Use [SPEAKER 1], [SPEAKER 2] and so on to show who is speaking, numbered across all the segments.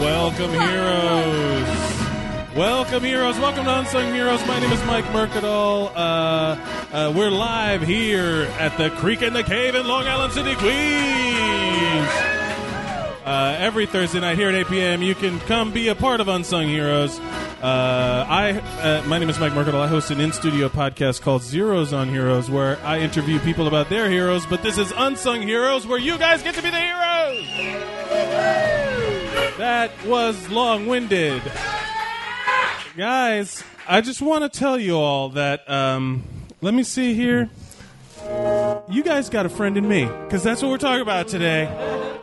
[SPEAKER 1] Welcome, heroes. Welcome, heroes. Welcome to Unsung Heroes. My name is Mike Mercadal. Uh, uh, we're live here at the Creek in the Cave in Long Island City, Queens. Uh, every Thursday night here at 8 p.m., you can come be a part of Unsung Heroes. Uh, I, uh, my name is Mike Mercadal. I host an in-studio podcast called Zeros on Heroes, where I interview people about their heroes. But this is Unsung Heroes, where you guys get to be the heroes. That was long winded. Guys, I just want to tell you all that. Um, let me see here. You guys got a friend in me, because that's what we're talking about today.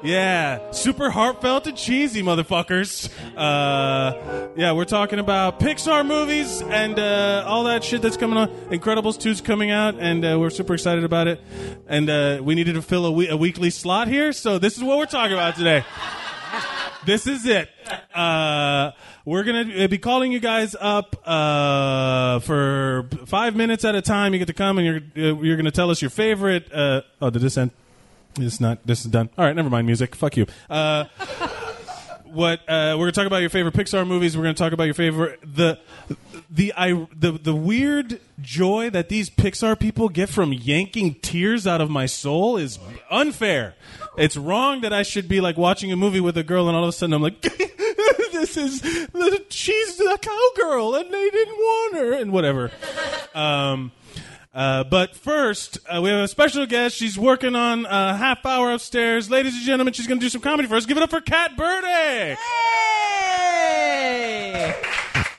[SPEAKER 1] Yeah, super heartfelt and cheesy, motherfuckers. Uh, yeah, we're talking about Pixar movies and uh, all that shit that's coming on. Incredibles 2's coming out, and uh, we're super excited about it. And uh, we needed to fill a, we- a weekly slot here, so this is what we're talking about today this is it. Uh, we're gonna be calling you guys up uh, for five minutes at a time. You get to come and you're uh, you're gonna tell us your favorite. Uh, oh, did this end? It's not. This is done. All right, never mind. Music. Fuck you. Uh, what uh, we're gonna talk about your favorite Pixar movies. We're gonna talk about your favorite the the I the the weird joy that these Pixar people get from yanking tears out of my soul is unfair. It's wrong that I should be like watching a movie with a girl and all of a sudden I'm like. This is the, she's a cowgirl and they didn't want her and whatever. Um, uh, but first, uh, we have a special guest. She's working on a half hour upstairs. Ladies and gentlemen, she's going to do some comedy for us. Give it up for Kat Burdick.
[SPEAKER 2] Hey!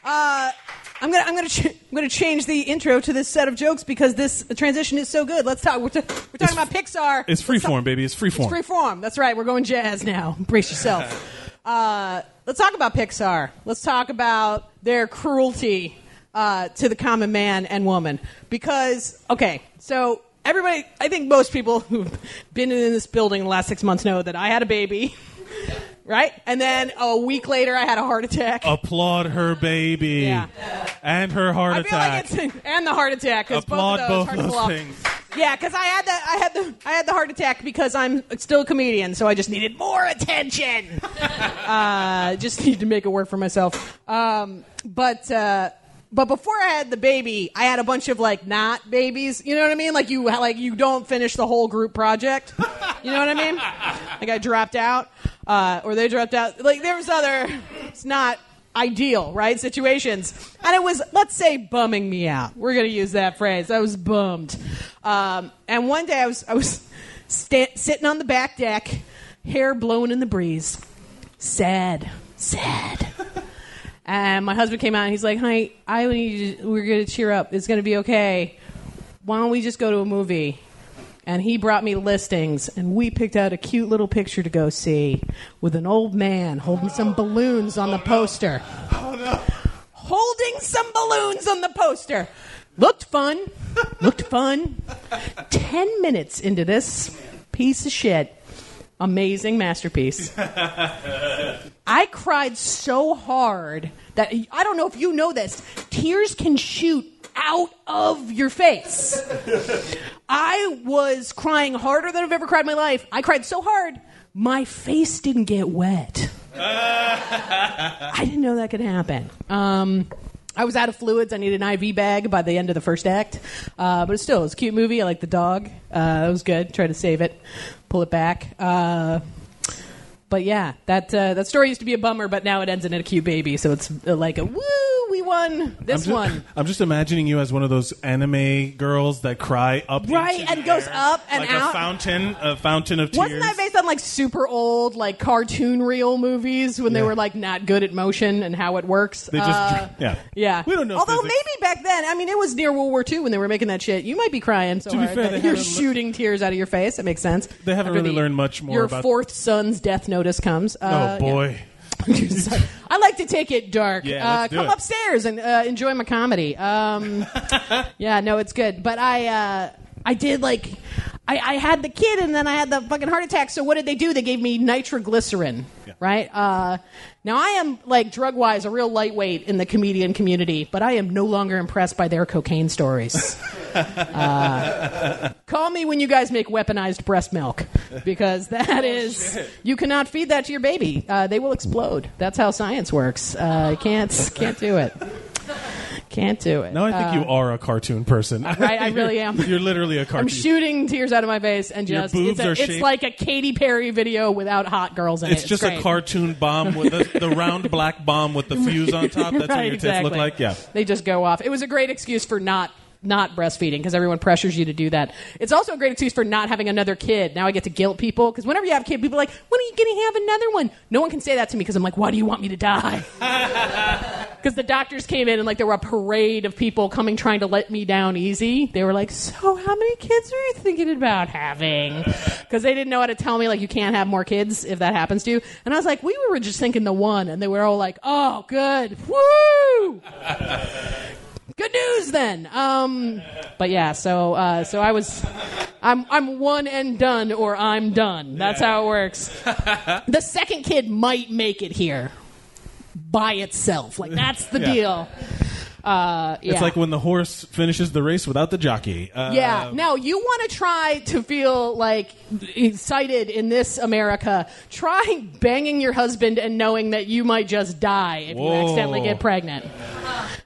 [SPEAKER 2] Uh, I'm gonna I'm gonna ch- I'm gonna change the intro to this set of jokes because this transition is so good. Let's talk. We're, t- we're talking about Pixar.
[SPEAKER 1] It's freeform, baby. It's freeform.
[SPEAKER 2] It's free form. That's right. We're going jazz now. Brace yourself. uh, let's talk about Pixar. Let's talk about their cruelty uh, to the common man and woman. Because, okay, so everybody, I think most people who've been in this building the last six months know that I had a baby, right? And then a week later, I had a heart attack.
[SPEAKER 1] Applaud her, baby.
[SPEAKER 2] Yeah.
[SPEAKER 1] And her heart
[SPEAKER 2] I feel
[SPEAKER 1] attack.
[SPEAKER 2] like it's and the heart attack. 'cause
[SPEAKER 1] Applaud both
[SPEAKER 2] both of those, hard to
[SPEAKER 1] those
[SPEAKER 2] pull off.
[SPEAKER 1] things.
[SPEAKER 2] Yeah, because I had the I had the I had the heart attack because I'm still a comedian, so I just needed more attention. uh, just need to make it work for myself. Um, but uh, but before I had the baby, I had a bunch of like not babies. You know what I mean? Like you like you don't finish the whole group project. You know what I mean? Like I dropped out, uh, or they dropped out. Like there was other. It's not ideal, right? Situations. And it was, let's say, bumming me out. We're going to use that phrase. I was bummed. Um, and one day I was, I was sta- sitting on the back deck, hair blowing in the breeze, sad, sad. and my husband came out and he's like, honey, I need you to, we're going to cheer up. It's going to be okay. Why don't we just go to a movie? And he brought me listings, and we picked out a cute little picture to go see with an old man holding some balloons on the poster holding some balloons on the poster. Looked fun. Looked fun. Ten minutes into this piece of shit, amazing masterpiece. I cried so hard that I don't know if you know this. Tears can shoot out of your face. I was crying harder than I've ever cried in my life. I cried so hard, my face didn't get wet. I didn't know that could happen. Um, I was out of fluids. I needed an IV bag by the end of the first act. Uh, but still, it was a cute movie. I liked the dog. Uh, it was good. Try to save it, pull it back. Uh, but yeah, that uh, that story used to be a bummer, but now it ends in a cute baby. So it's uh, like a woo, we won
[SPEAKER 1] I'm
[SPEAKER 2] this
[SPEAKER 1] just,
[SPEAKER 2] one.
[SPEAKER 1] I'm just imagining you as one of those anime girls that cry up,
[SPEAKER 2] Right,
[SPEAKER 1] into
[SPEAKER 2] and
[SPEAKER 1] the
[SPEAKER 2] goes
[SPEAKER 1] air,
[SPEAKER 2] up and
[SPEAKER 1] like a
[SPEAKER 2] out.
[SPEAKER 1] fountain, a fountain of
[SPEAKER 2] Wasn't
[SPEAKER 1] tears.
[SPEAKER 2] that based on like super old like cartoon reel movies when they
[SPEAKER 1] Yeah.
[SPEAKER 2] were like not good at motion and how it works?
[SPEAKER 1] They just,
[SPEAKER 2] Uh,
[SPEAKER 1] yeah,
[SPEAKER 2] Yeah.
[SPEAKER 1] We don't know.
[SPEAKER 2] Although
[SPEAKER 1] physics.
[SPEAKER 2] maybe back then, I mean, it was near World War II when they were making that shit. You might be crying so
[SPEAKER 1] To be
[SPEAKER 2] hard
[SPEAKER 1] fair,
[SPEAKER 2] that
[SPEAKER 1] they
[SPEAKER 2] you're
[SPEAKER 1] haven't le-
[SPEAKER 2] shooting tears out of your face. That makes sense.
[SPEAKER 1] They haven't
[SPEAKER 2] After
[SPEAKER 1] really
[SPEAKER 2] the-
[SPEAKER 1] learned much more
[SPEAKER 2] Your
[SPEAKER 1] about-
[SPEAKER 2] fourth son's death notice comes. Uh,
[SPEAKER 1] Oh boy.
[SPEAKER 2] yeah. I like to take it dark.
[SPEAKER 1] Yeah,
[SPEAKER 2] uh,
[SPEAKER 1] let's do
[SPEAKER 2] come
[SPEAKER 1] it.
[SPEAKER 2] upstairs and uh, enjoy my comedy. Um, yeah, no, it's good. But I, uh, I did like, I, I had the kid and then I had the fucking heart attack. So what did they do? They gave me nitroglycerin, right? Uh, now I am like drug wise a real lightweight in the comedian community, but I am no longer impressed by their cocaine stories. Call me when you guys make weaponized breast milk because
[SPEAKER 1] Oh,
[SPEAKER 2] that is you cannot feed that to your baby. Uh, they will explode. That's how science works. Uh, can't can't do it. Can't do it. Uh,
[SPEAKER 1] Now I think you are a cartoon person.
[SPEAKER 2] right, I really am.
[SPEAKER 1] You're literally a cartoon.
[SPEAKER 2] I'm shooting tears out of my face and
[SPEAKER 1] Your
[SPEAKER 2] just
[SPEAKER 1] boobs
[SPEAKER 2] it's, a-
[SPEAKER 1] are
[SPEAKER 2] it's
[SPEAKER 1] shaped-
[SPEAKER 2] like a Katy Perry video without hot girls in it.
[SPEAKER 1] it's just
[SPEAKER 2] great.
[SPEAKER 1] a cartoon bomb with the, the round black bomb with the fuse on top. That's what
[SPEAKER 2] Right,
[SPEAKER 1] your tits
[SPEAKER 2] exactly.
[SPEAKER 1] look like. Yeah.
[SPEAKER 2] They just go off. It was a great excuse for not not breastfeeding because everyone pressures you to do that. It's also a great excuse for not having another kid. Now I get to guilt people because whenever you have a kid, people are like, "When are you going to have another one?" No one can say that to me because I'm like, "Why do you want me to die?" Because the doctors came in and like there were a parade of people coming trying to let me down easy. They were like, "So how many kids are you thinking about having?" Because they didn't know how to tell me like you can't have more kids if that happens to you. And I was like, "We were just thinking the one," and they were all like, "Oh, good, woo!" good news then. Um, but yeah, so uh, so I was, I'm I'm one and done, or I'm done. That's how it works. the second kid might make it here by itself. Like that's the
[SPEAKER 1] Yeah.
[SPEAKER 2] deal. Uh, yeah.
[SPEAKER 1] It's like when the horse finishes the race without the jockey. Uh,
[SPEAKER 2] Yeah. Now you want to try to feel like excited in this America. Try banging your husband and knowing that you might just die if you
[SPEAKER 1] Whoa.
[SPEAKER 2] accidentally get pregnant.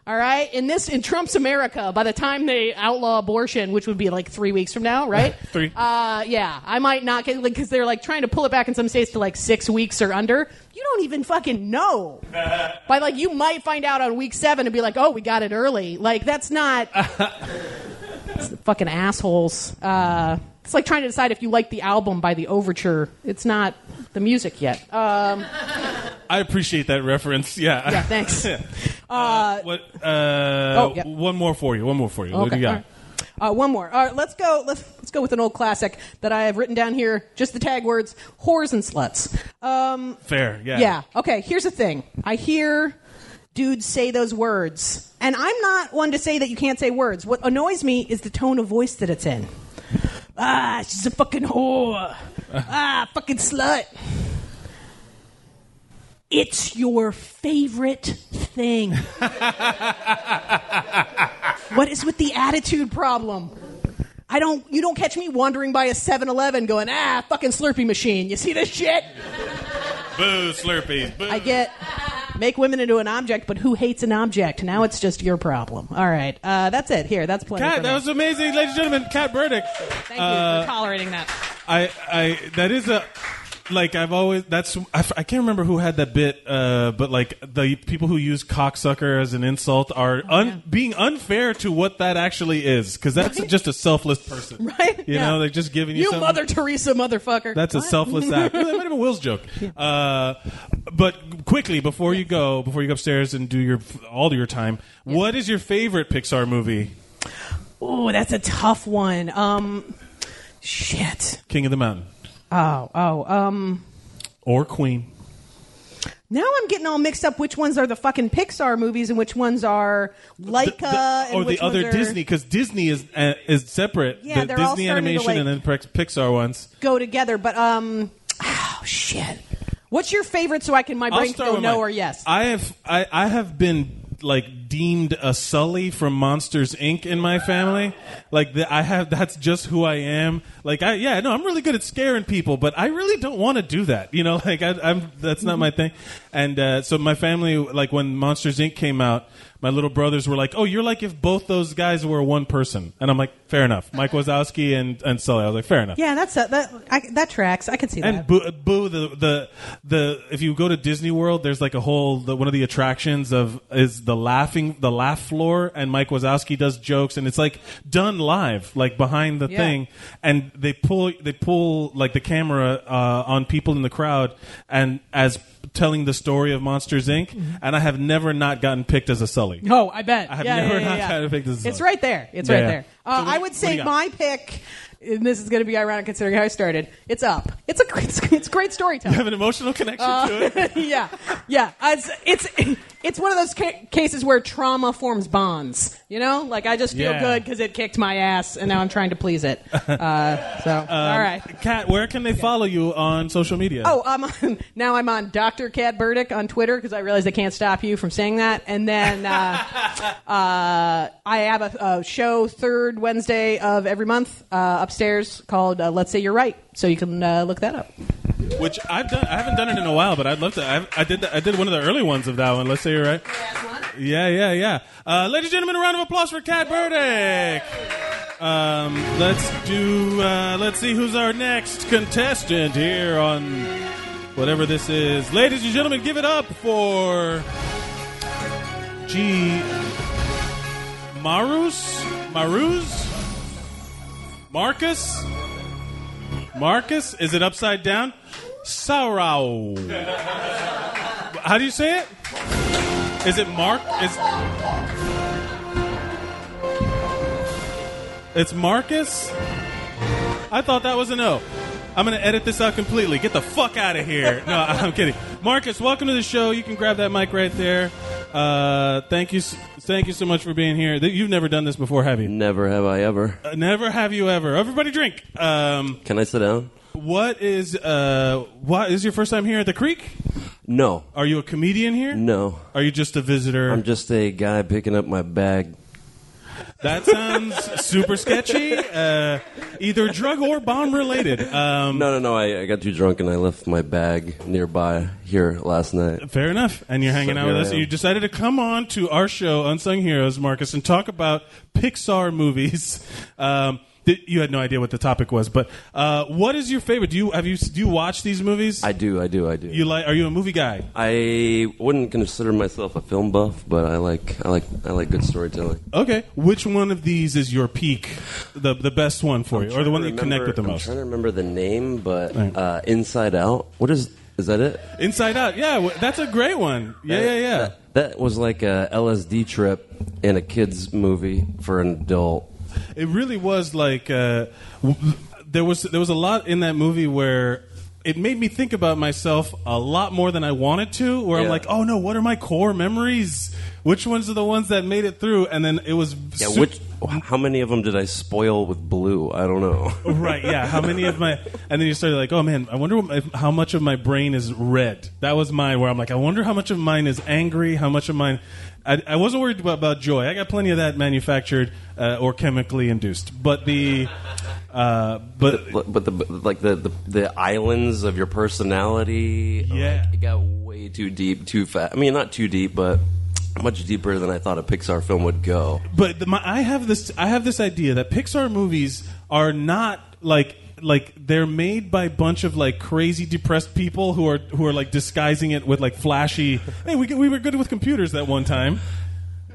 [SPEAKER 2] All right. In this, in Trump's America, by the time they outlaw abortion, which would be like three weeks from now, right?
[SPEAKER 1] Three.
[SPEAKER 2] Uh, yeah. I might not get like because they're like trying to pull it back in some states to like six weeks or under. You don't even fucking know. By like, you might find out on week seven and be like, oh, we got it early. Like that's not fucking assholes. Uh, it's like trying to decide if you like the album by the overture. It's not the music yet. Uh,
[SPEAKER 1] I appreciate that reference. Yeah.
[SPEAKER 2] yeah, thanks.
[SPEAKER 1] What? Uh, oh,
[SPEAKER 2] yeah.
[SPEAKER 1] One more for you. One more for you. What do you
[SPEAKER 2] all
[SPEAKER 1] got?
[SPEAKER 2] right. Uh, one more. All right, let's go. Let's let's go with an old classic that I have written down here. Just the tag words: whores and sluts. Um,
[SPEAKER 1] Fair. Yeah.
[SPEAKER 2] yeah. Okay. Here's the thing. I hear dudes say those words, and I'm not one to say that you can't say words. What annoys me is the tone of voice that it's in. Ah, she's a fucking whore. Ah, fucking slut. It's your favorite thing. what is with the attitude problem? I don't you don't catch me wandering by a 7-Eleven going, "Ah, fucking Slurpee machine. You see this shit?"
[SPEAKER 1] Boo, Slurpees. Boo.
[SPEAKER 2] I get make women into an object, but who hates an object? Now it's just your problem. All right, uh, that's it. Here, that's plenty. for
[SPEAKER 1] Kat,
[SPEAKER 2] me.
[SPEAKER 1] that was amazing, ladies and gentlemen. Kat Burdick. Uh,
[SPEAKER 2] Thank you for tolerating that.
[SPEAKER 1] I, I, that is a, like I've always. That's I, f- I can't remember who had that bit, uh, but like the people who use cocksucker as an insult are un,
[SPEAKER 2] Oh, yeah.
[SPEAKER 1] being unfair to what that actually is, because that's just a selfless person,
[SPEAKER 2] Right?
[SPEAKER 1] You
[SPEAKER 2] Yeah.
[SPEAKER 1] know, they're just giving you,
[SPEAKER 2] You
[SPEAKER 1] something-
[SPEAKER 2] Mother Teresa, motherfucker.
[SPEAKER 1] That's a
[SPEAKER 2] What?
[SPEAKER 1] selfless act. that might have been Will's joke. Uh, but quickly before you go, before you go upstairs and do your all your time, what is your favorite Pixar movie?
[SPEAKER 2] Ooh, that's a tough one. Um, shit.
[SPEAKER 1] King of the Mountain
[SPEAKER 2] Oh, oh. Um,
[SPEAKER 1] or Queen?
[SPEAKER 2] now I'm getting all mixed up. Which ones are the fucking Pixar movies and which ones are uh, Leica
[SPEAKER 1] The- the-
[SPEAKER 2] and
[SPEAKER 1] or
[SPEAKER 2] which
[SPEAKER 1] the other
[SPEAKER 2] ones are-
[SPEAKER 1] Disney because Disney is uh, is separate.
[SPEAKER 2] Yeah,
[SPEAKER 1] the
[SPEAKER 2] they're all
[SPEAKER 1] Disney
[SPEAKER 2] starting to,
[SPEAKER 1] animation
[SPEAKER 2] like-
[SPEAKER 1] and then Pix- Pixar ones.
[SPEAKER 2] go together? But um, oh shit. What's your favorite? So I can my
[SPEAKER 1] I'll
[SPEAKER 2] brain can
[SPEAKER 1] start
[SPEAKER 2] go
[SPEAKER 1] with
[SPEAKER 2] no
[SPEAKER 1] mine.
[SPEAKER 2] or yes.
[SPEAKER 1] I have I, I have been like deemed a Sully from Monsters Inc. in my family. Like the, I have that's just who I am. Like I yeah no I'm really good at scaring people, but I really don't want to do that. You know like I, I'm that's not my thing. And uh, so my family like when Monsters Inc. came out. My little brothers were like, "Oh, you're like if both those guys were one person," and I'm like, "Fair enough." Mike Wazowski and, and Sully. I was like, "Fair enough."
[SPEAKER 2] Yeah, that's a, that I, that tracks. I can see
[SPEAKER 1] And
[SPEAKER 2] that.
[SPEAKER 1] boo, boo the, the the if you go to Disney World, there's like a whole the, one of the attractions of is the laughing the laugh floor, and Mike Wazowski does jokes, and it's like done live, like behind the
[SPEAKER 2] Yeah.
[SPEAKER 1] thing, and they pull they pull like the camera uh, on people in the crowd, and as telling the story of Monsters Inc.
[SPEAKER 2] Mm-hmm.
[SPEAKER 1] And I have never not gotten picked as a Sully.
[SPEAKER 2] No, I bet.
[SPEAKER 1] I have
[SPEAKER 2] yeah,
[SPEAKER 1] never
[SPEAKER 2] yeah, yeah,
[SPEAKER 1] not
[SPEAKER 2] yeah.
[SPEAKER 1] tried to pick this
[SPEAKER 2] It's
[SPEAKER 1] up.
[SPEAKER 2] right there. It's
[SPEAKER 1] Yeah,
[SPEAKER 2] right
[SPEAKER 1] yeah.
[SPEAKER 2] there. Uh,
[SPEAKER 1] So what-
[SPEAKER 2] I
[SPEAKER 1] what
[SPEAKER 2] would
[SPEAKER 1] do you
[SPEAKER 2] say
[SPEAKER 1] got?
[SPEAKER 2] my pick and this is going to be ironic considering how I started. It's up. It's a it's, it's great storytelling.
[SPEAKER 1] You have an emotional connection to it.
[SPEAKER 2] yeah, yeah. It's it's it's one of those ca- cases where trauma forms bonds. You know, like I just feel
[SPEAKER 1] Yeah.
[SPEAKER 2] good because it kicked my ass, and now I'm trying to please it. Uh, so all right.
[SPEAKER 1] Um, Kat, where can they follow you on social media?
[SPEAKER 2] Oh, I'm on, now I'm on Dr. Cat Burdick on Twitter because I realize they can't stop you from saying that. And then uh, uh, I have a, a show third Wednesday of every month uh, upstairs called uh, Let's Say You're Right. So you can uh, look that up.
[SPEAKER 1] which I've done. I haven't done it in a while, but I'd love to. I, I did. I did one of the early ones of that one. Let's say you're right. Yeah, yeah, yeah. Uh, ladies and gentlemen, a round of applause for Kat Burdick. Um, let's do. Uh, let's see who's our next contestant here on whatever this is. Ladies and gentlemen, give it up for G. Marus, Marus, Marcus. Marcus, is it upside down? Sarau. How do you say it? Is it Mark? Is it's Marcus? I thought that was an O. I'm gonna edit this out completely. Get the fuck out of here. No, I'm kidding. Marcus, welcome to the show. You can grab that mic right there. Uh, thank you, s- thank you so much for being here. Th- You've never done this before, have you?
[SPEAKER 3] Never have I ever.
[SPEAKER 1] Uh, Never have you ever. Everybody drink. Um,
[SPEAKER 3] Can I sit down?
[SPEAKER 1] what is uh what is your first time here at the creek?
[SPEAKER 3] No.
[SPEAKER 1] Are you a comedian here?
[SPEAKER 3] No.
[SPEAKER 1] Are you just a visitor?
[SPEAKER 3] I'm just a guy picking up my bag.
[SPEAKER 1] that sounds super sketchy. Uh, either drug or bomb related. Um,
[SPEAKER 3] No, no, no. I, I got too drunk and I left my bag nearby here last night.
[SPEAKER 1] Fair enough. And you're hanging
[SPEAKER 3] So
[SPEAKER 1] out with
[SPEAKER 3] here I
[SPEAKER 1] us.
[SPEAKER 3] am.
[SPEAKER 1] You decided to come on to our show, Unsung Heroes, Marcus, and talk about Pixar movies. Um, th- you had no idea what the topic was, but uh, what is your favorite? Do you have you do you watch these movies?
[SPEAKER 3] I do, I do, I do.
[SPEAKER 1] you like? Are you a movie guy?
[SPEAKER 3] I wouldn't consider myself a film buff, but I like, I like, I like good storytelling.
[SPEAKER 1] Okay, which one of these is your peak, the the best one for you, or the one that you
[SPEAKER 3] Remember-
[SPEAKER 1] connect with the
[SPEAKER 3] I'm
[SPEAKER 1] most?
[SPEAKER 3] trying to remember the name, but
[SPEAKER 1] Right.
[SPEAKER 3] uh, Inside Out. What is? Is that it?
[SPEAKER 1] Inside Out, yeah, w- that's a great one. Yeah, yeah, yeah.
[SPEAKER 3] That, that was like a LSD trip in a kids movie for an adult.
[SPEAKER 1] It really was like uh, w- there was there was a lot in that movie where it made me think about myself a lot more than I wanted to. Where I'm
[SPEAKER 3] Yeah.
[SPEAKER 1] like, oh no, what are my core memories? Which ones are the ones that made it through? And then it was
[SPEAKER 3] Yeah,
[SPEAKER 1] su-
[SPEAKER 3] which? How many of them did I spoil with blue? I don't know.
[SPEAKER 1] right yeah how many of my and then you started like oh man i wonder what, if, how much of my brain is red that was mine where i'm like i wonder how much of mine is angry how much of mine i, I wasn't worried about, about joy i got plenty of that manufactured uh, or chemically induced but the uh, but
[SPEAKER 3] But but the like the, the the islands of your personality,
[SPEAKER 1] Yeah.
[SPEAKER 3] like, it got way too deep, too fast. I mean, not too deep, but much deeper than I thought a Pixar film would go.
[SPEAKER 1] but the, my, I have this I have this idea that Pixar movies are not like like they're made by a bunch of like crazy depressed people who are who are like disguising it with like flashy hey we, we were good with computers that one time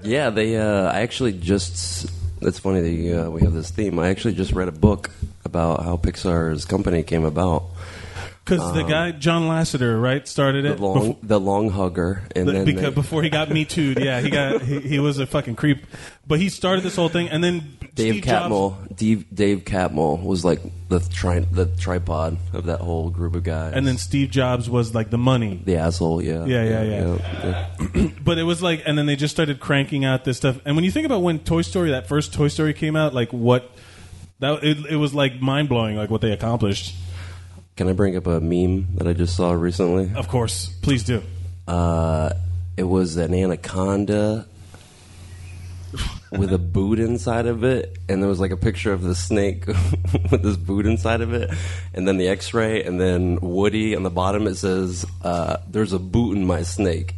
[SPEAKER 3] Yeah, they. Uh, I actually just. That's funny that you, uh, we have this theme. I actually just read a book about how Pixar's company came about. Um,
[SPEAKER 1] Because the guy John Lasseter, right, started
[SPEAKER 3] Uh-huh. The
[SPEAKER 1] it
[SPEAKER 3] long,
[SPEAKER 1] befo-
[SPEAKER 3] the long hugger, and
[SPEAKER 1] the-
[SPEAKER 3] then
[SPEAKER 1] because
[SPEAKER 3] they-
[SPEAKER 1] before he got me too. Yeah, he got he, he was a fucking creep, but he started this whole thing, and then
[SPEAKER 3] Dave
[SPEAKER 1] Steve Jobs-
[SPEAKER 3] Catmull. Dave, Dave Catmull was like the tri- the tripod of that whole group of guys.
[SPEAKER 1] and then Steve Jobs was like the money.
[SPEAKER 3] the asshole. Yeah.
[SPEAKER 1] Yeah, yeah, yeah.
[SPEAKER 3] yeah.
[SPEAKER 1] But it was like, and then they just started cranking out this stuff. And when you think about when Toy Story, that first Toy Story came out, like what that it, it was like mind blowing, like what they accomplished.
[SPEAKER 3] Can I bring up a meme that I just saw recently?
[SPEAKER 1] Of course, please do.
[SPEAKER 3] Uh, it was an anaconda with a boot inside of it, and there was like a picture of the snake with this boot inside of it, and then the x ray, and then Woody on the bottom it says, uh, There's a boot in my snake.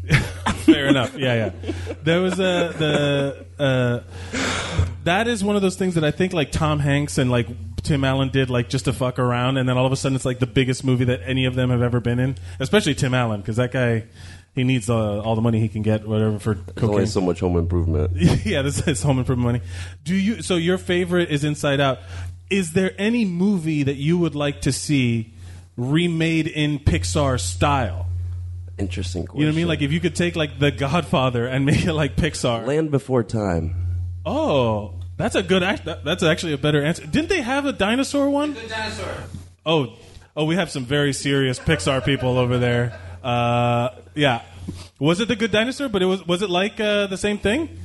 [SPEAKER 1] Fair enough. Yeah, yeah. There was uh, the uh, that is one of those things that I think like Tom Hanks and like Tim Allen did like just to fuck around, and then all of a sudden it's like the biggest movie that any of them have ever been in, especially Tim Allen because that guy he needs uh, all the money he can get, whatever for
[SPEAKER 3] There's only
[SPEAKER 1] cocaine.
[SPEAKER 3] so much home improvement.
[SPEAKER 1] yeah, this is home improvement money. Do you? So your favorite is Inside Out. Is there any movie that you would like to see remade in Pixar style?
[SPEAKER 3] Interesting question.
[SPEAKER 1] You know what I mean? Like if you could take like The Godfather and make it like Pixar.
[SPEAKER 3] Land Before Time.
[SPEAKER 1] Oh, That's a good. act- that- That's actually a better answer. Didn't they have a dinosaur one?
[SPEAKER 4] Good dinosaur.
[SPEAKER 1] Oh, oh, we have some very serious Pixar people over there. Uh, yeah, was it the Good Dinosaur? But it was. Was it like uh, the same thing?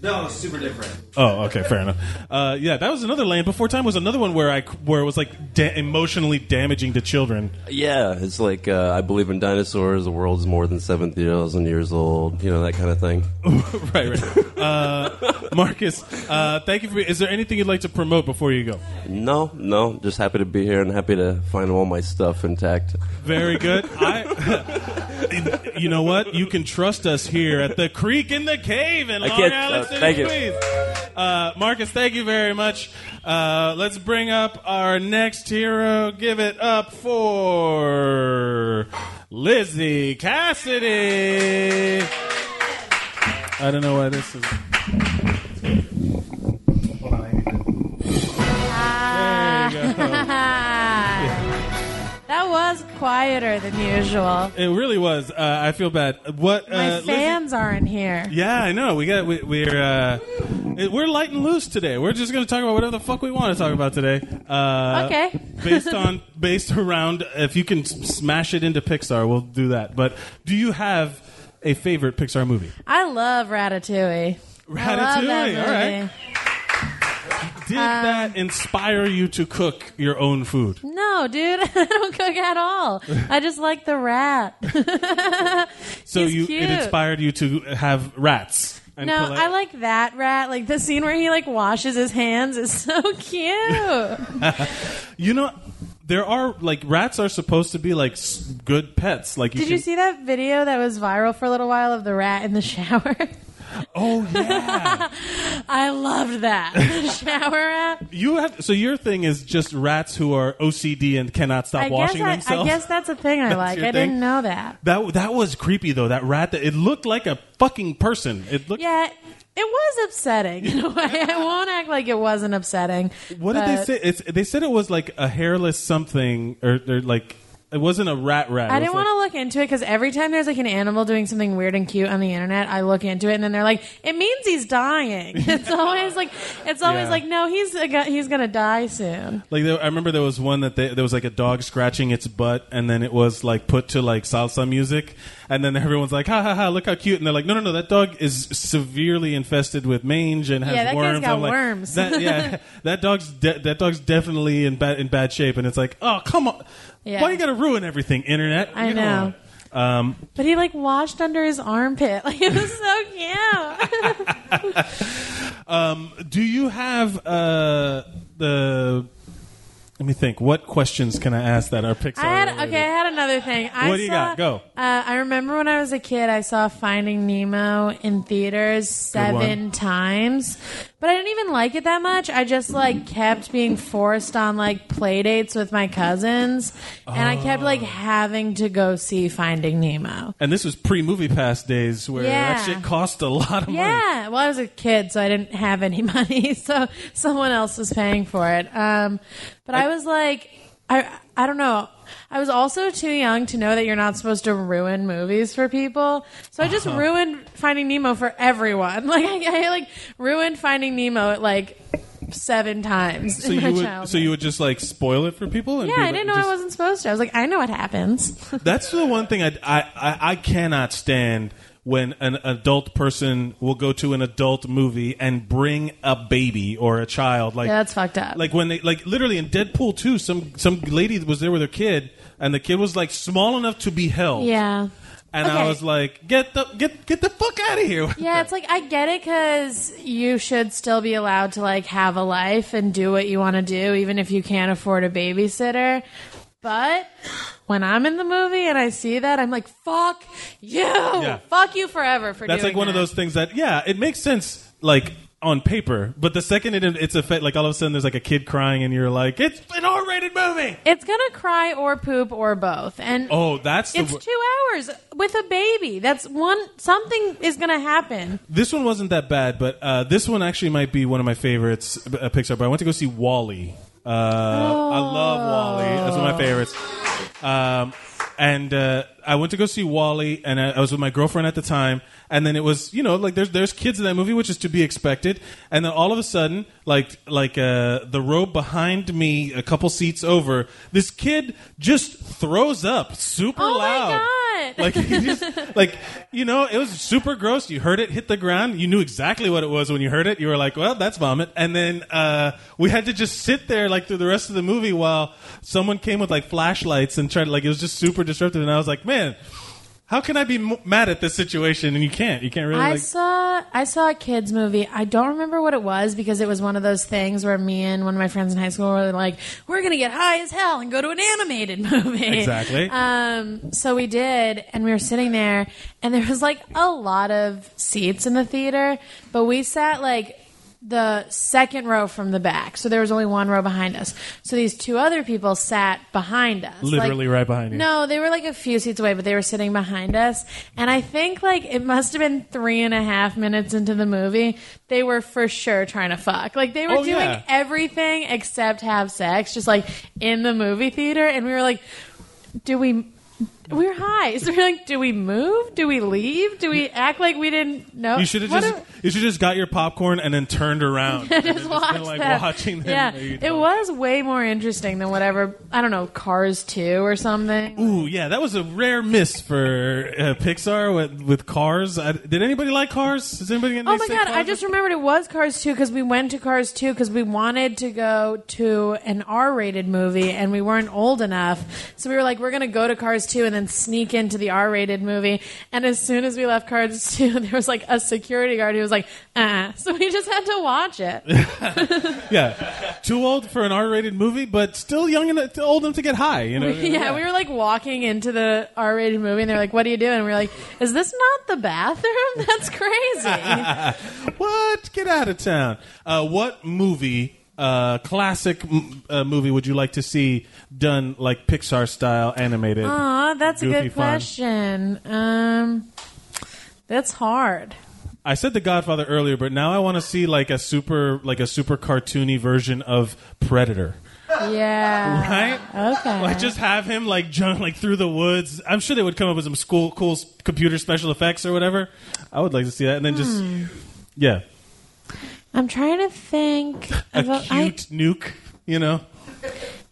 [SPEAKER 4] No, it's super different.
[SPEAKER 1] Oh, okay, fair enough. Uh, yeah, that was another Land Before Time was another one where I where it was like da- emotionally damaging to children.
[SPEAKER 3] Yeah, it's like uh, I believe in dinosaurs. The world's more than seven thousand years old. You know that kind of thing.
[SPEAKER 1] right, right. Uh, Marcus, uh, thank you for. Is there anything you'd like to promote before you go?
[SPEAKER 3] No, no, just happy to be here and happy to find all my stuff intact.
[SPEAKER 1] Very good. I, you know what? You can trust us here at the Creek in the Cave in
[SPEAKER 3] I
[SPEAKER 1] Long
[SPEAKER 3] can't-
[SPEAKER 1] Island
[SPEAKER 3] uh,
[SPEAKER 1] City,
[SPEAKER 3] thank you.
[SPEAKER 1] Queens. Uh, Marcus, thank you very much. Uh, let's bring up our next hero. Give it up for Lizzie Cassidy. I don't know why this is. There you go.
[SPEAKER 5] that was quieter than usual.
[SPEAKER 1] It really was. Uh, I feel bad. What?
[SPEAKER 5] My
[SPEAKER 1] uh, Lizzie-
[SPEAKER 5] fans aren't here.
[SPEAKER 1] Yeah, I know. We got we, we're uh, it- we're light and loose today. We're just going to talk about whatever the fuck we want to talk about today. Uh,
[SPEAKER 5] Okay.
[SPEAKER 1] based on based around if you can s- smash it into Pixar, we'll do that. But do you have a favorite Pixar movie?
[SPEAKER 5] I love Ratatouille. I love that
[SPEAKER 1] Ratatouille, all right.
[SPEAKER 5] movie.
[SPEAKER 1] Did
[SPEAKER 5] Um,
[SPEAKER 1] that inspire you to cook your own food?
[SPEAKER 5] No, dude, I don't cook at all. I just like the rat.
[SPEAKER 1] So
[SPEAKER 5] He's
[SPEAKER 1] you
[SPEAKER 5] cute.
[SPEAKER 1] it inspired you to have rats. And
[SPEAKER 5] No,
[SPEAKER 1] collect-
[SPEAKER 5] I like that rat. Like the scene where he like washes his hands is so cute.
[SPEAKER 1] You know, there are like rats are supposed to be like s- good pets. Like you
[SPEAKER 5] Did you
[SPEAKER 1] can-
[SPEAKER 5] see that video that was viral for a little while of the rat in the shower?
[SPEAKER 1] Oh yeah.
[SPEAKER 5] I loved that. The shower rat.
[SPEAKER 1] You have so your thing is just rats who are OCD and cannot stop
[SPEAKER 5] I guess
[SPEAKER 1] washing
[SPEAKER 5] I, I
[SPEAKER 1] themselves.
[SPEAKER 5] guess that's a thing I
[SPEAKER 1] That's
[SPEAKER 5] like. I
[SPEAKER 1] your thing?
[SPEAKER 5] didn't know that.
[SPEAKER 1] that that was creepy though. That rat that it looked like a fucking person. It looked.
[SPEAKER 5] Yeah, it was upsetting in a way. I won't act like it wasn't upsetting.
[SPEAKER 1] what did they
[SPEAKER 5] but
[SPEAKER 1] say? It's, they said it was like a hairless something or, or like it wasn't a rat rat.
[SPEAKER 5] I didn't want to look into it because every time there's like an animal doing something weird and cute on the internet, I look into it and then they're like, "It means he's dying." It's always like, it's always
[SPEAKER 1] Yeah.
[SPEAKER 5] like, no, he's a gu- he's gonna die soon.
[SPEAKER 1] Like there, I remember there was one that they, there was like a dog scratching its butt, and then it was like put to like salsa music, and then everyone's like, ha ha ha, look how cute, and they're like, no no no, that dog is severely infested with mange and has
[SPEAKER 5] Yeah, that guy's
[SPEAKER 1] worms.
[SPEAKER 5] got
[SPEAKER 1] I'm like,
[SPEAKER 5] worms.
[SPEAKER 1] That, yeah, that dog's de- that dog's definitely in bad in bad shape, and it's like, oh come on,
[SPEAKER 5] Yeah.
[SPEAKER 1] why you gotta ruin everything, internet?
[SPEAKER 5] I
[SPEAKER 1] Come
[SPEAKER 5] know.
[SPEAKER 1] on. Um,
[SPEAKER 5] But he like washed under his armpit. Like it was so cute.
[SPEAKER 1] um, do you have uh, the? Let me think. What questions can I ask that are Pixar?
[SPEAKER 5] I had
[SPEAKER 1] related?
[SPEAKER 5] okay. I had another thing. I
[SPEAKER 1] What do you
[SPEAKER 5] saw-
[SPEAKER 1] got? Go.
[SPEAKER 5] Uh, I remember when I was a kid, I saw Finding Nemo in theaters
[SPEAKER 1] one.
[SPEAKER 5] seven times, but I didn't even like it that much. I just like kept being forced on like play dates with my cousins, and I kept
[SPEAKER 1] Oh.
[SPEAKER 5] like having to go see Finding Nemo.
[SPEAKER 1] And this was pre movie pass days where that
[SPEAKER 5] Yeah.
[SPEAKER 1] shit cost a lot of money.
[SPEAKER 5] Yeah. Well, I was a kid, so I didn't have any money, so someone else was paying for it. Um, but I, was like, I I don't know. I was also too young to know that you're not supposed to ruin movies for people, so I just
[SPEAKER 1] Uh-huh.
[SPEAKER 5] ruined Finding Nemo for everyone. Like I, I like ruined Finding Nemo at like seven times
[SPEAKER 1] So
[SPEAKER 5] in my
[SPEAKER 1] you would,
[SPEAKER 5] childhood.
[SPEAKER 1] so you would just like spoil it for people. And
[SPEAKER 5] yeah,
[SPEAKER 1] be
[SPEAKER 5] I
[SPEAKER 1] like-
[SPEAKER 5] didn't know
[SPEAKER 1] just-
[SPEAKER 5] I wasn't supposed to. I was like, I know what happens.
[SPEAKER 1] That's the one thing I I, I, I cannot stand when an adult person will go to an adult movie and bring a baby or a child. Like
[SPEAKER 5] Yeah, that's fucked up.
[SPEAKER 1] Like when they like literally in Deadpool 2, some some lady was there with her kid, and the kid was like small enough to be held.
[SPEAKER 5] yeah.
[SPEAKER 1] And I
[SPEAKER 5] Okay.
[SPEAKER 1] was like, get the get get the fuck out of here.
[SPEAKER 5] Yeah, it's like I get it because you should still be allowed to like have a life and do what you want to do, even if you can't afford a babysitter. But when I'm in the movie and I see that, I'm like, "Fuck you, fuck you forever for
[SPEAKER 1] That's
[SPEAKER 5] doing
[SPEAKER 1] like one of
[SPEAKER 5] that."
[SPEAKER 1] those things that yeah, it makes sense like on paper, but the second it, it's a fa- like all of a sudden there's like a kid crying and you're like it's an R-rated movie.
[SPEAKER 5] It's gonna cry or poop or both, and
[SPEAKER 1] Oh, that's the
[SPEAKER 5] it's
[SPEAKER 1] wor-
[SPEAKER 5] two hours with a baby. That's one something is gonna happen.
[SPEAKER 1] this one wasn't that bad, but uh, this one actually might be one of my favorites uh, Pixar. But I went to go see Wally. Uh, I love Wally. That's one of my favorites. Um, and uh, I went to go see Wally, and I, I was with my girlfriend at the time. And then it was, you know, like there's there's kids in that movie, which is to be expected. And then all of a sudden, like like uh, the row behind me, a couple seats over, this kid just throws up super
[SPEAKER 5] Oh my
[SPEAKER 1] loud.
[SPEAKER 5] God.
[SPEAKER 1] Like he just, like you know, it was super gross. You heard it hit the ground. You knew exactly what it was when you heard it. You were like, "Well, that's vomit." And then uh, we had to just sit there like through the rest of the movie while someone came with like flashlights and tried to like it was just super disruptive. And I was like, "Man, how can I be m- mad at this situation?" And you can't. You can't really.
[SPEAKER 5] I
[SPEAKER 1] like,
[SPEAKER 5] saw I saw a kids movie. I don't remember what it was because it was one of those things where me and one of my friends in high school were like, "We're gonna get high as hell and go to an animated movie."
[SPEAKER 1] Exactly.
[SPEAKER 5] Um, so we did, and we were sitting there, and there was like a lot of seats in the theater, but we sat like the second row from the back. So there was only one row behind us. So these two other people sat behind us.
[SPEAKER 1] Literally
[SPEAKER 5] like-
[SPEAKER 1] right behind you.
[SPEAKER 5] No, they were like a few seats away, but they were sitting behind us. And I think like it must have been three and a half minutes into the movie. They were for sure trying to fuck. Like they were
[SPEAKER 1] Oh,
[SPEAKER 5] doing
[SPEAKER 1] yeah.
[SPEAKER 5] everything except have sex, just like in the movie theater. And we were like, do we we were high so we we're like do we move do we leave do we act like we didn't know
[SPEAKER 1] you should have
[SPEAKER 5] What
[SPEAKER 1] just
[SPEAKER 5] do-
[SPEAKER 1] you should just got your popcorn and then turned around. and
[SPEAKER 5] just
[SPEAKER 1] then
[SPEAKER 5] watch
[SPEAKER 1] been, like
[SPEAKER 5] that.
[SPEAKER 1] watching them.
[SPEAKER 5] yeah
[SPEAKER 1] Are you
[SPEAKER 5] it
[SPEAKER 1] done?
[SPEAKER 5] was way more interesting than whatever i don't know cars 2 or something
[SPEAKER 1] Ooh, yeah, that was a rare miss for uh, Pixar with, with Cars. I, did anybody like Cars? Is anybody?
[SPEAKER 5] Oh my god! I just remembered it was Cars 2 because we went to Cars 2 because we wanted to go to an R-rated movie and we weren't old enough, so we were like, we're gonna go to Cars 2 and then sneak into the R-rated movie. And as soon as we left Cars 2, there was like a security guard who was like, uh, so we just had to watch it.
[SPEAKER 1] yeah, too old for an R-rated movie, but still young enough, still old enough to get high. You know?
[SPEAKER 5] yeah, we were like walking into the R-rated movie and they're like, what are you doing? And we were like, is this not the bathroom? That's crazy.
[SPEAKER 1] What? Get out of town. Uh, what movie? Uh, classic m- uh, movie would you like to see done like Pixar style animated?
[SPEAKER 5] Aw, that's a
[SPEAKER 1] Goofy
[SPEAKER 5] good
[SPEAKER 1] fun.
[SPEAKER 5] question. Um, that's hard.
[SPEAKER 1] I said The Godfather earlier, but now I want to see like a super like a super cartoony version of Predator.
[SPEAKER 5] Yeah.
[SPEAKER 1] Right?
[SPEAKER 5] Okay.
[SPEAKER 1] Like just have him like jump like through the woods. I'm sure they would come up with some school cool s- computer special effects or whatever. I would like to see that, and then just
[SPEAKER 5] Hmm.
[SPEAKER 1] yeah,
[SPEAKER 5] I'm trying to think.
[SPEAKER 1] a
[SPEAKER 5] of a-
[SPEAKER 1] cute
[SPEAKER 5] I-
[SPEAKER 1] nuke. You know,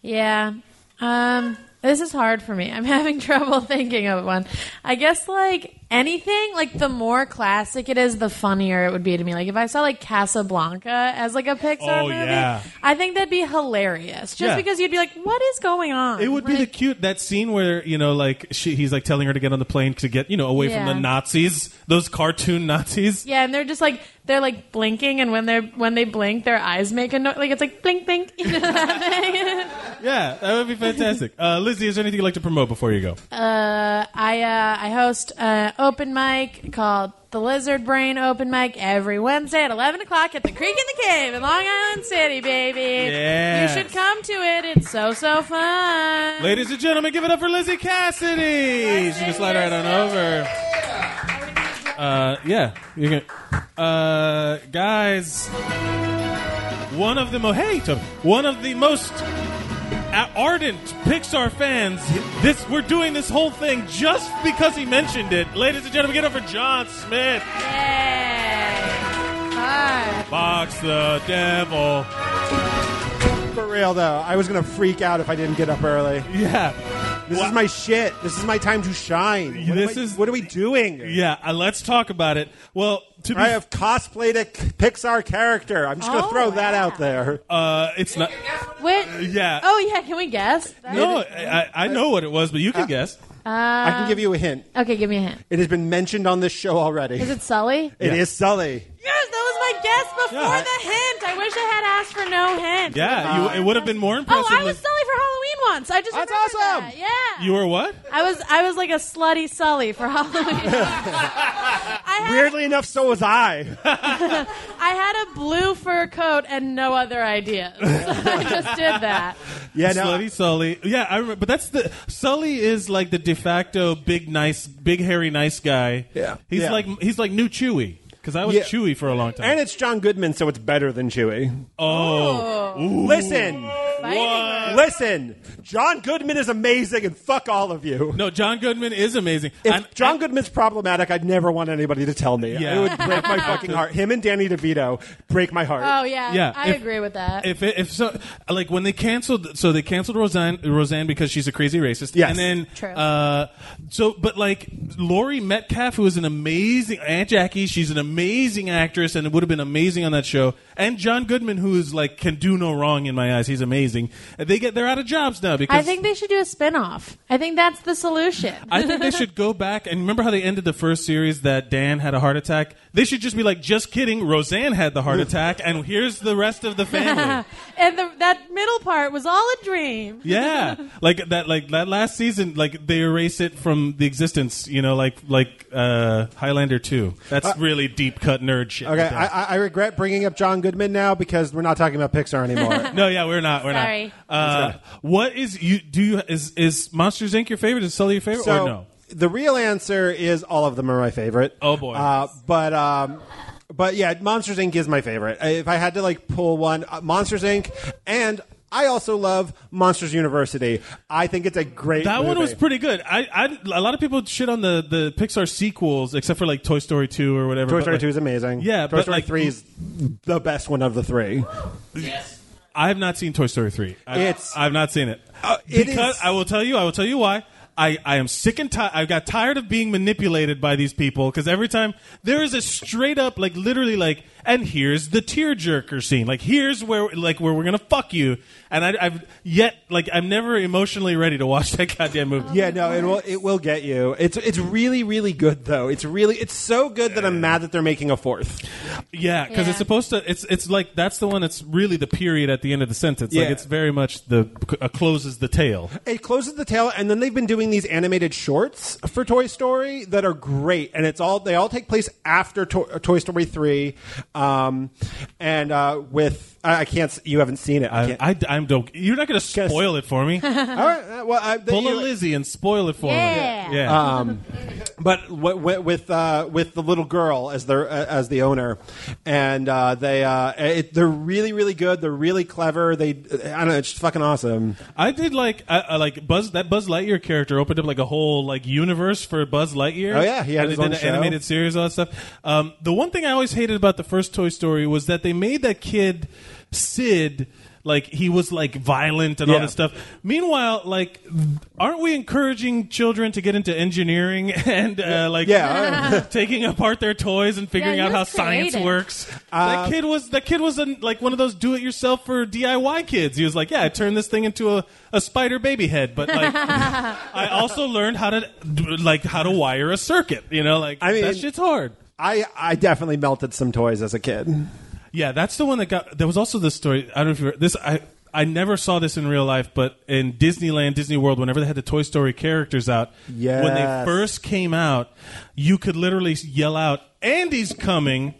[SPEAKER 5] yeah. Um, this is hard for me. I'm having trouble thinking of one. I guess like anything, like the more classic it is, the funnier it would be to me. Like if I saw like Casablanca as like a Pixar
[SPEAKER 1] Oh,
[SPEAKER 5] movie,
[SPEAKER 1] yeah.
[SPEAKER 5] I think that'd be hilarious. Just
[SPEAKER 1] Yeah.
[SPEAKER 5] because you'd be like, what is going on?
[SPEAKER 1] it would be the
[SPEAKER 5] Like,
[SPEAKER 1] cute that scene where you know like she, he's like telling her to get on the plane to get you know away from
[SPEAKER 5] Yeah.
[SPEAKER 1] the Nazis, those cartoon Nazis.
[SPEAKER 5] yeah, and they're just like they're like blinking, and when they're when they blink, their eyes make a noise. Like it's like blink, blink. You know that thing?
[SPEAKER 1] Yeah, that would be fantastic. uh, Lizzie, is there anything you'd like to promote before you go?
[SPEAKER 5] Uh, I uh, I host an open mic called the Lizard Brain Open Mic every Wednesday at eleven o'clock at the Creek in the Cave in Long Island City, baby.
[SPEAKER 1] Yes.
[SPEAKER 5] You should come to it. It's so so fun.
[SPEAKER 1] Ladies and gentlemen, give it up for Lizzie Cassidy. She can slide right on over. Uh, yeah, you can. Uh, guys, one of the mo- hey, Toby, one of the most a- ardent Pixar fans. This we're doing this whole thing just because he mentioned it. Ladies and gentlemen, get up for John Smith.
[SPEAKER 5] Yay. Hi.
[SPEAKER 1] Box the devil.
[SPEAKER 6] For real though, I was gonna freak out if I didn't get up early.
[SPEAKER 1] Yeah.
[SPEAKER 6] This is my shit. This is my time to shine. What
[SPEAKER 1] This
[SPEAKER 6] am I-
[SPEAKER 1] is-
[SPEAKER 6] what are we doing?
[SPEAKER 1] Yeah, uh, let's talk about it. Well, to be
[SPEAKER 6] I have cosplayed a c- Pixar character. I'm just gonna
[SPEAKER 5] Oh,
[SPEAKER 6] throw that
[SPEAKER 5] wow.
[SPEAKER 6] out there.
[SPEAKER 1] uh, it's not.
[SPEAKER 6] Uh,
[SPEAKER 5] Wait.
[SPEAKER 1] Yeah.
[SPEAKER 5] Oh yeah. Can we guess?
[SPEAKER 1] No, I, I- I know what it was, but you can guess.
[SPEAKER 6] Uh, I can give you a hint.
[SPEAKER 5] uh, Okay. Give me a hint.
[SPEAKER 6] It has been mentioned on this show already.
[SPEAKER 5] Is it Sully?
[SPEAKER 6] It
[SPEAKER 1] Yeah.
[SPEAKER 6] is Sully.
[SPEAKER 5] Yes, that was my guess before
[SPEAKER 1] Yeah.
[SPEAKER 5] the hint. I wish I had asked for no hint. Uh,
[SPEAKER 1] Yeah, you, it would have been more impressive.
[SPEAKER 5] Oh, I was
[SPEAKER 1] with-
[SPEAKER 5] Sully for Halloween once. I just
[SPEAKER 6] That's
[SPEAKER 5] remembered
[SPEAKER 6] awesome.
[SPEAKER 5] That. Yeah.
[SPEAKER 1] you were what?
[SPEAKER 5] I was I was like a slutty Sully for Halloween. I had,
[SPEAKER 6] Weirdly enough, so was I.
[SPEAKER 5] I had a blue fur coat and no other ideas. I just did that.
[SPEAKER 6] Yeah, no,
[SPEAKER 1] Slutty Sully. Yeah, I remember. But that's the Sully is like the de facto big nice, big hairy nice guy.
[SPEAKER 6] Yeah.
[SPEAKER 1] he's
[SPEAKER 6] Yeah.
[SPEAKER 1] like he's like new Chewy because I was
[SPEAKER 6] Yeah.
[SPEAKER 1] Chewy for a long time.
[SPEAKER 6] And it's John Goodman, so it's better than Chewy.
[SPEAKER 1] oh,
[SPEAKER 5] fighting.
[SPEAKER 6] Listen,
[SPEAKER 1] What?
[SPEAKER 6] Listen, John Goodman is amazing, and fuck all of you.
[SPEAKER 1] No, John Goodman is amazing.
[SPEAKER 6] If
[SPEAKER 1] And-
[SPEAKER 6] John
[SPEAKER 1] and-
[SPEAKER 6] Goodman's problematic, I'd never want anybody to tell me.
[SPEAKER 1] Yeah.
[SPEAKER 6] It would break my fucking heart. Him and Danny DeVito break my heart.
[SPEAKER 5] Oh yeah,
[SPEAKER 1] Yeah,
[SPEAKER 5] I
[SPEAKER 1] if-
[SPEAKER 5] agree with that.
[SPEAKER 1] If it, if so, like when they canceled, so they canceled Roseanne, Roseanne because she's a crazy racist.
[SPEAKER 6] Yes.
[SPEAKER 1] and then
[SPEAKER 5] True.
[SPEAKER 1] Uh, so, but like Lori Metcalf, who is an amazing Aunt Jackie, she's an amazing actress, and it would have been amazing on that show. And John Goodman, who is like can do no wrong in my eyes, he's amazing. And They get they're out of jobs now because
[SPEAKER 5] I think they should do a spin-off. I think that's the solution.
[SPEAKER 1] I think they should go back and remember how they ended the first series that Dan had a heart attack. They should just be like, just kidding, Roseanne had the heart attack, and here's the rest of the family.
[SPEAKER 5] and the, that middle part was all a dream.
[SPEAKER 1] yeah, like that, like that last season, like they erase it from the existence. You know, like like uh, Highlander two. That's really deep cut nerd shit.
[SPEAKER 6] Okay,
[SPEAKER 1] right there.
[SPEAKER 6] I, I- I regret bringing up John Goodman now because we're not talking about Pixar anymore.
[SPEAKER 1] no, yeah, we're not. We're
[SPEAKER 5] Sorry.
[SPEAKER 1] not. Uh, what is you do? You is is Monsters Inc. your favorite? Is Sully your favorite?
[SPEAKER 6] so
[SPEAKER 1] or no?
[SPEAKER 6] the real answer is all of them are my favorite.
[SPEAKER 1] Oh, boy.
[SPEAKER 6] Uh, but um, but yeah, Monsters Inc. is my favorite. I- If I had to like pull one, uh, Monsters Inc. and I also love Monsters University. I think it's a great.
[SPEAKER 1] That one
[SPEAKER 6] movie.
[SPEAKER 1] was pretty good. I, I a lot of people shit on the, the Pixar sequels except for like Toy Story two or whatever.
[SPEAKER 6] Toy
[SPEAKER 1] but,
[SPEAKER 6] Story
[SPEAKER 1] like,
[SPEAKER 6] Two is amazing.
[SPEAKER 1] Yeah,
[SPEAKER 6] Toy
[SPEAKER 1] but,
[SPEAKER 6] Story
[SPEAKER 1] like-
[SPEAKER 6] Three is the best one of the three.
[SPEAKER 1] I have not seen Toy Story three. I,
[SPEAKER 6] It's- uh,
[SPEAKER 1] I've not seen it
[SPEAKER 6] it
[SPEAKER 1] because
[SPEAKER 6] is-
[SPEAKER 1] I will tell you. I will tell you why. I, I am sick and tired. I got tired of being manipulated by these people because every time there is a straight up, like literally, like, and here's the tearjerker scene. Like, here's where, like, where we're gonna fuck you. And I, I've yet, like, I'm never emotionally ready to watch that goddamn movie.
[SPEAKER 6] Yeah, no, it will it will get you. It's it's really really good though. It's really it's so good that I'm mad that they're making a fourth.
[SPEAKER 1] Yeah, because
[SPEAKER 5] Yeah.
[SPEAKER 1] it's supposed to. It's it's like that's the one that's really the period at the end of the sentence. Like
[SPEAKER 6] Yeah.
[SPEAKER 1] it's very much the uh, closes the tale.
[SPEAKER 6] It closes the tale, and then they've been doing these animated shorts for Toy Story that are great, and it's all they all take place after to- uh, Toy Story three, um, and uh, with I, I can't s- you haven't seen it. I
[SPEAKER 1] I,
[SPEAKER 6] can't.
[SPEAKER 1] I, I'm don't. You're not going to spoil it for me.
[SPEAKER 6] all right, uh, well, I, they- Um,
[SPEAKER 1] Pull a Lizzie and spoil it for
[SPEAKER 5] Yeah.
[SPEAKER 1] me. Yeah.
[SPEAKER 6] but w- w- with uh, with the little girl as their uh, as the owner, and uh, they uh, it, they're really really good. They're really clever. They I don't know. It's just fucking awesome.
[SPEAKER 1] I did like I, I like Buzz that Buzz Lightyear character opened up like a whole like universe for Buzz Lightyear.
[SPEAKER 6] Oh, yeah, he had
[SPEAKER 1] And
[SPEAKER 6] his
[SPEAKER 1] they
[SPEAKER 6] own
[SPEAKER 1] did
[SPEAKER 6] show.
[SPEAKER 1] an animated series, all that stuff. Um, the one thing I always hated about the first Toy Story was that they made that kid Sid like he was like violent and all
[SPEAKER 6] Yeah.
[SPEAKER 1] this stuff. Meanwhile, like aren't we encouraging children to get into engineering and uh, like
[SPEAKER 6] Yeah.
[SPEAKER 1] taking apart their toys and figuring
[SPEAKER 5] Yeah, he
[SPEAKER 1] out how
[SPEAKER 5] was
[SPEAKER 1] science
[SPEAKER 5] creative.
[SPEAKER 1] works?
[SPEAKER 6] Uh,
[SPEAKER 1] that kid was that kid was an, like one of those do-it-yourselfer DIY kids. He was like, "Yeah, I turned this thing into a, a spider baby head, but like I also learned how to like how to wire a circuit. You know, like
[SPEAKER 6] I mean-
[SPEAKER 1] that shit's hard."
[SPEAKER 6] I I definitely melted some toys as a kid.
[SPEAKER 1] Yeah, that's the one that got. There was also this story. I don't know if you re- this. I I never saw this in real life, but in Disneyland, Disney World, whenever they had the Toy Story characters out, when they
[SPEAKER 6] Yes.
[SPEAKER 1] first came out, you could literally yell out, "Andy's coming."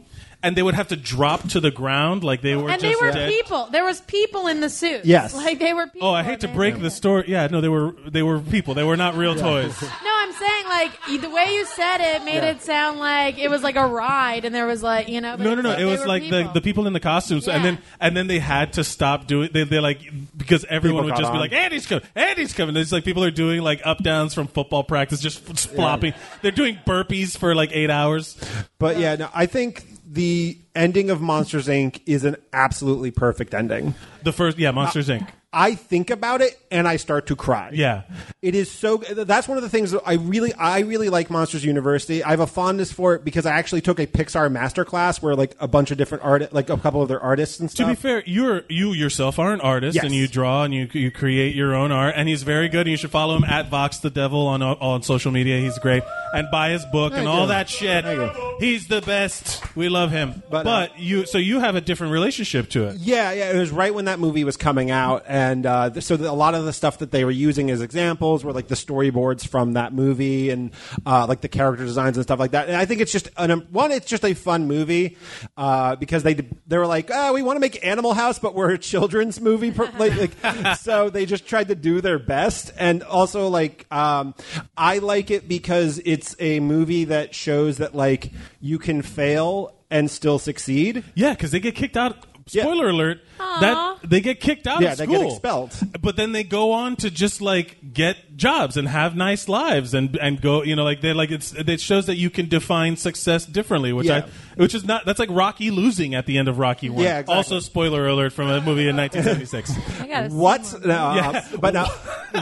[SPEAKER 1] And they would have to drop to the ground like they were
[SPEAKER 5] and they
[SPEAKER 1] just
[SPEAKER 5] were
[SPEAKER 1] dead.
[SPEAKER 5] people. There was people in the suit.
[SPEAKER 6] Yes.
[SPEAKER 5] like they were. people.
[SPEAKER 1] Oh, I hate to
[SPEAKER 5] They
[SPEAKER 1] break
[SPEAKER 5] were-
[SPEAKER 1] the story. Yeah, no, they were they were people. They were not real toys.
[SPEAKER 5] No, I'm saying like y- the way you said it made it sound like it was like a ride, and there was like you know. but
[SPEAKER 1] No, no, no.
[SPEAKER 5] like
[SPEAKER 1] It
[SPEAKER 5] they
[SPEAKER 1] was
[SPEAKER 5] were
[SPEAKER 1] like the, the people in the costumes, and
[SPEAKER 5] Yeah.
[SPEAKER 1] then and then they had to stop doing. They they like because everyone
[SPEAKER 6] People
[SPEAKER 1] would just
[SPEAKER 6] got
[SPEAKER 1] be
[SPEAKER 6] on.
[SPEAKER 1] like, "Andy's coming, Andy's coming." It's like people are doing like up downs from football practice, just f- flopping. They're doing burpees for like eight hours.
[SPEAKER 6] But yeah, no, I think the ending of Monsters Inc. is an absolutely perfect ending.
[SPEAKER 1] The first, yeah, Monsters
[SPEAKER 6] Uh,
[SPEAKER 1] Inc.
[SPEAKER 6] I think about it and I start to cry.
[SPEAKER 1] Yeah.
[SPEAKER 6] It is so that's one of the things that I really I really like Monsters University. I have a fondness for it because I actually took a Pixar masterclass where like a bunch of different art like a couple of their artists and
[SPEAKER 1] To
[SPEAKER 6] stuff.
[SPEAKER 1] be fair, you're you yourself are an artist,
[SPEAKER 6] Yes.
[SPEAKER 1] and you draw and you you create your own art, and he's very good. And you should follow him at Vox the Devil on on social media. He's great, and buy his book and
[SPEAKER 6] Thank
[SPEAKER 1] all
[SPEAKER 6] you.
[SPEAKER 1] that shit.
[SPEAKER 6] Thank you.
[SPEAKER 1] He's the best. We love him. But,
[SPEAKER 6] But, uh,
[SPEAKER 1] you, so you have a different relationship to it.
[SPEAKER 6] Yeah, yeah, it was right when that movie was coming out, and uh, th- so the, a lot of the stuff that they were using as examples were like the storyboards from that movie and uh, like the character designs and stuff like that. And I think it's just an, um, one, it's just a fun movie uh, because they d- they were like, oh, we want to make Animal House, but we're a children's movie, per- like, like, so they just tried to do their best. And also, like, um, I like it because it's a movie that shows that like you can fail and still succeed.
[SPEAKER 1] Yeah, because they get kicked out
[SPEAKER 6] Yeah.
[SPEAKER 1] Spoiler alert: that they get kicked out
[SPEAKER 6] Yeah,
[SPEAKER 1] of
[SPEAKER 6] they
[SPEAKER 1] school,
[SPEAKER 6] get expelled.
[SPEAKER 1] But then they go on to just like get jobs and have nice lives and and go, you know, like they like it's it shows that you can define success differently, which
[SPEAKER 6] Yeah.
[SPEAKER 1] I which is not that's like Rocky losing at the end of Rocky One.
[SPEAKER 6] Yeah, exactly.
[SPEAKER 1] Also, spoiler alert from a movie in 1976.
[SPEAKER 5] I gotta see
[SPEAKER 6] What?
[SPEAKER 5] one.
[SPEAKER 6] No, uh, but no,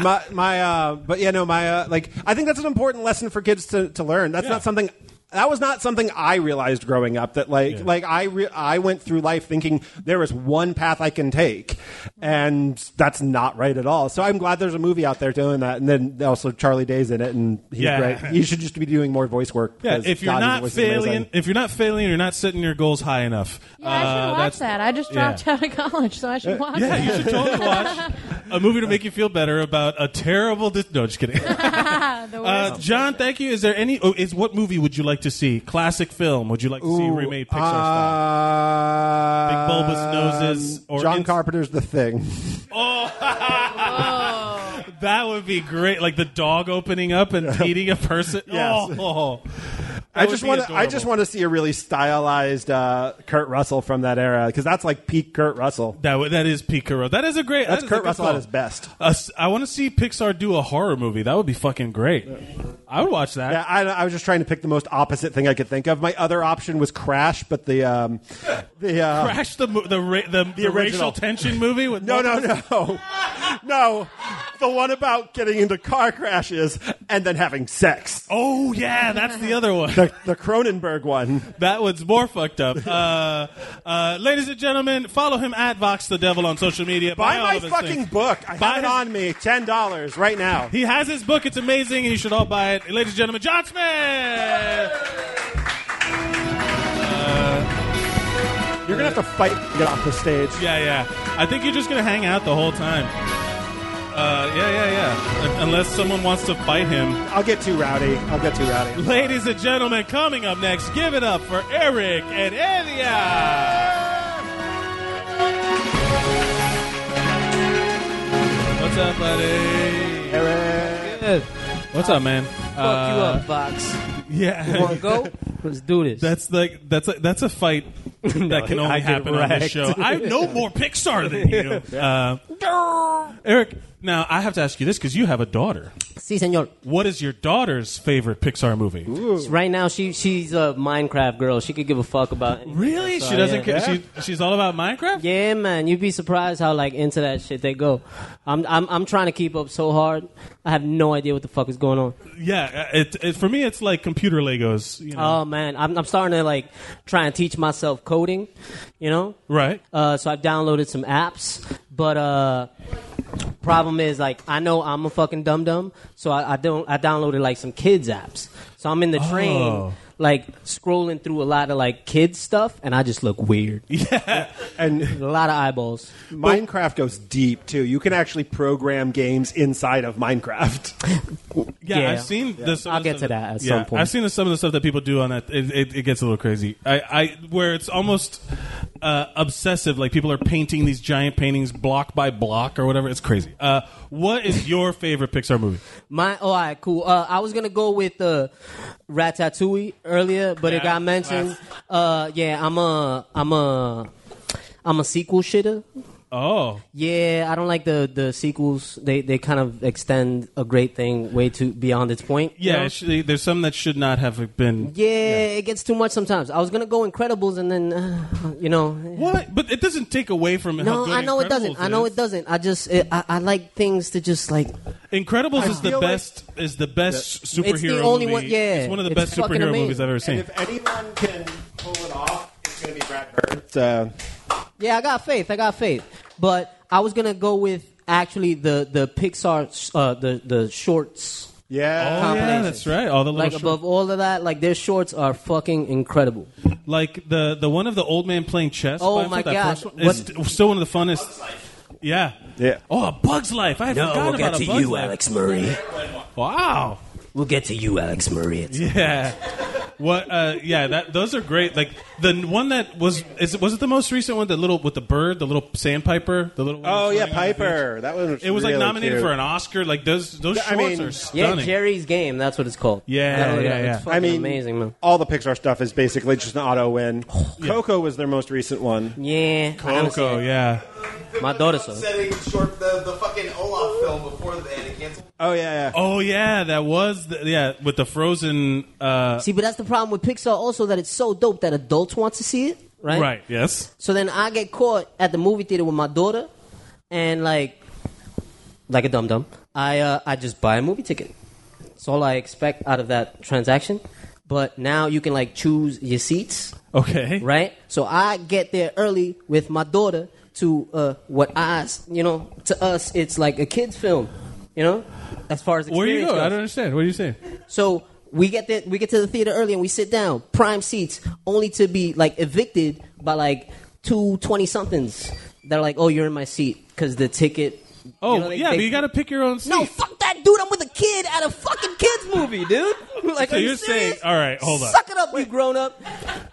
[SPEAKER 6] my, my uh, but yeah, no, my uh, like I think that's an important lesson for kids to, to learn. That's
[SPEAKER 1] Yeah.
[SPEAKER 6] not something. That was not something I realized growing up. That like
[SPEAKER 1] Yeah.
[SPEAKER 6] like I re- I went through life thinking there is one path I can take, and that's not right at all. So I'm glad there's a movie out there doing that. And then also Charlie Day's in it, and he's
[SPEAKER 1] Yeah.
[SPEAKER 6] great. You should just be doing more voice work.
[SPEAKER 1] Yeah,
[SPEAKER 6] because
[SPEAKER 1] if you're
[SPEAKER 6] God, his
[SPEAKER 1] not
[SPEAKER 6] voice is amazing.
[SPEAKER 1] failing, if you're not failing, you're not setting your goals high enough.
[SPEAKER 5] Yeah, I should
[SPEAKER 1] Uh,
[SPEAKER 5] watch
[SPEAKER 1] that's-
[SPEAKER 5] that. I just
[SPEAKER 1] yeah. Uh,
[SPEAKER 5] dropped out of college, so I should watch
[SPEAKER 1] Yeah,
[SPEAKER 5] it.
[SPEAKER 1] you should totally watch a movie to make you feel better about a terrible. Dis- no, just kidding.
[SPEAKER 5] The worst.
[SPEAKER 1] Uh, John, thank you. Is there any? Oh, is what movie would you like to see? Classic film? Would you like to see remade Pixar style?
[SPEAKER 6] Uh,
[SPEAKER 1] Big bulbous noses or
[SPEAKER 6] Um, John
[SPEAKER 1] ins-
[SPEAKER 6] Carpenter's The Thing.
[SPEAKER 1] That would be great. Like the dog opening up and eating a person.
[SPEAKER 6] Yes.
[SPEAKER 1] Oh,
[SPEAKER 6] I just want
[SPEAKER 1] want
[SPEAKER 6] to. I just want to see a really stylized uh, Kurt Russell from that era because that's like peak Kurt Russell.
[SPEAKER 1] That w- that is Pete Carroll. That is a great.
[SPEAKER 6] That's
[SPEAKER 1] that is a
[SPEAKER 6] Kurt
[SPEAKER 1] good
[SPEAKER 6] Russell
[SPEAKER 1] call.
[SPEAKER 6] at his best.
[SPEAKER 1] Uh, s- I want to see Pixar do a horror movie. That would be fucking great. I would watch that.
[SPEAKER 6] Yeah, I, I was just trying to pick the most opposite thing I could think of. My other option was Crash, but the um, the uh,
[SPEAKER 1] Crash the mo- the ra- the, the, racial
[SPEAKER 6] original.
[SPEAKER 1] tension movie with
[SPEAKER 6] no no no no the one about getting into car crashes and then having sex.
[SPEAKER 1] Oh yeah, that's the other one.
[SPEAKER 6] The, the Cronenberg one.
[SPEAKER 1] That one's more fucked up. Uh, uh, ladies and gentlemen, follow him at Vox the Devil on social media.
[SPEAKER 6] Buy
[SPEAKER 1] all
[SPEAKER 6] my
[SPEAKER 1] of his
[SPEAKER 6] fucking
[SPEAKER 1] things.
[SPEAKER 6] book. I
[SPEAKER 1] Buy
[SPEAKER 6] have it
[SPEAKER 1] his-
[SPEAKER 6] on me. Ten dollars right now.
[SPEAKER 1] He has his book. It's amazing, and you should all buy it. Ladies and gentlemen, John Smith.
[SPEAKER 6] You're gonna have to fight to get off the stage.
[SPEAKER 1] Uh, Yeah, yeah. I think you're just gonna hang out the whole time. Uh, yeah, yeah, yeah. Un- Unless someone wants to fight him.
[SPEAKER 6] I'll get too rowdy. I'll get too rowdy.
[SPEAKER 1] Ladies and gentlemen, coming up next, give it up for Eric and Elia. What's up, buddy?
[SPEAKER 7] Good.
[SPEAKER 1] What's up, man?
[SPEAKER 7] Fuck you up, Fox. You
[SPEAKER 1] Uh, Yeah,
[SPEAKER 7] want to go? Let's do this.
[SPEAKER 1] that's like that's a, that's a fight that can only
[SPEAKER 6] I get
[SPEAKER 1] happen on this
[SPEAKER 6] wrecked.
[SPEAKER 1] show. I know more Pixar than you, uh, Eric. Now I have to ask you this because you have a daughter.
[SPEAKER 7] Si, senor.
[SPEAKER 1] What is your daughter's favorite Pixar movie?
[SPEAKER 7] Right now, she she's a Minecraft girl. She could give a fuck about. anything.
[SPEAKER 1] Really?
[SPEAKER 7] So,
[SPEAKER 1] she doesn't
[SPEAKER 7] yeah.
[SPEAKER 1] care. She, she's all about Minecraft.
[SPEAKER 7] Yeah, man, you'd be surprised how like into that shit they go. I'm I'm I'm trying to keep up so hard. I have no idea what the fuck is going on.
[SPEAKER 1] Yeah, uh, it, it, for me, it's like computer Legos. You know.
[SPEAKER 7] Oh man, I'm I'm starting to like try and teach myself coding, you know?
[SPEAKER 1] right.
[SPEAKER 7] Uh, so I've downloaded some apps, but uh, problem is like I know I'm a fucking dum dum, so I, I don't I downloaded like some kids apps. So I'm in the train,
[SPEAKER 1] Oh.
[SPEAKER 7] like scrolling through a lot of like kids stuff, and I just look weird.
[SPEAKER 6] And
[SPEAKER 7] A lot of eyeballs.
[SPEAKER 6] Minecraft goes deep too. You can actually program games inside of Minecraft.
[SPEAKER 1] Yeah,
[SPEAKER 7] Yeah.
[SPEAKER 1] I've seen the. Some
[SPEAKER 7] I'll
[SPEAKER 1] of the
[SPEAKER 7] get to
[SPEAKER 1] stuff
[SPEAKER 7] that at some point.
[SPEAKER 1] I've seen the, some of the stuff that people do on that. It, it, it gets a little crazy. I, I where it's almost uh, obsessive. Like people are painting these giant paintings block by block or whatever. It's crazy. Uh, what is your favorite Pixar movie?
[SPEAKER 7] My oh, all right, cool. Uh, I was gonna go with uh, Ratatouille earlier, but it
[SPEAKER 1] Yeah,
[SPEAKER 7] got mentioned. Uh, yeah, I'm a I'm a I'm a sequel shitter.
[SPEAKER 1] Oh,
[SPEAKER 7] Yeah, I don't like the the sequels. They they kind of extend a great thing way too beyond its point. you
[SPEAKER 1] yeah.
[SPEAKER 7] know?
[SPEAKER 1] actually, there's some that should not have been.
[SPEAKER 7] yeah, it gets too much sometimes. I was gonna go Incredibles, and then uh, you know.
[SPEAKER 1] What? But it doesn't take away from. how
[SPEAKER 7] No,
[SPEAKER 1] good
[SPEAKER 7] I know it doesn't.
[SPEAKER 1] Incredibles
[SPEAKER 7] I know
[SPEAKER 1] is.
[SPEAKER 7] it doesn't. I just it, I, I like things to just like
[SPEAKER 1] Incredibles is the
[SPEAKER 6] feel like-
[SPEAKER 1] best. Is the best superhero.
[SPEAKER 7] It's the only
[SPEAKER 1] movie.
[SPEAKER 7] one- yeah,
[SPEAKER 1] it's one of the
[SPEAKER 7] it's
[SPEAKER 1] best
[SPEAKER 7] fucking
[SPEAKER 1] superhero
[SPEAKER 7] amazing.
[SPEAKER 1] movies I've ever seen.
[SPEAKER 6] anyone can pull it off, it's going to be Brad Bird. So,
[SPEAKER 7] Yeah, I got faith. I got faith. But I was gonna go with actually the the Pixar uh, the the shorts.
[SPEAKER 1] Oh
[SPEAKER 6] yeah.
[SPEAKER 1] yeah,
[SPEAKER 7] Compilation.
[SPEAKER 1] that's right. All the little
[SPEAKER 7] Like
[SPEAKER 1] short-
[SPEAKER 7] above all of that, like their shorts are fucking incredible.
[SPEAKER 1] like the the one of the old man playing chess.
[SPEAKER 7] Oh,
[SPEAKER 1] by-
[SPEAKER 7] my
[SPEAKER 1] that
[SPEAKER 7] God.
[SPEAKER 1] first one is st- still one of the funnest. Yeah.
[SPEAKER 6] Yeah.
[SPEAKER 1] Oh, a Bug's Life. I forgot about a Bug's Life.
[SPEAKER 7] Murray.
[SPEAKER 1] Wow.
[SPEAKER 7] We'll get to you, Alex Murray. It's
[SPEAKER 1] Yeah. What? Uh, yeah, that those are great. Like the n- one that was is it was it the most recent one? The little with the bird, the little sandpiper, the little. one
[SPEAKER 6] Oh
[SPEAKER 1] that's
[SPEAKER 6] yeah,
[SPEAKER 1] running on the
[SPEAKER 6] Piper.
[SPEAKER 1] beach.
[SPEAKER 6] That was.
[SPEAKER 1] It was like
[SPEAKER 6] really
[SPEAKER 1] nominated
[SPEAKER 6] cute.
[SPEAKER 1] for an Oscar. Like those those shorts
[SPEAKER 6] I mean, yeah,
[SPEAKER 1] are
[SPEAKER 7] Oh, Yeah,
[SPEAKER 1] stunning.
[SPEAKER 7] Jerry's Game. That's what it's called.
[SPEAKER 1] Yeah,
[SPEAKER 7] Gotta look it
[SPEAKER 1] yeah,
[SPEAKER 7] up.
[SPEAKER 1] yeah.
[SPEAKER 7] It's
[SPEAKER 6] I
[SPEAKER 7] fucking
[SPEAKER 6] mean,
[SPEAKER 7] amazing, man. Oh,
[SPEAKER 6] all the Pixar stuff is basically just an auto win. Coco was their most recent one.
[SPEAKER 7] Yeah, I haven't seen
[SPEAKER 1] Coco,
[SPEAKER 7] it.
[SPEAKER 1] yeah.
[SPEAKER 7] My daughter saw. it.
[SPEAKER 4] Setting short the, the fucking Olaf film before they had to cancel.
[SPEAKER 6] Oh yeah, yeah.
[SPEAKER 1] Oh yeah, that was the, yeah with the frozen. Uh,
[SPEAKER 7] See, but that's the problem with Pixar. Also, that it's so dope that adults want to see it, right?
[SPEAKER 1] right. Yes.
[SPEAKER 7] So then I get caught at the movie theater with my daughter, and like, like a dum dum, I uh, I just buy a movie ticket. That's all I expect out of that transaction. But now you can like choose your seats,
[SPEAKER 1] Okay.
[SPEAKER 7] right? So I get there early with my daughter to uh, what I, you know, to us it's like a kids film, you know, as far as
[SPEAKER 1] Where you
[SPEAKER 7] experience
[SPEAKER 1] go? I
[SPEAKER 7] goes.
[SPEAKER 1] don't understand. What are you saying?
[SPEAKER 7] So we get the, we get to the theater early and we sit down, prime seats, only to be like evicted by like two twenty somethings. They're like, "Oh, you're in my seat because the ticket."
[SPEAKER 1] Oh
[SPEAKER 7] you know, they-
[SPEAKER 1] yeah,
[SPEAKER 7] they-
[SPEAKER 1] but you got to pick your own seat.
[SPEAKER 7] No, fuck that, dude! I'm with a kid at a fucking kids movie, dude. like,
[SPEAKER 1] So
[SPEAKER 7] are you
[SPEAKER 1] you're saying-
[SPEAKER 7] serious?
[SPEAKER 1] all right, hold on.
[SPEAKER 7] Suck it up, you grown up.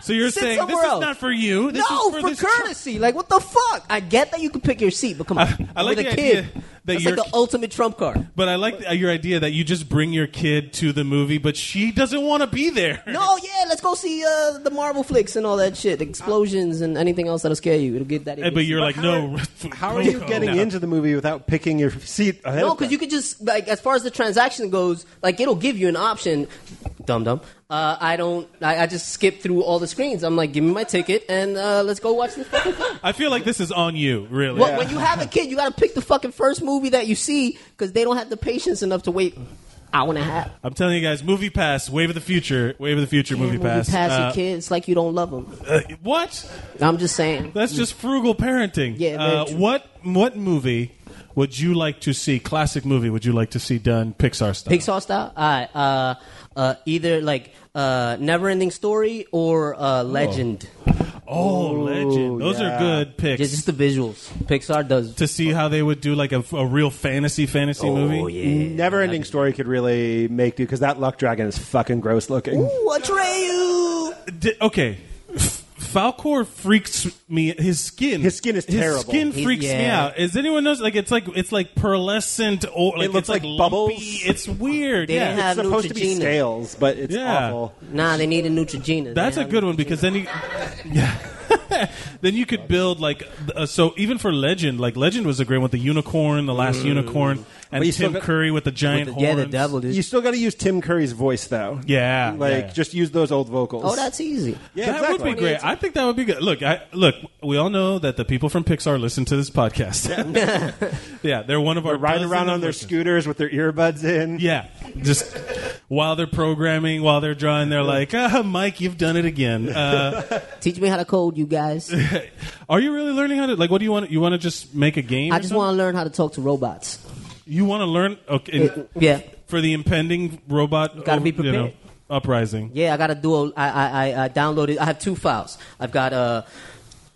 [SPEAKER 1] so you're
[SPEAKER 7] sit
[SPEAKER 1] saying this
[SPEAKER 7] somewhere
[SPEAKER 1] is
[SPEAKER 7] else.
[SPEAKER 1] not for you. This
[SPEAKER 7] no,
[SPEAKER 1] is for,
[SPEAKER 7] for,
[SPEAKER 1] this
[SPEAKER 7] courtesy. Like, what the fuck? I get that you can pick your seat, but come on,
[SPEAKER 1] I- I
[SPEAKER 7] I'm
[SPEAKER 1] like
[SPEAKER 7] with a
[SPEAKER 1] the
[SPEAKER 7] kid.
[SPEAKER 1] idea that
[SPEAKER 7] That's
[SPEAKER 1] you're-
[SPEAKER 7] like the ultimate trump card.
[SPEAKER 1] But I like the, your idea that you just bring your kid to the movie, but she doesn't want to be there.
[SPEAKER 7] No, yeah, let's go see uh, the Marvel flicks and all that shit, explosions and anything else that'll scare you. It'll get that.
[SPEAKER 1] Eh, But you're like, no.
[SPEAKER 6] How are you getting into the movie without picking your seat? Ahead
[SPEAKER 7] no,
[SPEAKER 6] of time?
[SPEAKER 7] because you could just like as far as the transaction goes, like it'll give you an option. Dum dum. Uh, I don't. I, I just skip through all the screens. I'm like, give me my ticket and uh, let's go watch this fucking film.
[SPEAKER 1] I feel like this is on you, really.
[SPEAKER 7] Well, when you have a kid, you got to pick the fucking first movie that you see because they don't have the patience enough to wait hour and a half.
[SPEAKER 1] I'm telling you guys, Movie Pass, Wave of the Future, Wave of the Future, Movie Pass.
[SPEAKER 7] You pass
[SPEAKER 1] Uh,
[SPEAKER 7] your kids like you don't love them.
[SPEAKER 1] uh, what?
[SPEAKER 7] I'm just saying.
[SPEAKER 1] That's just frugal parenting.
[SPEAKER 7] Yeah, very
[SPEAKER 1] Uh,
[SPEAKER 7] true.
[SPEAKER 1] what what movie would you like to see? Classic movie would you like to see done Pixar style?
[SPEAKER 7] Pixar style? All right. Uh, uh, either like uh, Never Ending Story or uh, Legend.
[SPEAKER 1] Oh, legend. Those
[SPEAKER 6] yeah.
[SPEAKER 1] are good picks.
[SPEAKER 7] Just, just the visuals. Pixar does.
[SPEAKER 1] to see how they would do like a, a real fantasy fantasy
[SPEAKER 7] Oh,
[SPEAKER 1] movie.
[SPEAKER 7] yeah.
[SPEAKER 6] Never ending story could really make you because that luck dragon is fucking gross looking.
[SPEAKER 7] Ooh, Atreyu!
[SPEAKER 1] D- okay. F- Falcor freaks me. His skin.
[SPEAKER 6] His skin is terrible.
[SPEAKER 1] His skin
[SPEAKER 7] He-
[SPEAKER 1] freaks me
[SPEAKER 7] yeah.
[SPEAKER 1] out. Is anyone knows? Like it's like it's like pearlescent. Or, like,
[SPEAKER 6] looks
[SPEAKER 1] it's like,
[SPEAKER 6] like
[SPEAKER 1] lumpy.
[SPEAKER 6] bubbles.
[SPEAKER 1] It's weird.
[SPEAKER 7] They
[SPEAKER 1] yeah.
[SPEAKER 7] have-
[SPEAKER 6] It's supposed to be
[SPEAKER 7] Neutrogena.
[SPEAKER 6] scales, but it's
[SPEAKER 1] Yeah.
[SPEAKER 6] awful.
[SPEAKER 7] Nah, they need a Neutrogena.
[SPEAKER 1] That's
[SPEAKER 7] They
[SPEAKER 1] a
[SPEAKER 7] have
[SPEAKER 1] good one because then you, yeah, then you could build like uh, so. Even for Legend, like Legend was a great one. The unicorn, the last unicorn, and
[SPEAKER 6] Mm. But you still
[SPEAKER 1] Tim
[SPEAKER 6] got-
[SPEAKER 1] Curry with the giant
[SPEAKER 7] Neutrogena. Yeah, the
[SPEAKER 1] horns.
[SPEAKER 7] devil, dude.
[SPEAKER 6] You still got to use Tim Curry's voice though.
[SPEAKER 1] Yeah,
[SPEAKER 6] like
[SPEAKER 1] yeah.
[SPEAKER 6] just use those old vocals.
[SPEAKER 7] oh, that's easy.
[SPEAKER 6] yeah,
[SPEAKER 1] that
[SPEAKER 6] exactly.
[SPEAKER 1] would be great. I think that would be good. Look, I, look, we all know that the people from Pixar listen to this podcast. yeah, they're one of our
[SPEAKER 6] They're riding
[SPEAKER 1] dozen
[SPEAKER 6] around on their
[SPEAKER 1] listeners.
[SPEAKER 6] scooters with their earbuds in.
[SPEAKER 1] Yeah, just while they're programming, while they're drawing, they're like, ah, "Mike, you've done it again." Uh,
[SPEAKER 7] Teach me how to code, you guys.
[SPEAKER 1] are you really learning how to? Like, what do you want? You want to just make a game?
[SPEAKER 7] I
[SPEAKER 1] or
[SPEAKER 7] just
[SPEAKER 1] something?
[SPEAKER 7] want to learn how to talk to robots.
[SPEAKER 1] You want to learn? Okay,
[SPEAKER 7] Yeah.
[SPEAKER 1] for the impending robot.
[SPEAKER 7] gotta be
[SPEAKER 1] you know,
[SPEAKER 7] prepared.
[SPEAKER 1] uprising.
[SPEAKER 7] Yeah, I got to do. A, I, I, I- I downloaded. I have two files. I've got uh,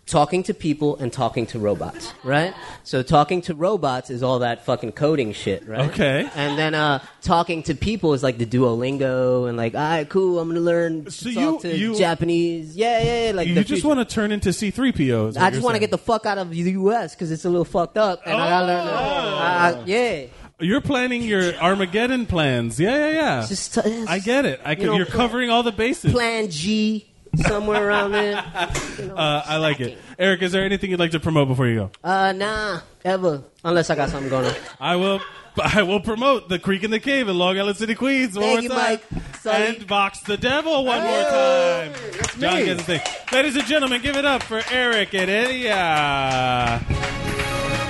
[SPEAKER 7] talking to people and talking to robots. Right. So talking to robots is all that fucking coding shit. Right.
[SPEAKER 1] Okay.
[SPEAKER 7] And then uh, talking to people is like the Duolingo and like, all right, cool. I'm gonna learn to
[SPEAKER 1] So
[SPEAKER 7] talk
[SPEAKER 1] you-
[SPEAKER 7] to
[SPEAKER 1] you-
[SPEAKER 7] Japanese. Yeah, yeah. yeah like
[SPEAKER 1] you
[SPEAKER 7] the
[SPEAKER 1] just
[SPEAKER 7] future.
[SPEAKER 1] want to turn into C three POs.
[SPEAKER 7] I just want to get the fuck out of the U.S. because it's a little fucked up, and I gotta learn. To, I, I- yeah,
[SPEAKER 1] You're planning your Armageddon plans. Yeah, yeah, yeah.
[SPEAKER 7] just t-
[SPEAKER 1] I get it. I can,
[SPEAKER 7] know,
[SPEAKER 1] you are covering all the bases.
[SPEAKER 7] Plan G
[SPEAKER 1] Oh.
[SPEAKER 7] somewhere around there.
[SPEAKER 1] Uh, I like it. Eric, is there anything you'd like to promote before you go?
[SPEAKER 7] Uh, nah, ever unless I got something going on.
[SPEAKER 1] I will. I will promote the Creek in the Cave in Long Island City, Queens. One
[SPEAKER 7] Thank
[SPEAKER 1] more
[SPEAKER 7] you,
[SPEAKER 1] time.
[SPEAKER 7] Mike. Sorry.
[SPEAKER 1] And box the devil one more time. John gets a thing. Ladies and gentlemen, give it up for Eric and Idia.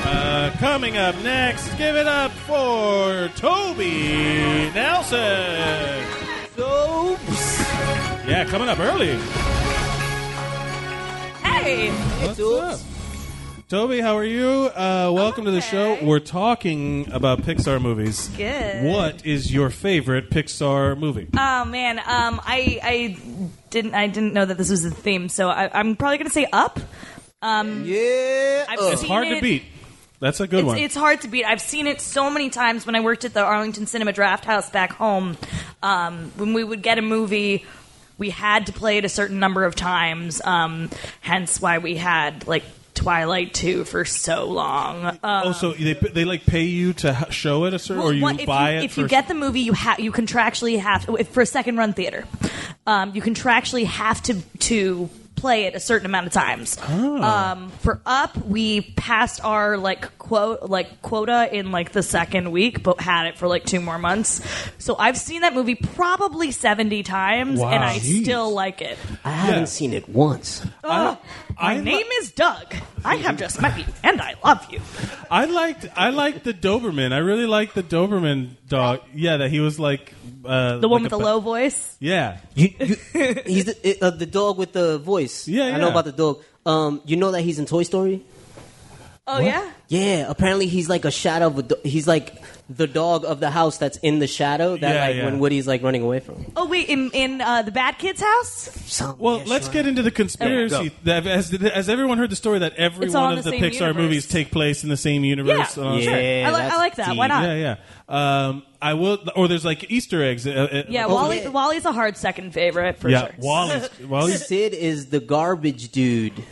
[SPEAKER 1] Uh, coming up next, give it up for Toby Nelson. Yeah, coming up early.
[SPEAKER 2] Hey,
[SPEAKER 1] What's up? Toby, how are you? Uh, welcome to the show.
[SPEAKER 2] okay.
[SPEAKER 1] We're talking about Pixar movies.
[SPEAKER 8] Good.
[SPEAKER 1] What is your favorite Pixar movie?
[SPEAKER 8] Oh man, um, I I didn't I didn't know that this was the theme, so I, I'm probably gonna say up. Um,
[SPEAKER 7] Yeah.
[SPEAKER 8] I've
[SPEAKER 1] it's
[SPEAKER 8] seen
[SPEAKER 1] hard to
[SPEAKER 8] it-
[SPEAKER 1] beat. That's a good
[SPEAKER 8] It's,
[SPEAKER 1] one.
[SPEAKER 8] it's hard to beat. I've seen it so many times when I worked at the Arlington Cinema Draft House back home. Um, when we would get a movie we had to play it a certain number of times. Um, hence why we had like Twilight Two for so long. Um,
[SPEAKER 1] oh, so they they like pay you to h- show it a certain, or you
[SPEAKER 8] what- if
[SPEAKER 1] buy
[SPEAKER 8] you,
[SPEAKER 1] it.
[SPEAKER 8] If you
[SPEAKER 1] for-
[SPEAKER 8] get the movie, you have you contractually have to, if, for a second run theater. Um, you contractually have to to play it a certain amount of times.
[SPEAKER 1] Oh.
[SPEAKER 8] Um, for Up, we passed our like quote like quota in like the second week, but had it for like two more months. So I've seen that movie probably seventy times,
[SPEAKER 1] Wow.
[SPEAKER 8] and I
[SPEAKER 1] Jeez.
[SPEAKER 8] still like it. Oh,
[SPEAKER 7] I haven't seen it once.
[SPEAKER 1] I,
[SPEAKER 8] My
[SPEAKER 1] I,
[SPEAKER 8] name is Doug. I have just met you, and I love you.
[SPEAKER 1] I liked I liked the Doberman. I really liked the Doberman dog. Yeah, that he was like uh,
[SPEAKER 8] The one
[SPEAKER 1] like
[SPEAKER 8] with
[SPEAKER 1] a
[SPEAKER 8] the
[SPEAKER 1] ba-
[SPEAKER 8] low voice.
[SPEAKER 1] Yeah,
[SPEAKER 7] You, you, he's the, uh, the dog with the voice.
[SPEAKER 1] Yeah,
[SPEAKER 7] I know
[SPEAKER 1] yeah.
[SPEAKER 7] about the dog. Um, you know that he's in Toy Story.
[SPEAKER 8] Oh yeah.
[SPEAKER 7] Yeah, apparently he's like a shadow of a. Do- he's like the dog of the house that's in the shadow that
[SPEAKER 1] Yeah,
[SPEAKER 7] like
[SPEAKER 1] yeah.
[SPEAKER 7] when Woody's like running away from. Him.
[SPEAKER 8] Oh wait, in in uh, the Bad Kid's house.
[SPEAKER 7] Some-
[SPEAKER 1] Well,
[SPEAKER 7] yeah,
[SPEAKER 1] let's
[SPEAKER 7] sure.
[SPEAKER 1] get into the conspiracy. That- Has, has everyone heard the story that every
[SPEAKER 8] It's all
[SPEAKER 1] one
[SPEAKER 8] in
[SPEAKER 1] of
[SPEAKER 8] the
[SPEAKER 1] the,
[SPEAKER 8] same
[SPEAKER 1] Pixar
[SPEAKER 8] universe.
[SPEAKER 1] movies take place in the same universe?
[SPEAKER 8] Yeah,
[SPEAKER 1] and all that
[SPEAKER 8] sure.
[SPEAKER 1] stuff?
[SPEAKER 8] I, li- I
[SPEAKER 7] that's
[SPEAKER 8] like that. Why
[SPEAKER 7] deep.
[SPEAKER 8] not?
[SPEAKER 1] yeah, yeah. Um, I will, or there's like Easter eggs. Uh, uh,
[SPEAKER 8] Yeah,
[SPEAKER 1] uh,
[SPEAKER 8] Wally,
[SPEAKER 7] yeah.
[SPEAKER 8] Wally's a hard second favorite for
[SPEAKER 1] yeah.
[SPEAKER 8] sure.
[SPEAKER 1] Wally's, Wally's,
[SPEAKER 7] Sid is the garbage dude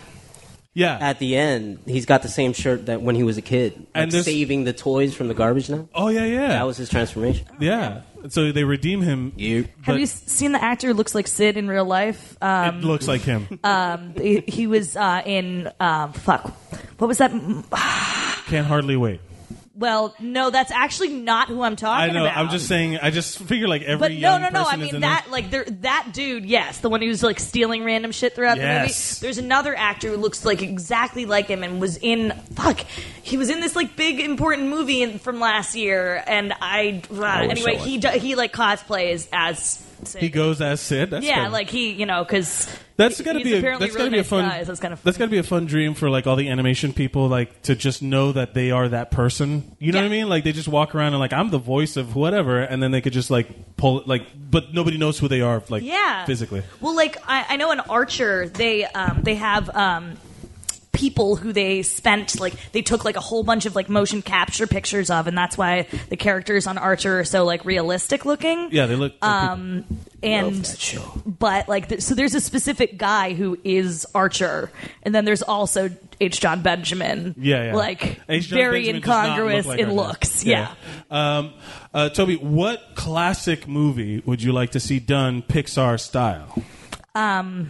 [SPEAKER 1] yeah.
[SPEAKER 7] at the end. He's got the same shirt that when he was a kid. Like
[SPEAKER 1] And there's-
[SPEAKER 7] saving the toys from the garbage now.
[SPEAKER 1] oh yeah, yeah.
[SPEAKER 7] That was his transformation.
[SPEAKER 1] yeah. So they redeem him.
[SPEAKER 7] You.
[SPEAKER 1] but
[SPEAKER 8] Have you s- seen the actor who looks like Sid in real life? Um,
[SPEAKER 1] it looks like him.
[SPEAKER 8] he, he was uh, in um, fuck. What was that? m-
[SPEAKER 1] Can't hardly wait.
[SPEAKER 8] Well, no, that's actually not who I'm
[SPEAKER 1] I
[SPEAKER 8] talking
[SPEAKER 1] know.
[SPEAKER 8] about.
[SPEAKER 1] I'm just saying. I just figure like every
[SPEAKER 8] But no,
[SPEAKER 1] young
[SPEAKER 8] no, no. I
[SPEAKER 1] person is in
[SPEAKER 8] mean
[SPEAKER 1] there.
[SPEAKER 8] that, like, there, that dude. Yes, the one who's like stealing random shit throughout
[SPEAKER 1] Yes.
[SPEAKER 8] the movie. There's another actor who looks like exactly like him and was in fuck. He was in this like big important movie in, from last year, and I. Uh, anyway,
[SPEAKER 3] saw it.
[SPEAKER 8] he do, he like cosplays as. Sid.
[SPEAKER 1] he goes as Sid. That's
[SPEAKER 8] Yeah,
[SPEAKER 1] kinda-
[SPEAKER 8] like he, you know, because
[SPEAKER 1] That's gotta be a, that's
[SPEAKER 8] apparently
[SPEAKER 1] gotta
[SPEAKER 8] really
[SPEAKER 1] be a
[SPEAKER 8] nice
[SPEAKER 1] fun
[SPEAKER 8] guys. That's kind of
[SPEAKER 1] that's gotta be a fun dream for like all the animation people like to just know that they are that person. You know what I
[SPEAKER 8] Yeah.
[SPEAKER 1] mean? Like they just walk around and like I'm the voice of whatever, and then they could just like pull it like, but nobody knows who they are like
[SPEAKER 8] yeah
[SPEAKER 1] physically.
[SPEAKER 8] Well, like I, I know in Archer they um, they have. Um, people who they spent like they took like a whole bunch of like motion capture pictures of and that's why the characters on archer are so like realistic looking
[SPEAKER 1] Yeah, they look.
[SPEAKER 8] Uh,
[SPEAKER 1] Um,
[SPEAKER 8] and
[SPEAKER 7] that show.
[SPEAKER 8] but like th- so there's a specific guy who is archer and then there's also h john benjamin
[SPEAKER 1] yeah, yeah.
[SPEAKER 8] like
[SPEAKER 1] H. John
[SPEAKER 8] very
[SPEAKER 1] Benjamin does not
[SPEAKER 8] incongruous
[SPEAKER 1] look like
[SPEAKER 8] in
[SPEAKER 1] our dad.
[SPEAKER 8] looks yeah.
[SPEAKER 1] Um, uh, Toby, what classic movie would you like to see done Pixar style?
[SPEAKER 8] Um,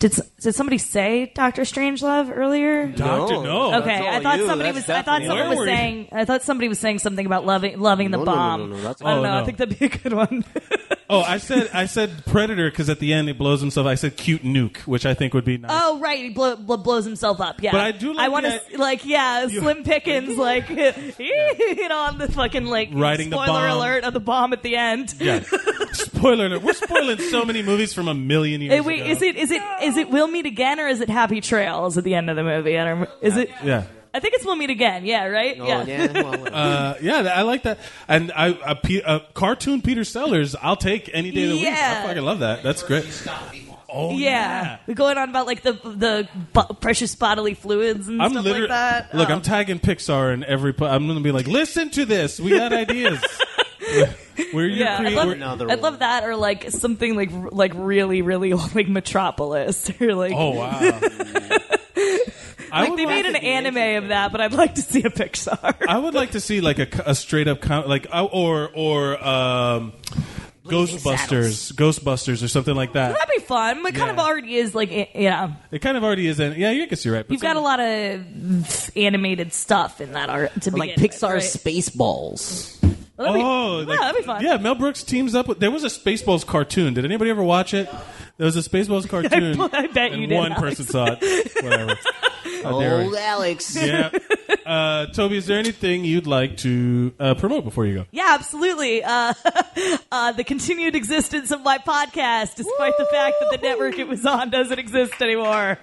[SPEAKER 8] did s- did somebody say Doctor Strangelove earlier?
[SPEAKER 1] Doctor No.
[SPEAKER 8] okay,
[SPEAKER 3] that's
[SPEAKER 8] I
[SPEAKER 3] all
[SPEAKER 8] thought
[SPEAKER 3] you.
[SPEAKER 8] somebody
[SPEAKER 3] That's
[SPEAKER 8] was. I thought
[SPEAKER 3] definitely-
[SPEAKER 8] someone
[SPEAKER 1] Where
[SPEAKER 8] was
[SPEAKER 1] were you?
[SPEAKER 8] saying. I thought somebody was saying something about loving loving the
[SPEAKER 3] No, no, no,
[SPEAKER 8] bomb.
[SPEAKER 3] no, no, that's-
[SPEAKER 8] I don't
[SPEAKER 1] Oh,
[SPEAKER 8] know.
[SPEAKER 1] no.
[SPEAKER 8] I think that'd be a good one.
[SPEAKER 1] Oh, I said I said Predator because at the end it blows himself. I said cute nuke, which I think would be nice.
[SPEAKER 8] oh right, he blow, bl- blows himself up. Yeah,
[SPEAKER 1] But I do like
[SPEAKER 8] I want
[SPEAKER 1] the
[SPEAKER 8] to like yeah,
[SPEAKER 1] You-
[SPEAKER 8] Slim Pickens like you know on the fucking like
[SPEAKER 1] Riding the
[SPEAKER 8] spoiler
[SPEAKER 1] bomb.
[SPEAKER 8] alert of the bomb at the end.
[SPEAKER 1] Yeah. Spoiler alert. We're spoiling so many movies from a million years
[SPEAKER 8] Hey, wait,
[SPEAKER 1] ago.
[SPEAKER 8] is it is it is it We'll Meet Again or is it Happy Trails at the end of the movie? I don't. Is it?
[SPEAKER 1] Yeah.
[SPEAKER 8] I think it's We'll Meet Again. Yeah, right.
[SPEAKER 7] Oh, yeah. well, whatever.
[SPEAKER 1] Uh, yeah, I like that. And I, a, P- a cartoon Peter Sellers, I'll take any day of the week.
[SPEAKER 8] Yeah.
[SPEAKER 1] I fucking love that. That's great. Oh, yeah.
[SPEAKER 8] Yeah. we're going on about like the the bu- precious bodily fluids and
[SPEAKER 1] I'm
[SPEAKER 8] stuff
[SPEAKER 1] literally
[SPEAKER 8] like that.
[SPEAKER 1] look.
[SPEAKER 8] Oh.
[SPEAKER 1] I'm tagging Pixar in every. Po- I'm gonna be like, listen to this. We got ideas. We're your
[SPEAKER 8] yeah,
[SPEAKER 1] crea-
[SPEAKER 8] I love,
[SPEAKER 1] we're-
[SPEAKER 7] Another
[SPEAKER 8] I'd love
[SPEAKER 7] one.
[SPEAKER 8] that, or like something like r- like really really old, like Metropolis, or like,
[SPEAKER 1] oh wow. I
[SPEAKER 8] like
[SPEAKER 1] would
[SPEAKER 8] they
[SPEAKER 1] like-
[SPEAKER 8] made an anime of that, but I'd like to see a Pixar.
[SPEAKER 1] I would like to see like a, co- a straight up com- like uh, or or um, Ghostbusters, Ghostbusters or something like that.
[SPEAKER 8] That'd be fun. It kind of
[SPEAKER 1] Yeah.
[SPEAKER 8] already is like i- you know
[SPEAKER 1] It kind of already is. An- yeah, I guess you're right. but
[SPEAKER 8] you've got a
[SPEAKER 1] some-
[SPEAKER 8] lot of animated stuff in that art to
[SPEAKER 7] like
[SPEAKER 8] begin with,
[SPEAKER 7] Pixar
[SPEAKER 8] right?
[SPEAKER 7] Spaceballs.
[SPEAKER 8] Well, that'd be-
[SPEAKER 1] Oh,
[SPEAKER 8] well,
[SPEAKER 1] like-
[SPEAKER 8] that'd be fun.
[SPEAKER 1] Yeah, Mel Brooks teams up with. There was a Spaceballs cartoon. Did anybody ever watch it? There was a Spaceballs cartoon.
[SPEAKER 8] I bet you
[SPEAKER 1] and
[SPEAKER 8] did,
[SPEAKER 1] One
[SPEAKER 8] Alex.
[SPEAKER 1] person saw it. Whatever. How dare
[SPEAKER 7] Old
[SPEAKER 1] I.
[SPEAKER 7] Alex.
[SPEAKER 1] yeah. Uh, Toby, is there anything you'd like to uh, promote before you go?
[SPEAKER 8] Yeah, absolutely. Uh, uh, the continued existence of my podcast, despite the fact that the network it was on doesn't exist anymore.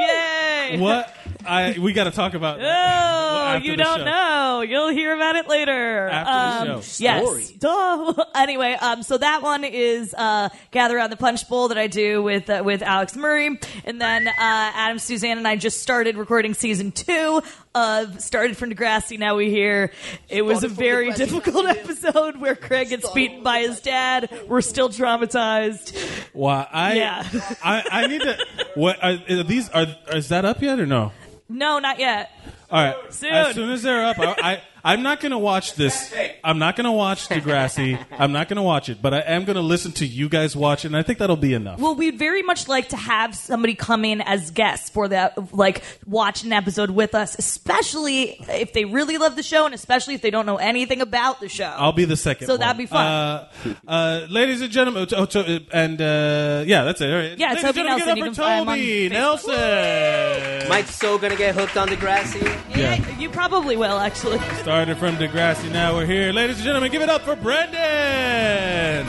[SPEAKER 8] Yay!
[SPEAKER 1] What I we got to talk about.
[SPEAKER 8] Oh,
[SPEAKER 1] I after
[SPEAKER 8] you
[SPEAKER 1] the
[SPEAKER 8] don't
[SPEAKER 1] show.
[SPEAKER 8] know. You'll hear about it later.
[SPEAKER 1] After the
[SPEAKER 8] um,
[SPEAKER 1] show.
[SPEAKER 8] Yes. Duh. anyway, um, so that one is uh, Gather Around the Punch Bowl that I do with uh, with Alex Murray, and then uh, Adam, Suzanne, and I just started recording season two of Started from Degrassi. Now we hear it was a very difficult episode where Craig gets beaten by his dad. We're still traumatized.
[SPEAKER 1] Why? I,
[SPEAKER 8] Yeah.
[SPEAKER 1] I I need to. What are, are these? Are is that up yet or no?
[SPEAKER 8] No, not yet.
[SPEAKER 1] All right.
[SPEAKER 8] Soon.
[SPEAKER 1] As soon as they're up, I, I I'm not gonna watch this. I'm not gonna watch Degrassi. I'm not gonna watch it, but I am gonna listen to you guys watch it, and I think that'll be enough.
[SPEAKER 8] Well, we'd very much like to have somebody come in as guests for that, like watch an episode with us, especially if they really love the show and especially if they don't know anything about the show.
[SPEAKER 1] I'll be the second.
[SPEAKER 8] So
[SPEAKER 1] one.
[SPEAKER 8] that'd be fun.
[SPEAKER 1] Uh, uh, ladies and gentlemen, oh, to- uh, and uh, yeah, that's it. All right.
[SPEAKER 8] Yeah,
[SPEAKER 1] ladies
[SPEAKER 8] Toby
[SPEAKER 1] and gentlemen,
[SPEAKER 8] Nelson.
[SPEAKER 1] get
[SPEAKER 8] You
[SPEAKER 1] up
[SPEAKER 8] can find him
[SPEAKER 1] for
[SPEAKER 8] on
[SPEAKER 1] Toby
[SPEAKER 8] Facebook.
[SPEAKER 1] Nelson.
[SPEAKER 7] Mike's so gonna get hooked on Degrassi.
[SPEAKER 1] yeah.
[SPEAKER 8] Yeah, you probably will actually.
[SPEAKER 1] Started from Degrassi, now we're here. Ladies and gentlemen, give it up for Brendan!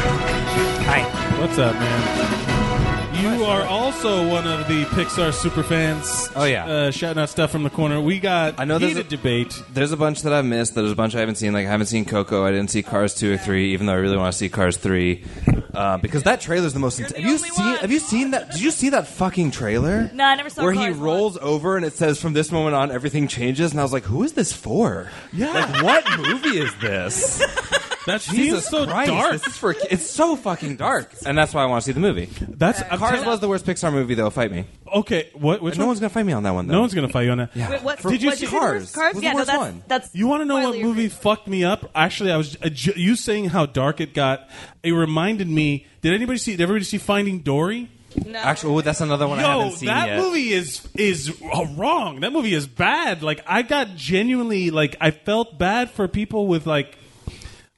[SPEAKER 6] Hi.
[SPEAKER 1] What's up, man? You are also one of the Pixar superfans.
[SPEAKER 9] Oh, yeah.
[SPEAKER 1] Uh, shouting out stuff from the corner. We got
[SPEAKER 9] I know there's
[SPEAKER 1] heated
[SPEAKER 9] a-
[SPEAKER 1] debate.
[SPEAKER 9] There's a bunch that I've missed. There's a bunch I haven't seen. Like I haven't seen Coco. I didn't see Cars two or three, even though I really want to see Cars three, uh, because that trailer's the most. Int- have you
[SPEAKER 8] only
[SPEAKER 9] seen?
[SPEAKER 8] one.
[SPEAKER 9] Have you seen that? Did you see that fucking trailer?
[SPEAKER 8] No, I never saw
[SPEAKER 9] Where he
[SPEAKER 8] Cars one.
[SPEAKER 9] rolls over and it says, "From this moment on, everything changes." And I was like, "Who is this for? Yeah, like what movie is this?
[SPEAKER 1] That seems
[SPEAKER 9] Jesus
[SPEAKER 1] so
[SPEAKER 9] Christ,
[SPEAKER 1] dark.
[SPEAKER 9] This is for. It's so fucking dark, and that's why I want to see the movie.
[SPEAKER 1] That's I'm
[SPEAKER 9] Cars
[SPEAKER 1] telling-
[SPEAKER 9] was the worst Pixar movie, though. Fight me.
[SPEAKER 1] Okay, what? Which
[SPEAKER 9] No
[SPEAKER 1] one?
[SPEAKER 9] one's gonna fight me on that one. Though.
[SPEAKER 1] no one's gonna fight you on that.
[SPEAKER 9] Yeah.
[SPEAKER 8] Wait, what,
[SPEAKER 9] For-
[SPEAKER 1] Did you
[SPEAKER 8] what,
[SPEAKER 1] see
[SPEAKER 9] Cars?
[SPEAKER 8] Cars?
[SPEAKER 9] Was the
[SPEAKER 8] Yeah, no,
[SPEAKER 9] worst
[SPEAKER 8] that's,
[SPEAKER 9] one.
[SPEAKER 8] that's.
[SPEAKER 1] You want to know what
[SPEAKER 8] spoiler-free.
[SPEAKER 1] movie fucked me up? Actually, I was uh, ju- you saying how dark it got. It reminded me. Did anybody see? Did everybody see Finding Dory?
[SPEAKER 9] Actually, ooh, that's another one I
[SPEAKER 1] Yo,
[SPEAKER 9] haven't seen
[SPEAKER 1] that
[SPEAKER 9] yet.
[SPEAKER 1] movie is is uh, wrong. That movie is bad. Like I got genuinely like I felt bad for people with like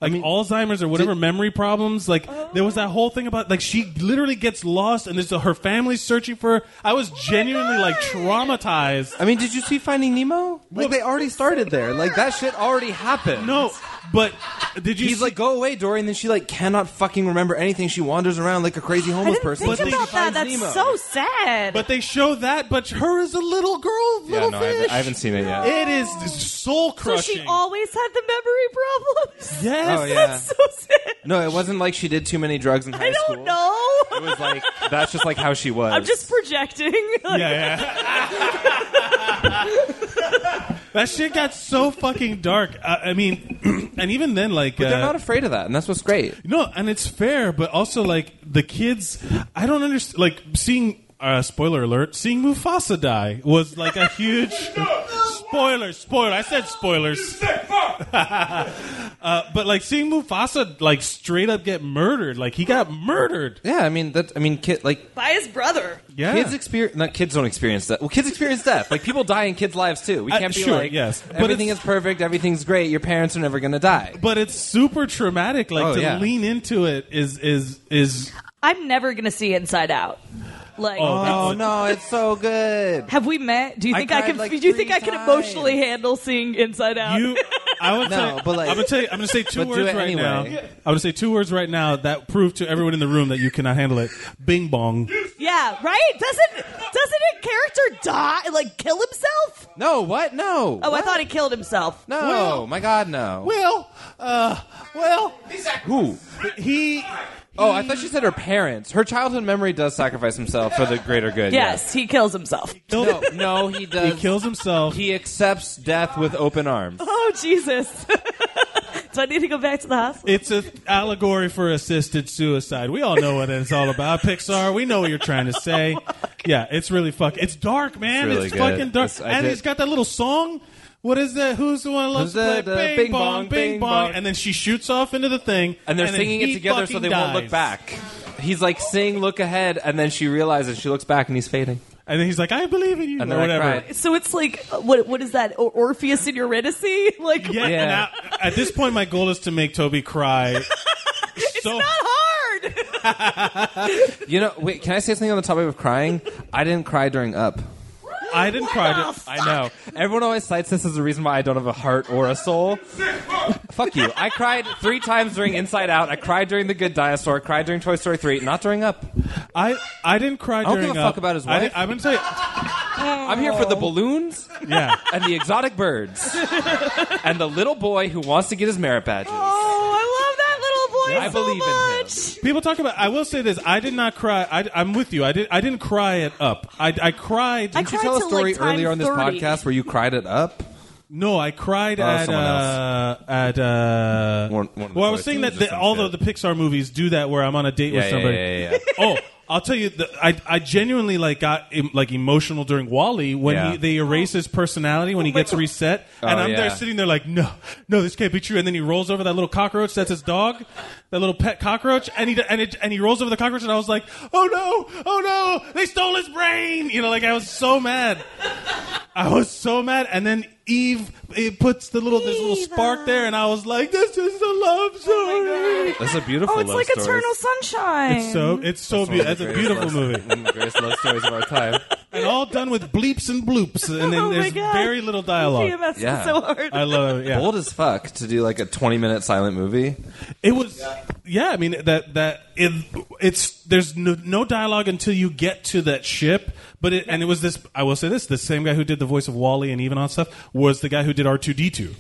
[SPEAKER 1] like Alzheimer's or whatever memory problems. Like there was that whole thing about like she literally gets lost and there's her family searching for her. I was genuinely like traumatized.
[SPEAKER 9] I mean, did you see Finding Nemo? Like they already started there. Like that shit already happened.
[SPEAKER 1] No, but did you?
[SPEAKER 9] He's
[SPEAKER 1] see-
[SPEAKER 9] like, go away, Dory, and then she like cannot fucking remember anything. She wanders around like a crazy
[SPEAKER 8] I
[SPEAKER 9] homeless
[SPEAKER 8] didn't
[SPEAKER 9] person.
[SPEAKER 8] think
[SPEAKER 1] But
[SPEAKER 9] until
[SPEAKER 1] they-
[SPEAKER 8] about
[SPEAKER 9] she finds
[SPEAKER 8] that. That's
[SPEAKER 9] Nemo.
[SPEAKER 8] so sad.
[SPEAKER 1] But they show that, but her is a little girl.
[SPEAKER 9] yeah,
[SPEAKER 1] Little
[SPEAKER 9] no, I
[SPEAKER 1] fish.
[SPEAKER 9] haven't, I haven't seen it yet.
[SPEAKER 1] It is soul
[SPEAKER 8] Oh. so
[SPEAKER 1] crushing.
[SPEAKER 8] she always had the memory problems.
[SPEAKER 1] yes.
[SPEAKER 9] Oh, yeah.
[SPEAKER 8] That's so sad.
[SPEAKER 9] no, it wasn't like she did too many drugs in high
[SPEAKER 8] I
[SPEAKER 9] school.
[SPEAKER 8] don't know.
[SPEAKER 9] It was like that's just like how she was.
[SPEAKER 8] I'm just projecting. Like,
[SPEAKER 1] Yeah, yeah. that shit got so fucking dark. Uh, I, I mean, and even then, like,
[SPEAKER 9] But they're
[SPEAKER 1] uh,
[SPEAKER 9] not afraid of that, and that's what's great.
[SPEAKER 1] no, and it's fair, but also like the kids. I don't understand. Like seeing. Uh, spoiler alert! Seeing Mufasa die was like a huge spoiler. Spoiler! I said spoilers. uh, but like seeing Mufasa like straight up get murdered, like he got murdered.
[SPEAKER 9] Yeah, I mean that. I mean, kid, like
[SPEAKER 8] by his brother.
[SPEAKER 1] Yeah,
[SPEAKER 9] kids experience. Not kids don't experience death. Well, kids experience death. Like people die in kids' lives too. We
[SPEAKER 1] Uh,
[SPEAKER 9] can't be
[SPEAKER 1] sure,
[SPEAKER 9] like,
[SPEAKER 1] yes. But
[SPEAKER 9] everything
[SPEAKER 1] it's-
[SPEAKER 9] is perfect, everything's great. Your parents are never gonna die.
[SPEAKER 1] but it's super traumatic. Like
[SPEAKER 9] Oh,
[SPEAKER 1] to
[SPEAKER 9] yeah.
[SPEAKER 1] lean into it is is is
[SPEAKER 8] I'm never gonna see Inside Out. Like,
[SPEAKER 9] Oh no, it's so good.
[SPEAKER 8] have we met? Do you
[SPEAKER 9] I
[SPEAKER 8] think I,
[SPEAKER 9] cried
[SPEAKER 8] can?
[SPEAKER 9] like
[SPEAKER 8] do you think
[SPEAKER 9] three
[SPEAKER 8] I can emotionally
[SPEAKER 9] times.
[SPEAKER 8] handle seeing Inside Out?
[SPEAKER 1] You, I would
[SPEAKER 9] No,
[SPEAKER 1] say,
[SPEAKER 9] but like-
[SPEAKER 1] I'm gonna tell you, I'm gonna say two
[SPEAKER 9] But do
[SPEAKER 1] words
[SPEAKER 9] it
[SPEAKER 1] right
[SPEAKER 9] anyway.
[SPEAKER 1] now. I'm gonna say two words right now that prove to everyone in the room that you cannot handle it. Bing bong.
[SPEAKER 8] yeah, right? Doesn't doesn't a character die like kill himself?
[SPEAKER 9] No, what? No.
[SPEAKER 8] Oh,
[SPEAKER 9] What?
[SPEAKER 8] I thought he killed himself.
[SPEAKER 9] No,
[SPEAKER 1] Well-
[SPEAKER 9] my God, no.
[SPEAKER 1] Well, uh, well,
[SPEAKER 9] Who?
[SPEAKER 1] he.
[SPEAKER 9] Oh, I thought she said her parents. Her childhood memory does sacrifice himself for the greater good.
[SPEAKER 8] Yes, he kills himself.
[SPEAKER 9] yeah. No, no, he
[SPEAKER 1] He
[SPEAKER 9] does.
[SPEAKER 1] kills himself.
[SPEAKER 9] He accepts death with open arms.
[SPEAKER 8] Oh Jesus! Do I need to go back to the hospital?
[SPEAKER 1] It's an allegory for assisted suicide. We all know what it's all about. Pixar, we know what you're trying to say. Yeah, it's really fuck. It's dark, man. It's,
[SPEAKER 9] really good.
[SPEAKER 1] fucking dark.
[SPEAKER 9] It's- I
[SPEAKER 1] and
[SPEAKER 9] did-
[SPEAKER 1] he's got that little song. What is that? Who's the one who loves
[SPEAKER 9] Who's
[SPEAKER 1] to
[SPEAKER 9] that?
[SPEAKER 1] play
[SPEAKER 9] Uh,
[SPEAKER 1] bing,
[SPEAKER 9] bing
[SPEAKER 1] bong,
[SPEAKER 9] bong,
[SPEAKER 1] bing
[SPEAKER 9] bing
[SPEAKER 1] bong,
[SPEAKER 9] bong.
[SPEAKER 1] and then she shoots off into the thing,
[SPEAKER 9] And they're
[SPEAKER 1] then
[SPEAKER 9] singing
[SPEAKER 1] he
[SPEAKER 9] it together so
[SPEAKER 1] fucking
[SPEAKER 9] they won't look
[SPEAKER 1] dies.
[SPEAKER 9] back. He's like sing, look ahead, and then she realizes she looks back and he's fading.
[SPEAKER 1] And then he's like, I believe in you,
[SPEAKER 9] And
[SPEAKER 1] or
[SPEAKER 9] then I
[SPEAKER 1] whatever.
[SPEAKER 9] cried.
[SPEAKER 8] So it's like uh, what? What is that? Or- Orpheus and Eurydice? Like
[SPEAKER 1] Yeah.
[SPEAKER 9] Yeah.
[SPEAKER 1] and I- at this point, my goal is to make Toby cry. so
[SPEAKER 8] not hard.
[SPEAKER 9] You know, wait, can I say something on the topic of crying? I didn't cry during Up.
[SPEAKER 1] I didn't cry. to-
[SPEAKER 9] I know. Everyone always cites this as the reason why I don't have a heart or a soul. Fuck you. I cried three times during Inside Out. I cried during The Good Dinosaur. I cried during Toy Story 3. Not during Up.
[SPEAKER 1] I I didn't cry
[SPEAKER 9] don't
[SPEAKER 1] during.
[SPEAKER 9] give a fuck
[SPEAKER 1] Up.
[SPEAKER 9] about his
[SPEAKER 1] I
[SPEAKER 9] wife.
[SPEAKER 1] didn't- I'm gonna tell you.
[SPEAKER 9] I'm here for the balloons
[SPEAKER 1] Yeah.
[SPEAKER 9] and the exotic birds and the little boy who wants to get his merit badges.
[SPEAKER 8] Oh, I love that little boy
[SPEAKER 9] I
[SPEAKER 8] so
[SPEAKER 9] believe in him.
[SPEAKER 8] much.
[SPEAKER 1] People talk about. I will say this. I did not cry. I, am with you. I did. I didn't cry it up. I, I cried.
[SPEAKER 8] I
[SPEAKER 9] Did you
[SPEAKER 8] cried
[SPEAKER 9] tell a
[SPEAKER 8] till,
[SPEAKER 9] story
[SPEAKER 8] like, time
[SPEAKER 9] earlier on this
[SPEAKER 8] 30.
[SPEAKER 9] podcast where you cried it up?
[SPEAKER 1] no, I cried
[SPEAKER 9] Oh,
[SPEAKER 1] at
[SPEAKER 9] someone else.
[SPEAKER 1] uh, at. Uh,
[SPEAKER 9] One- one of the
[SPEAKER 1] well, I was
[SPEAKER 9] boys
[SPEAKER 1] saying
[SPEAKER 9] was
[SPEAKER 1] that
[SPEAKER 9] just
[SPEAKER 1] the,
[SPEAKER 9] some
[SPEAKER 1] although
[SPEAKER 9] shit.
[SPEAKER 1] the Pixar movies do that, where I'm on a date with somebody.
[SPEAKER 9] yeah.
[SPEAKER 1] oh, I'll tell you. The, I I genuinely like got em- like emotional during Wally when
[SPEAKER 9] Yeah.
[SPEAKER 1] he, they erase his personality when he gets reset, and
[SPEAKER 9] Oh,
[SPEAKER 1] I'm
[SPEAKER 9] yeah.
[SPEAKER 1] there sitting there like, no, no, this can't be true. And then he rolls over that little cockroach that's his dog, that little pet cockroach, and he d- and it, and he rolls over the cockroach, and I was like, oh no, oh no, they stole his brain. You know, like I was so mad. I was so mad, and then Eve it puts the little this little spark there, and I was like, this is a
[SPEAKER 10] Oh
[SPEAKER 1] love story.
[SPEAKER 9] That's a beautiful
[SPEAKER 8] Oh, it's
[SPEAKER 9] love
[SPEAKER 8] like
[SPEAKER 9] story.
[SPEAKER 8] Eternal Sunshine.
[SPEAKER 1] It's so it's so
[SPEAKER 9] One of the
[SPEAKER 1] beautiful. That's a
[SPEAKER 9] greatest
[SPEAKER 1] beautiful
[SPEAKER 9] love-
[SPEAKER 1] movie.
[SPEAKER 9] One of the greatest love stories of our time.
[SPEAKER 1] and all done with bleeps and bloops, and then
[SPEAKER 8] Oh my
[SPEAKER 1] there's
[SPEAKER 8] God.
[SPEAKER 1] very little dialogue.
[SPEAKER 8] PMS
[SPEAKER 9] Yeah.
[SPEAKER 8] is so hard.
[SPEAKER 1] I love it. Yeah,
[SPEAKER 9] Bold as fuck to do like a 20 minute silent movie.
[SPEAKER 1] it was. Yeah, I mean that that it, it's there's no, no dialogue until you get to that ship. But it, and it was this. I will say this: the same guy who did the voice of Wally and even on stuff was the guy who did R two D two.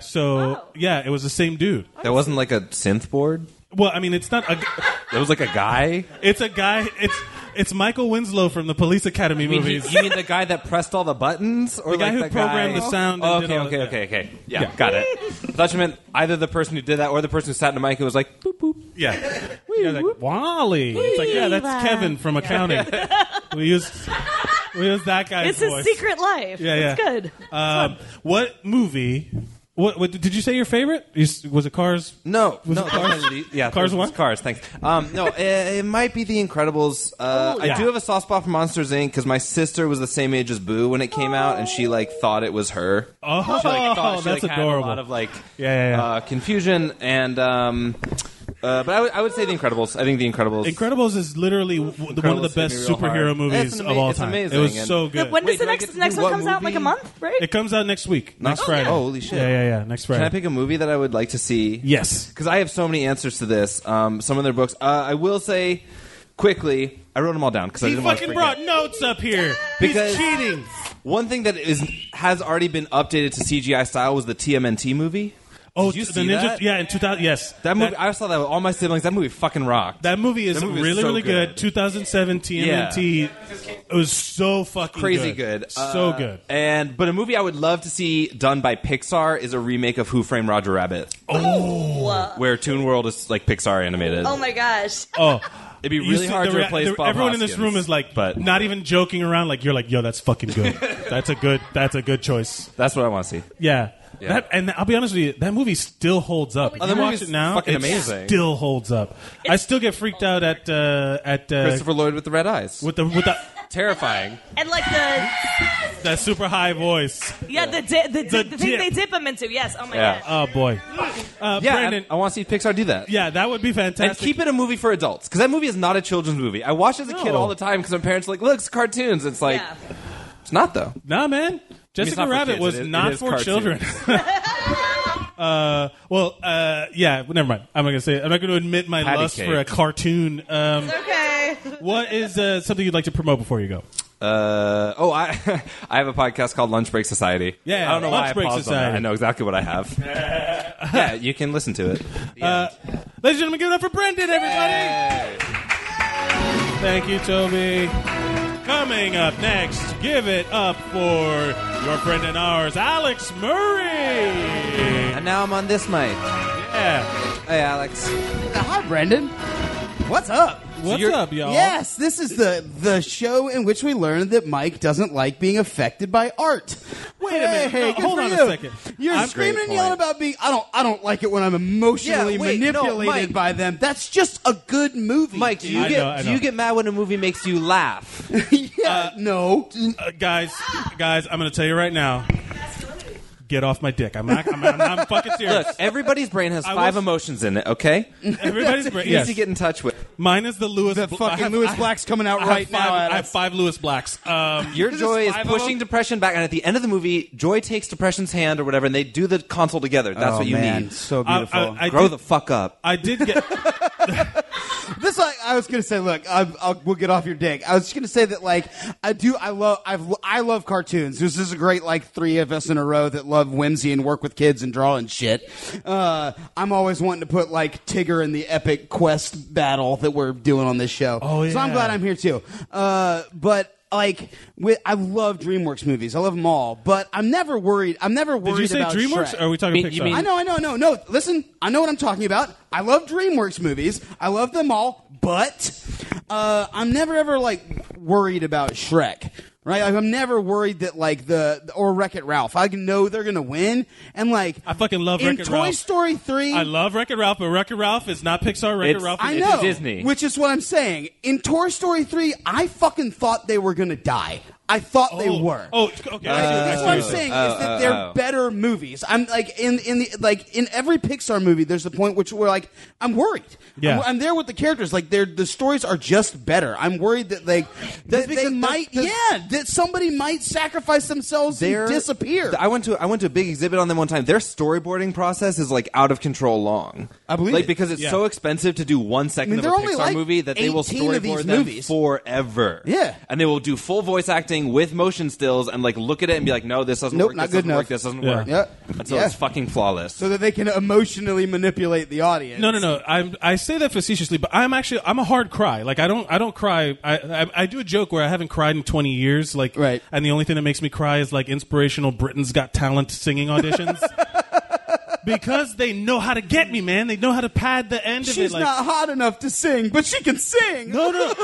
[SPEAKER 1] So yeah, it was the same dude.
[SPEAKER 9] That wasn't like a synth board.
[SPEAKER 1] Well, I mean, it's not a.
[SPEAKER 9] That was like a guy.
[SPEAKER 1] It's a guy. It's it's Michael Winslow from the Police Academy
[SPEAKER 9] You
[SPEAKER 1] movies.
[SPEAKER 9] mean the guy that pressed all the buttons, or
[SPEAKER 1] The guy
[SPEAKER 9] like
[SPEAKER 1] who programmed the sound
[SPEAKER 9] Oh,
[SPEAKER 1] and did
[SPEAKER 9] okay,
[SPEAKER 1] all
[SPEAKER 9] okay,
[SPEAKER 1] that.
[SPEAKER 9] okay, okay. Yeah, got it. I thought you meant either the person who did that or the person who sat in the mic who was like, boop, boop.
[SPEAKER 1] Yeah. Yeah, like, Wally. It's like, yeah, that's Kevin from accounting. we use we use that guy's
[SPEAKER 8] it's
[SPEAKER 1] voice.
[SPEAKER 8] his secret life.
[SPEAKER 1] Yeah, yeah.
[SPEAKER 8] It's good.
[SPEAKER 1] Um, what movie? What, what did you say? Your favorite You s- was it Cars?
[SPEAKER 9] No,
[SPEAKER 1] Was
[SPEAKER 9] no,
[SPEAKER 1] it Cars?
[SPEAKER 9] definitely- yeah,
[SPEAKER 1] Cars
[SPEAKER 9] it was
[SPEAKER 1] one?
[SPEAKER 9] Cars. Thanks. Um, no, it, it might be The Incredibles. Uh,
[SPEAKER 8] Oh,
[SPEAKER 1] yeah.
[SPEAKER 9] I do have a soft spot for Monsters Inc. because my sister was the same age as Boo when it came out, and she like thought it was her.
[SPEAKER 1] Oh,
[SPEAKER 9] she, like, thought, she,
[SPEAKER 1] that's
[SPEAKER 9] like, Had a
[SPEAKER 1] adorable.
[SPEAKER 9] lot of like
[SPEAKER 1] Yeah, yeah, yeah.
[SPEAKER 9] Uh, confusion and. Um, uh, but I would I would say The Incredibles. I think The Incredibles.
[SPEAKER 1] Incredibles is literally w- the- one of the
[SPEAKER 9] Incredibles hit
[SPEAKER 1] best
[SPEAKER 9] me real hard.
[SPEAKER 1] superhero
[SPEAKER 9] It's
[SPEAKER 1] movies
[SPEAKER 9] an
[SPEAKER 1] of all
[SPEAKER 9] ama- it's
[SPEAKER 1] time.
[SPEAKER 9] amazing,
[SPEAKER 1] It was
[SPEAKER 9] and-
[SPEAKER 1] so good.
[SPEAKER 8] When
[SPEAKER 9] Wait,
[SPEAKER 8] does
[SPEAKER 9] do
[SPEAKER 8] the
[SPEAKER 9] I get
[SPEAKER 8] next
[SPEAKER 9] to
[SPEAKER 8] next
[SPEAKER 9] do
[SPEAKER 8] one
[SPEAKER 9] what
[SPEAKER 8] comes out? in Like a
[SPEAKER 9] movie?
[SPEAKER 8] month, right?
[SPEAKER 1] it comes out next week, next
[SPEAKER 9] Okay.
[SPEAKER 1] Friday.
[SPEAKER 9] Holy shit.
[SPEAKER 1] Yeah, yeah, yeah. Next Friday.
[SPEAKER 9] Can I pick a movie that I would like to see?
[SPEAKER 1] Yes.
[SPEAKER 9] Because I have so many answers to this. Um, some of their books. Uh, I will say quickly. I wrote them all down because I
[SPEAKER 1] he
[SPEAKER 9] didn't want
[SPEAKER 1] fucking
[SPEAKER 9] to
[SPEAKER 1] brought notes up here.
[SPEAKER 9] Because-
[SPEAKER 1] He's cheating.
[SPEAKER 9] One thing that is has already been updated to CGI style was the TMNT movie.
[SPEAKER 1] Oh,
[SPEAKER 9] Did you
[SPEAKER 1] the
[SPEAKER 9] see
[SPEAKER 1] Ninja.
[SPEAKER 9] that?
[SPEAKER 1] Yeah, in 2000. Yes,
[SPEAKER 9] That movie, I saw that with all my siblings. That movie fucking rocked.
[SPEAKER 1] That movie is
[SPEAKER 9] That movie is
[SPEAKER 1] really,
[SPEAKER 9] so
[SPEAKER 1] really good.
[SPEAKER 9] good.
[SPEAKER 1] 2007 TMNT. It was so fucking
[SPEAKER 9] crazy good. Uh,
[SPEAKER 1] so good.
[SPEAKER 9] And but a movie I would love to see done by Pixar is a remake of Who Framed Roger Rabbit. Oh, where Toon World is like Pixar animated.
[SPEAKER 8] Oh my gosh.
[SPEAKER 1] Oh,
[SPEAKER 9] It'd be
[SPEAKER 1] You
[SPEAKER 9] really
[SPEAKER 1] see-
[SPEAKER 9] hard
[SPEAKER 1] the
[SPEAKER 9] to
[SPEAKER 1] rea-
[SPEAKER 9] replace
[SPEAKER 1] the-
[SPEAKER 9] Bob
[SPEAKER 1] Everyone in this
[SPEAKER 9] Hoskins,
[SPEAKER 1] room is like,
[SPEAKER 9] but
[SPEAKER 1] not even joking around. Like you're like, yo, that's fucking good. that's a good. That's a good choice.
[SPEAKER 9] that's what I want to see.
[SPEAKER 1] Yeah.
[SPEAKER 9] Yeah.
[SPEAKER 1] That, and I'll be honest with you, that movie still holds up. If
[SPEAKER 9] that
[SPEAKER 1] you watch
[SPEAKER 9] movie's
[SPEAKER 1] it now,
[SPEAKER 9] fucking
[SPEAKER 1] it
[SPEAKER 9] amazing.
[SPEAKER 1] still holds up. I still get freaked out at uh, at uh,
[SPEAKER 9] Christopher Lloyd with the red eyes.
[SPEAKER 1] with the with the,
[SPEAKER 9] Terrifying.
[SPEAKER 8] And like the
[SPEAKER 1] that super high voice.
[SPEAKER 8] yeah, the di- the,
[SPEAKER 1] The
[SPEAKER 8] the, the thing
[SPEAKER 1] dip.
[SPEAKER 8] they dip him into. Yes. Oh my
[SPEAKER 9] Yeah.
[SPEAKER 8] god.
[SPEAKER 1] Oh boy. Uh,
[SPEAKER 9] Yeah,
[SPEAKER 1] Brandon.
[SPEAKER 9] I, want to see Pixar do that.
[SPEAKER 1] yeah, that would be fantastic.
[SPEAKER 9] And keep it a movie for adults because that movie is not a children's movie. I watched it as a kid
[SPEAKER 1] No.
[SPEAKER 9] all the time because my parents were like, look, it's cartoons. It's like,
[SPEAKER 8] yeah.
[SPEAKER 9] it's not though.
[SPEAKER 1] Nah, man.
[SPEAKER 9] it's
[SPEAKER 1] Jessica
[SPEAKER 9] not for
[SPEAKER 1] Rabbit
[SPEAKER 9] kids.
[SPEAKER 1] was
[SPEAKER 9] It is- it
[SPEAKER 1] not
[SPEAKER 9] is
[SPEAKER 1] for
[SPEAKER 9] cartoons.
[SPEAKER 1] children. uh, well, uh, yeah. Never mind. I'm not gonna say. I'm not gonna admit my
[SPEAKER 9] Patty
[SPEAKER 1] lust
[SPEAKER 9] cake.
[SPEAKER 1] for a cartoon. Um,
[SPEAKER 8] Okay.
[SPEAKER 1] what is uh, something you'd like to promote before you go?
[SPEAKER 9] Uh, oh, I I have a podcast called Lunch Break Society.
[SPEAKER 1] Yeah,
[SPEAKER 9] I don't know
[SPEAKER 1] Lunch
[SPEAKER 9] why
[SPEAKER 1] Break
[SPEAKER 9] I paused on
[SPEAKER 1] Society.
[SPEAKER 9] that. I know exactly what I have. yeah, you can listen to it.
[SPEAKER 1] Uh, ladies and gentlemen, give it up for Brendan, everybody. Thank you, Toby. Coming up next, give it up for your friend and ours, Alex Murray.
[SPEAKER 9] And now I'm on this mic.
[SPEAKER 1] Yeah.
[SPEAKER 9] Hey, Alex.
[SPEAKER 10] Uh, Hi, Brendan. What's up?
[SPEAKER 1] What's
[SPEAKER 9] you're-
[SPEAKER 1] up, y'all?
[SPEAKER 10] Yes, this is the the show in which we learned that Mike doesn't like being affected by art. Wait
[SPEAKER 1] a minute. No,
[SPEAKER 10] good
[SPEAKER 1] hold
[SPEAKER 10] for
[SPEAKER 1] on a
[SPEAKER 10] you.
[SPEAKER 1] second.
[SPEAKER 10] You're
[SPEAKER 1] I'm-
[SPEAKER 10] screaming
[SPEAKER 9] Great
[SPEAKER 10] and yelling
[SPEAKER 9] point.
[SPEAKER 10] about being. I don't. I don't like it when I'm emotionally
[SPEAKER 9] Yeah, wait, no,
[SPEAKER 10] manipulated
[SPEAKER 9] Mike.
[SPEAKER 10] by them. That's just a good movie,
[SPEAKER 9] Mike, do you
[SPEAKER 1] I
[SPEAKER 9] get
[SPEAKER 1] know, I
[SPEAKER 9] do
[SPEAKER 1] know.
[SPEAKER 9] you get mad when a movie makes you laugh?
[SPEAKER 10] dude. yeah, no.
[SPEAKER 1] Uh, guys, guys, I'm going to tell you right now. Get off my dick. I'm not. I'm, I'm, I'm fucking serious.
[SPEAKER 9] Look, everybody's brain has
[SPEAKER 1] I
[SPEAKER 9] five
[SPEAKER 1] was-
[SPEAKER 9] emotions in it. Okay,
[SPEAKER 1] Everybody's bra-
[SPEAKER 9] easy
[SPEAKER 1] yes.
[SPEAKER 9] to get in touch with.
[SPEAKER 1] Mine is the Lewis.
[SPEAKER 10] The
[SPEAKER 1] Bl-
[SPEAKER 10] fucking
[SPEAKER 1] I have-
[SPEAKER 10] Lewis
[SPEAKER 1] I have-
[SPEAKER 10] Black's coming out
[SPEAKER 1] I have
[SPEAKER 10] right
[SPEAKER 1] five-
[SPEAKER 10] now at
[SPEAKER 1] I have
[SPEAKER 10] us.
[SPEAKER 1] five Lewis Blacks. Um,
[SPEAKER 9] Your joy is
[SPEAKER 10] five of
[SPEAKER 9] pushing
[SPEAKER 10] them?
[SPEAKER 9] depression back, and at the end of the movie, Joy takes depression's hand or whatever, and they do the console together. That's
[SPEAKER 10] oh,
[SPEAKER 9] what you
[SPEAKER 10] man,
[SPEAKER 9] need.
[SPEAKER 10] So
[SPEAKER 1] I-
[SPEAKER 10] beautiful.
[SPEAKER 1] I, I
[SPEAKER 9] Grow
[SPEAKER 1] did,
[SPEAKER 9] the fuck up.
[SPEAKER 1] I did get.
[SPEAKER 10] this like I was gonna say. Look, i I'll, we'll get off your dick. I was just gonna say that like I do. I love. I've. I love cartoons. This is a great like three of us in a row that love whimsy and work with kids and draw and shit. Uh, I'm always wanting to put like Tigger in the epic quest battle that we're doing on this show.
[SPEAKER 1] Oh,
[SPEAKER 10] So I'm
[SPEAKER 1] yeah.
[SPEAKER 10] glad I'm here too. Uh, but. Like with, I love DreamWorks movies. I love them all, but I'm never worried. I'm never worried
[SPEAKER 1] Did you say
[SPEAKER 10] about
[SPEAKER 1] DreamWorks?
[SPEAKER 10] Shrek.
[SPEAKER 1] Or are we talking
[SPEAKER 11] Mean- you
[SPEAKER 1] Pixar?
[SPEAKER 11] mean-
[SPEAKER 10] I know, I know, no, no. Listen, I know what I'm talking about. I love DreamWorks movies. I love them all, but uh, I'm never ever like worried about Shrek. Right? Like, I'm never worried that like the or Wreck It Ralph. I know they're gonna win, and like
[SPEAKER 1] I fucking love
[SPEAKER 10] in
[SPEAKER 1] Wreck-It
[SPEAKER 10] Toy
[SPEAKER 1] Ralph.
[SPEAKER 10] Story three.
[SPEAKER 1] I love Wreck It Ralph, but Wreck It Ralph is not Pixar. Wreck It
[SPEAKER 9] It's-
[SPEAKER 1] Ralph is
[SPEAKER 10] I
[SPEAKER 9] It's
[SPEAKER 10] know,
[SPEAKER 9] Disney.
[SPEAKER 10] which is what I'm saying. In Toy Story three, I fucking thought they were gonna die. I thought they were.
[SPEAKER 1] Oh, okay. I see what
[SPEAKER 10] That's
[SPEAKER 9] Uh,
[SPEAKER 1] you're
[SPEAKER 10] what I'm
[SPEAKER 1] saying.
[SPEAKER 10] saying is
[SPEAKER 1] Uh,
[SPEAKER 10] that they're
[SPEAKER 1] oh.
[SPEAKER 10] better movies. I'm like in in the like in every Pixar movie. There's a point which we're like, I'm worried.
[SPEAKER 1] Yeah.
[SPEAKER 10] I'm, I'm there with the characters. Like they're the stories are just better. I'm worried that like that they might yeah that somebody might sacrifice themselves
[SPEAKER 9] They're-
[SPEAKER 10] and disappear.
[SPEAKER 9] I went to I went to a big exhibit on them one time. Their storyboarding process is like out of control long.
[SPEAKER 10] I believe
[SPEAKER 9] like
[SPEAKER 10] it.
[SPEAKER 9] because it's
[SPEAKER 1] Yeah.
[SPEAKER 9] so expensive to do one second
[SPEAKER 10] mean,
[SPEAKER 9] of a
[SPEAKER 10] there are only,
[SPEAKER 9] Pixar
[SPEAKER 10] like,
[SPEAKER 9] movie that they will
[SPEAKER 10] 18
[SPEAKER 9] storyboard
[SPEAKER 10] of these
[SPEAKER 9] them
[SPEAKER 10] movies.
[SPEAKER 9] forever.
[SPEAKER 10] Yeah.
[SPEAKER 9] and they will do full voice acting with motion stills and like look at it and be like, no, this doesn't
[SPEAKER 10] Nope,
[SPEAKER 9] work.
[SPEAKER 10] not
[SPEAKER 9] this doesn't
[SPEAKER 10] good enough.
[SPEAKER 9] work. This doesn't
[SPEAKER 1] Yeah.
[SPEAKER 9] work.
[SPEAKER 10] yeah,
[SPEAKER 9] Until
[SPEAKER 10] yeah.
[SPEAKER 9] it's fucking flawless.
[SPEAKER 10] so that they can emotionally manipulate the audience.
[SPEAKER 1] No, no, no. I I say that facetiously, but I'm actually I'm a hard cry. Like I don't I don't cry. I, I I do a joke where I haven't cried in 20 years. Like
[SPEAKER 10] Right.
[SPEAKER 1] And the only thing that makes me cry is like inspirational Britain's Got Talent singing auditions. Because they know how to get me, man. They know how to pad the end of it.
[SPEAKER 10] She's
[SPEAKER 1] Like,
[SPEAKER 10] not hot enough to sing, but she can sing.
[SPEAKER 1] No, no.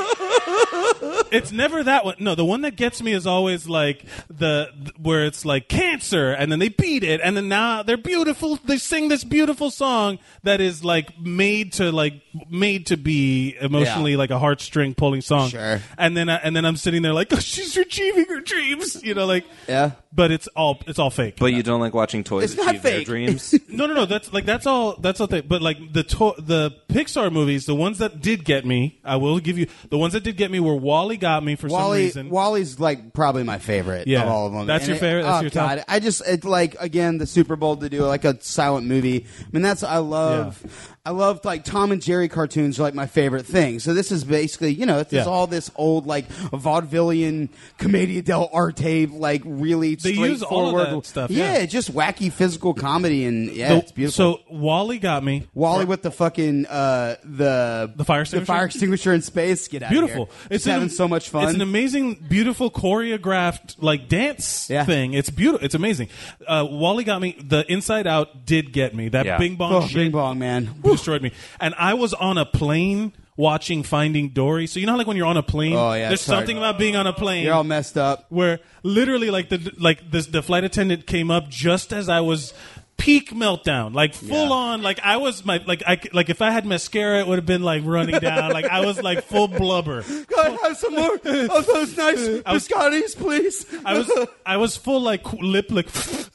[SPEAKER 1] it's never that one. No, the one that gets me is always like the th- where it's like cancer, and then they beat it, and then now they're beautiful. They sing this beautiful song that is like made to like made to be emotionally like a heartstring pulling song.
[SPEAKER 10] Sure.
[SPEAKER 1] And then I, and then I'm sitting there like oh, she's achieving her dreams, you know, like
[SPEAKER 10] Yeah.
[SPEAKER 1] But it's all it's all fake.
[SPEAKER 9] but you don't like watching toys
[SPEAKER 10] It's not
[SPEAKER 9] achieve their
[SPEAKER 10] fake.
[SPEAKER 9] dreams.
[SPEAKER 1] No, no, no. That's like that's all. That's all. Thing. But like the to- the Pixar movies, the ones that did get me, I will give you the ones that did get me were Wally got me for some
[SPEAKER 10] Wally,
[SPEAKER 1] reason.
[SPEAKER 10] Wally's like probably my favorite
[SPEAKER 1] Yeah.
[SPEAKER 10] of all of them.
[SPEAKER 1] That's your favorite? That's
[SPEAKER 10] oh
[SPEAKER 1] your top?
[SPEAKER 10] God. I just it, like again the Super Bowl to do like a silent movie. I mean that's I love. I love like Tom and Jerry cartoons are like my favorite thing. So this is basically you know it's, it's
[SPEAKER 1] Yeah.
[SPEAKER 10] all this old like vaudevillian commedia dell'arte like really
[SPEAKER 1] They
[SPEAKER 10] straightforward
[SPEAKER 1] use all of that stuff, yeah.
[SPEAKER 10] just wacky physical comedy and yeah,
[SPEAKER 1] So-
[SPEAKER 10] it's beautiful.
[SPEAKER 1] So Wally got me.
[SPEAKER 10] Wally with the fucking uh, the
[SPEAKER 1] The fire extinguisher?
[SPEAKER 10] fire extinguisher in space. Get out of
[SPEAKER 1] Beautiful.
[SPEAKER 10] here. It's having
[SPEAKER 1] an-
[SPEAKER 10] so much fun.
[SPEAKER 1] It's an amazing, beautiful choreographed like dance
[SPEAKER 10] Yeah.
[SPEAKER 1] thing. It's beautiful. It's amazing. Uh, Wally got me. The Inside Out did get me. That
[SPEAKER 9] Yeah.
[SPEAKER 1] Bing Bong
[SPEAKER 10] Oh,
[SPEAKER 1] shit
[SPEAKER 10] Bing Bong, man.
[SPEAKER 1] destroyed me. And I was on a plane watching Finding Dory. So you know how like when you're on a plane,
[SPEAKER 10] Oh, yeah,
[SPEAKER 1] there's
[SPEAKER 10] it's hard.
[SPEAKER 1] something about being on a plane.
[SPEAKER 10] You're all messed up.
[SPEAKER 1] where literally like the like this the flight attendant came up just as I was peak meltdown like full on like I was my like I like if I had mascara it would have been like running down like I was like full blubber
[SPEAKER 10] God, have some more of those nice
[SPEAKER 1] was-
[SPEAKER 10] biscottis, please.
[SPEAKER 1] I was I was full like lip like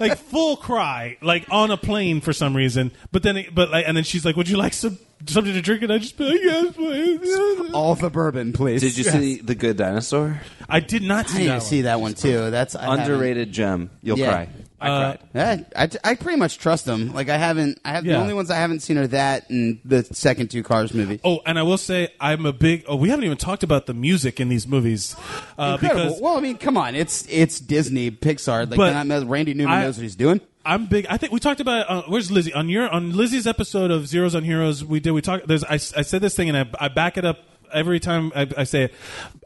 [SPEAKER 1] like full cry like on a plane for some reason but then it, but like and then she's like would you like some something to drink and I just be like yes please
[SPEAKER 10] all the bourbon, please.
[SPEAKER 9] Did you see The Good Dinosaur?
[SPEAKER 1] I did not
[SPEAKER 10] I
[SPEAKER 1] see
[SPEAKER 10] need
[SPEAKER 1] that
[SPEAKER 10] to
[SPEAKER 1] one.
[SPEAKER 10] see that one too. That's I haven't-
[SPEAKER 9] Underrated gem. You'll
[SPEAKER 10] Yeah.
[SPEAKER 9] cry. I
[SPEAKER 1] Uh,
[SPEAKER 9] cried.
[SPEAKER 10] Yeah, I, I pretty much trust them. Like I haven't. I have
[SPEAKER 1] Yeah.
[SPEAKER 10] the only ones I haven't seen are that and the second two Cars movie.
[SPEAKER 1] Oh, and I will say I'm a big. Oh, we haven't even talked about the music in these movies. Uh,
[SPEAKER 10] Incredible.
[SPEAKER 1] Because
[SPEAKER 10] well, I mean, come on, it's it's Disney, Pixar. Like
[SPEAKER 1] But
[SPEAKER 10] they're not- Randy Newman
[SPEAKER 1] I-
[SPEAKER 10] knows what he's doing.
[SPEAKER 1] I'm big. I think we talked about. Uh, where's Lizzie on your on Lizzie's episode of Zeros on Heroes? We did. We talked. There's. I, I said this thing and I, I back it up every time I, I say it.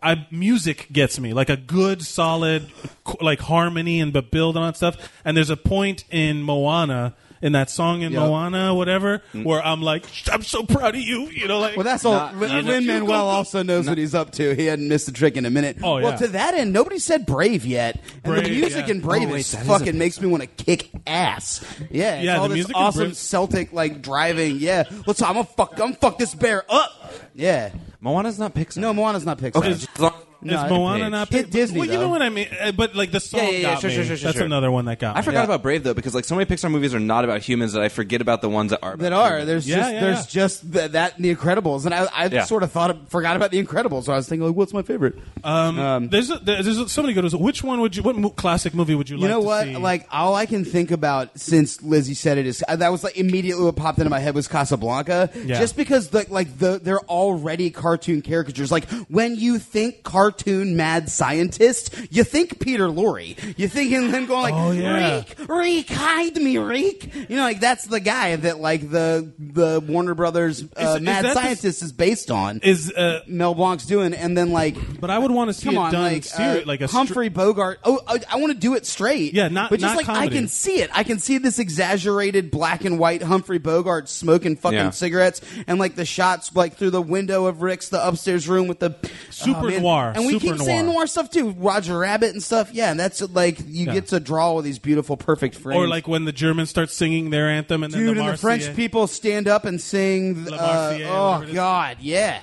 [SPEAKER 1] I music gets me like a good solid qu- like harmony and but build on stuff. And there's a point in Moana. In that song in
[SPEAKER 10] Yep. Mm.
[SPEAKER 1] Moana, whatever, where I'm like, I'm so proud of you, you know, like.
[SPEAKER 10] Well, that's all. Lin Manuel
[SPEAKER 1] Go, go,
[SPEAKER 10] also knows what he's up to. He hadn't missed a trick in a minute.
[SPEAKER 1] Oh, yeah.
[SPEAKER 10] Well, to that end, nobody said brave yet. And the
[SPEAKER 1] Brave,
[SPEAKER 10] music
[SPEAKER 1] yeah.
[SPEAKER 10] in Brave
[SPEAKER 9] Oh, wait,
[SPEAKER 10] is
[SPEAKER 9] that is a
[SPEAKER 10] fucking
[SPEAKER 9] Pixar.
[SPEAKER 10] makes me want to kick ass. Yeah, it's
[SPEAKER 1] Yeah,
[SPEAKER 10] all
[SPEAKER 1] the
[SPEAKER 10] this
[SPEAKER 1] music in
[SPEAKER 10] awesome
[SPEAKER 1] Brave-
[SPEAKER 10] Celtic like driving. Yeah, let's. I'm gonna fuck. I'm gonna fuck this bear up. Yeah.
[SPEAKER 9] Moana's not Pixar.
[SPEAKER 10] No, Moana's not Pixar.
[SPEAKER 9] Okay, as long as
[SPEAKER 1] Is Moana not
[SPEAKER 10] Hit Disney?
[SPEAKER 1] Well, you know
[SPEAKER 10] though.
[SPEAKER 1] what I mean. Uh, But like the song
[SPEAKER 10] Yeah, yeah, yeah,
[SPEAKER 1] got
[SPEAKER 10] sure,
[SPEAKER 1] me.
[SPEAKER 10] sure, sure, sure,
[SPEAKER 1] That's
[SPEAKER 10] sure.
[SPEAKER 1] another one that got.
[SPEAKER 10] I
[SPEAKER 1] me.
[SPEAKER 10] forgot
[SPEAKER 1] Yeah.
[SPEAKER 10] about
[SPEAKER 9] Brave though, because like so many Pixar movies are not about humans that I forget about the ones that are. About
[SPEAKER 10] that are.
[SPEAKER 9] humans.
[SPEAKER 10] There's just there's just th- that and the Incredibles, and I, I
[SPEAKER 9] Yeah.
[SPEAKER 10] sort of thought of, forgot about the Incredibles. So I was thinking, like, what's my favorite?
[SPEAKER 1] Um, there's a, there's a, so many good ones. Which one would you? What mo- classic movie would you,
[SPEAKER 10] You
[SPEAKER 1] like
[SPEAKER 10] know
[SPEAKER 1] to
[SPEAKER 10] what?
[SPEAKER 1] see?
[SPEAKER 10] Like all I can think about since Lizzie said it is uh, that was like immediately what popped into my head was Casablanca.
[SPEAKER 1] Yeah.
[SPEAKER 10] Just because like like the they're already cartoon caricatures. Like when you think cartoon mad scientist, you think Peter Lorre. You think in him going like
[SPEAKER 1] Oh, yeah.
[SPEAKER 10] Reek, Reek, hide me, Reek. You know, like that's the guy that like the the Warner Brothers uh,
[SPEAKER 1] is
[SPEAKER 10] mad
[SPEAKER 1] that the-
[SPEAKER 10] scientist is based on.
[SPEAKER 1] Is uh,
[SPEAKER 10] Mel Blanc's doing, and then like
[SPEAKER 1] but I would want to see
[SPEAKER 10] Come
[SPEAKER 1] it
[SPEAKER 10] on,
[SPEAKER 1] done
[SPEAKER 10] like,
[SPEAKER 1] seri-
[SPEAKER 10] uh,
[SPEAKER 1] like a str-
[SPEAKER 10] Humphrey Bogart. Oh, I, I want to do it straight.
[SPEAKER 1] Yeah, not-
[SPEAKER 10] but just
[SPEAKER 1] not
[SPEAKER 10] like
[SPEAKER 1] comedy.
[SPEAKER 10] I can see it. I can see this exaggerated black and white Humphrey Bogart smoking fucking
[SPEAKER 9] Yeah.
[SPEAKER 10] cigarettes and like the shots like through the window of Rick's the upstairs room with the oh,
[SPEAKER 1] Super
[SPEAKER 10] man.
[SPEAKER 1] noir,
[SPEAKER 10] And we
[SPEAKER 1] super
[SPEAKER 10] keep saying
[SPEAKER 1] noir.
[SPEAKER 10] noir stuff too, Roger Rabbit and stuff. Yeah, and that's like you
[SPEAKER 1] Yeah.
[SPEAKER 10] get to draw all these beautiful, perfect frames.
[SPEAKER 1] or like when the Germans start singing their anthem and then
[SPEAKER 10] Dude,
[SPEAKER 1] the,
[SPEAKER 10] and the
[SPEAKER 1] Marseillaise.
[SPEAKER 10] French people stand up and sing.
[SPEAKER 1] La
[SPEAKER 10] Uh,
[SPEAKER 1] Marseillaise, whatever it
[SPEAKER 10] oh
[SPEAKER 1] is.
[SPEAKER 10] God, yeah.
[SPEAKER 1] Yeah,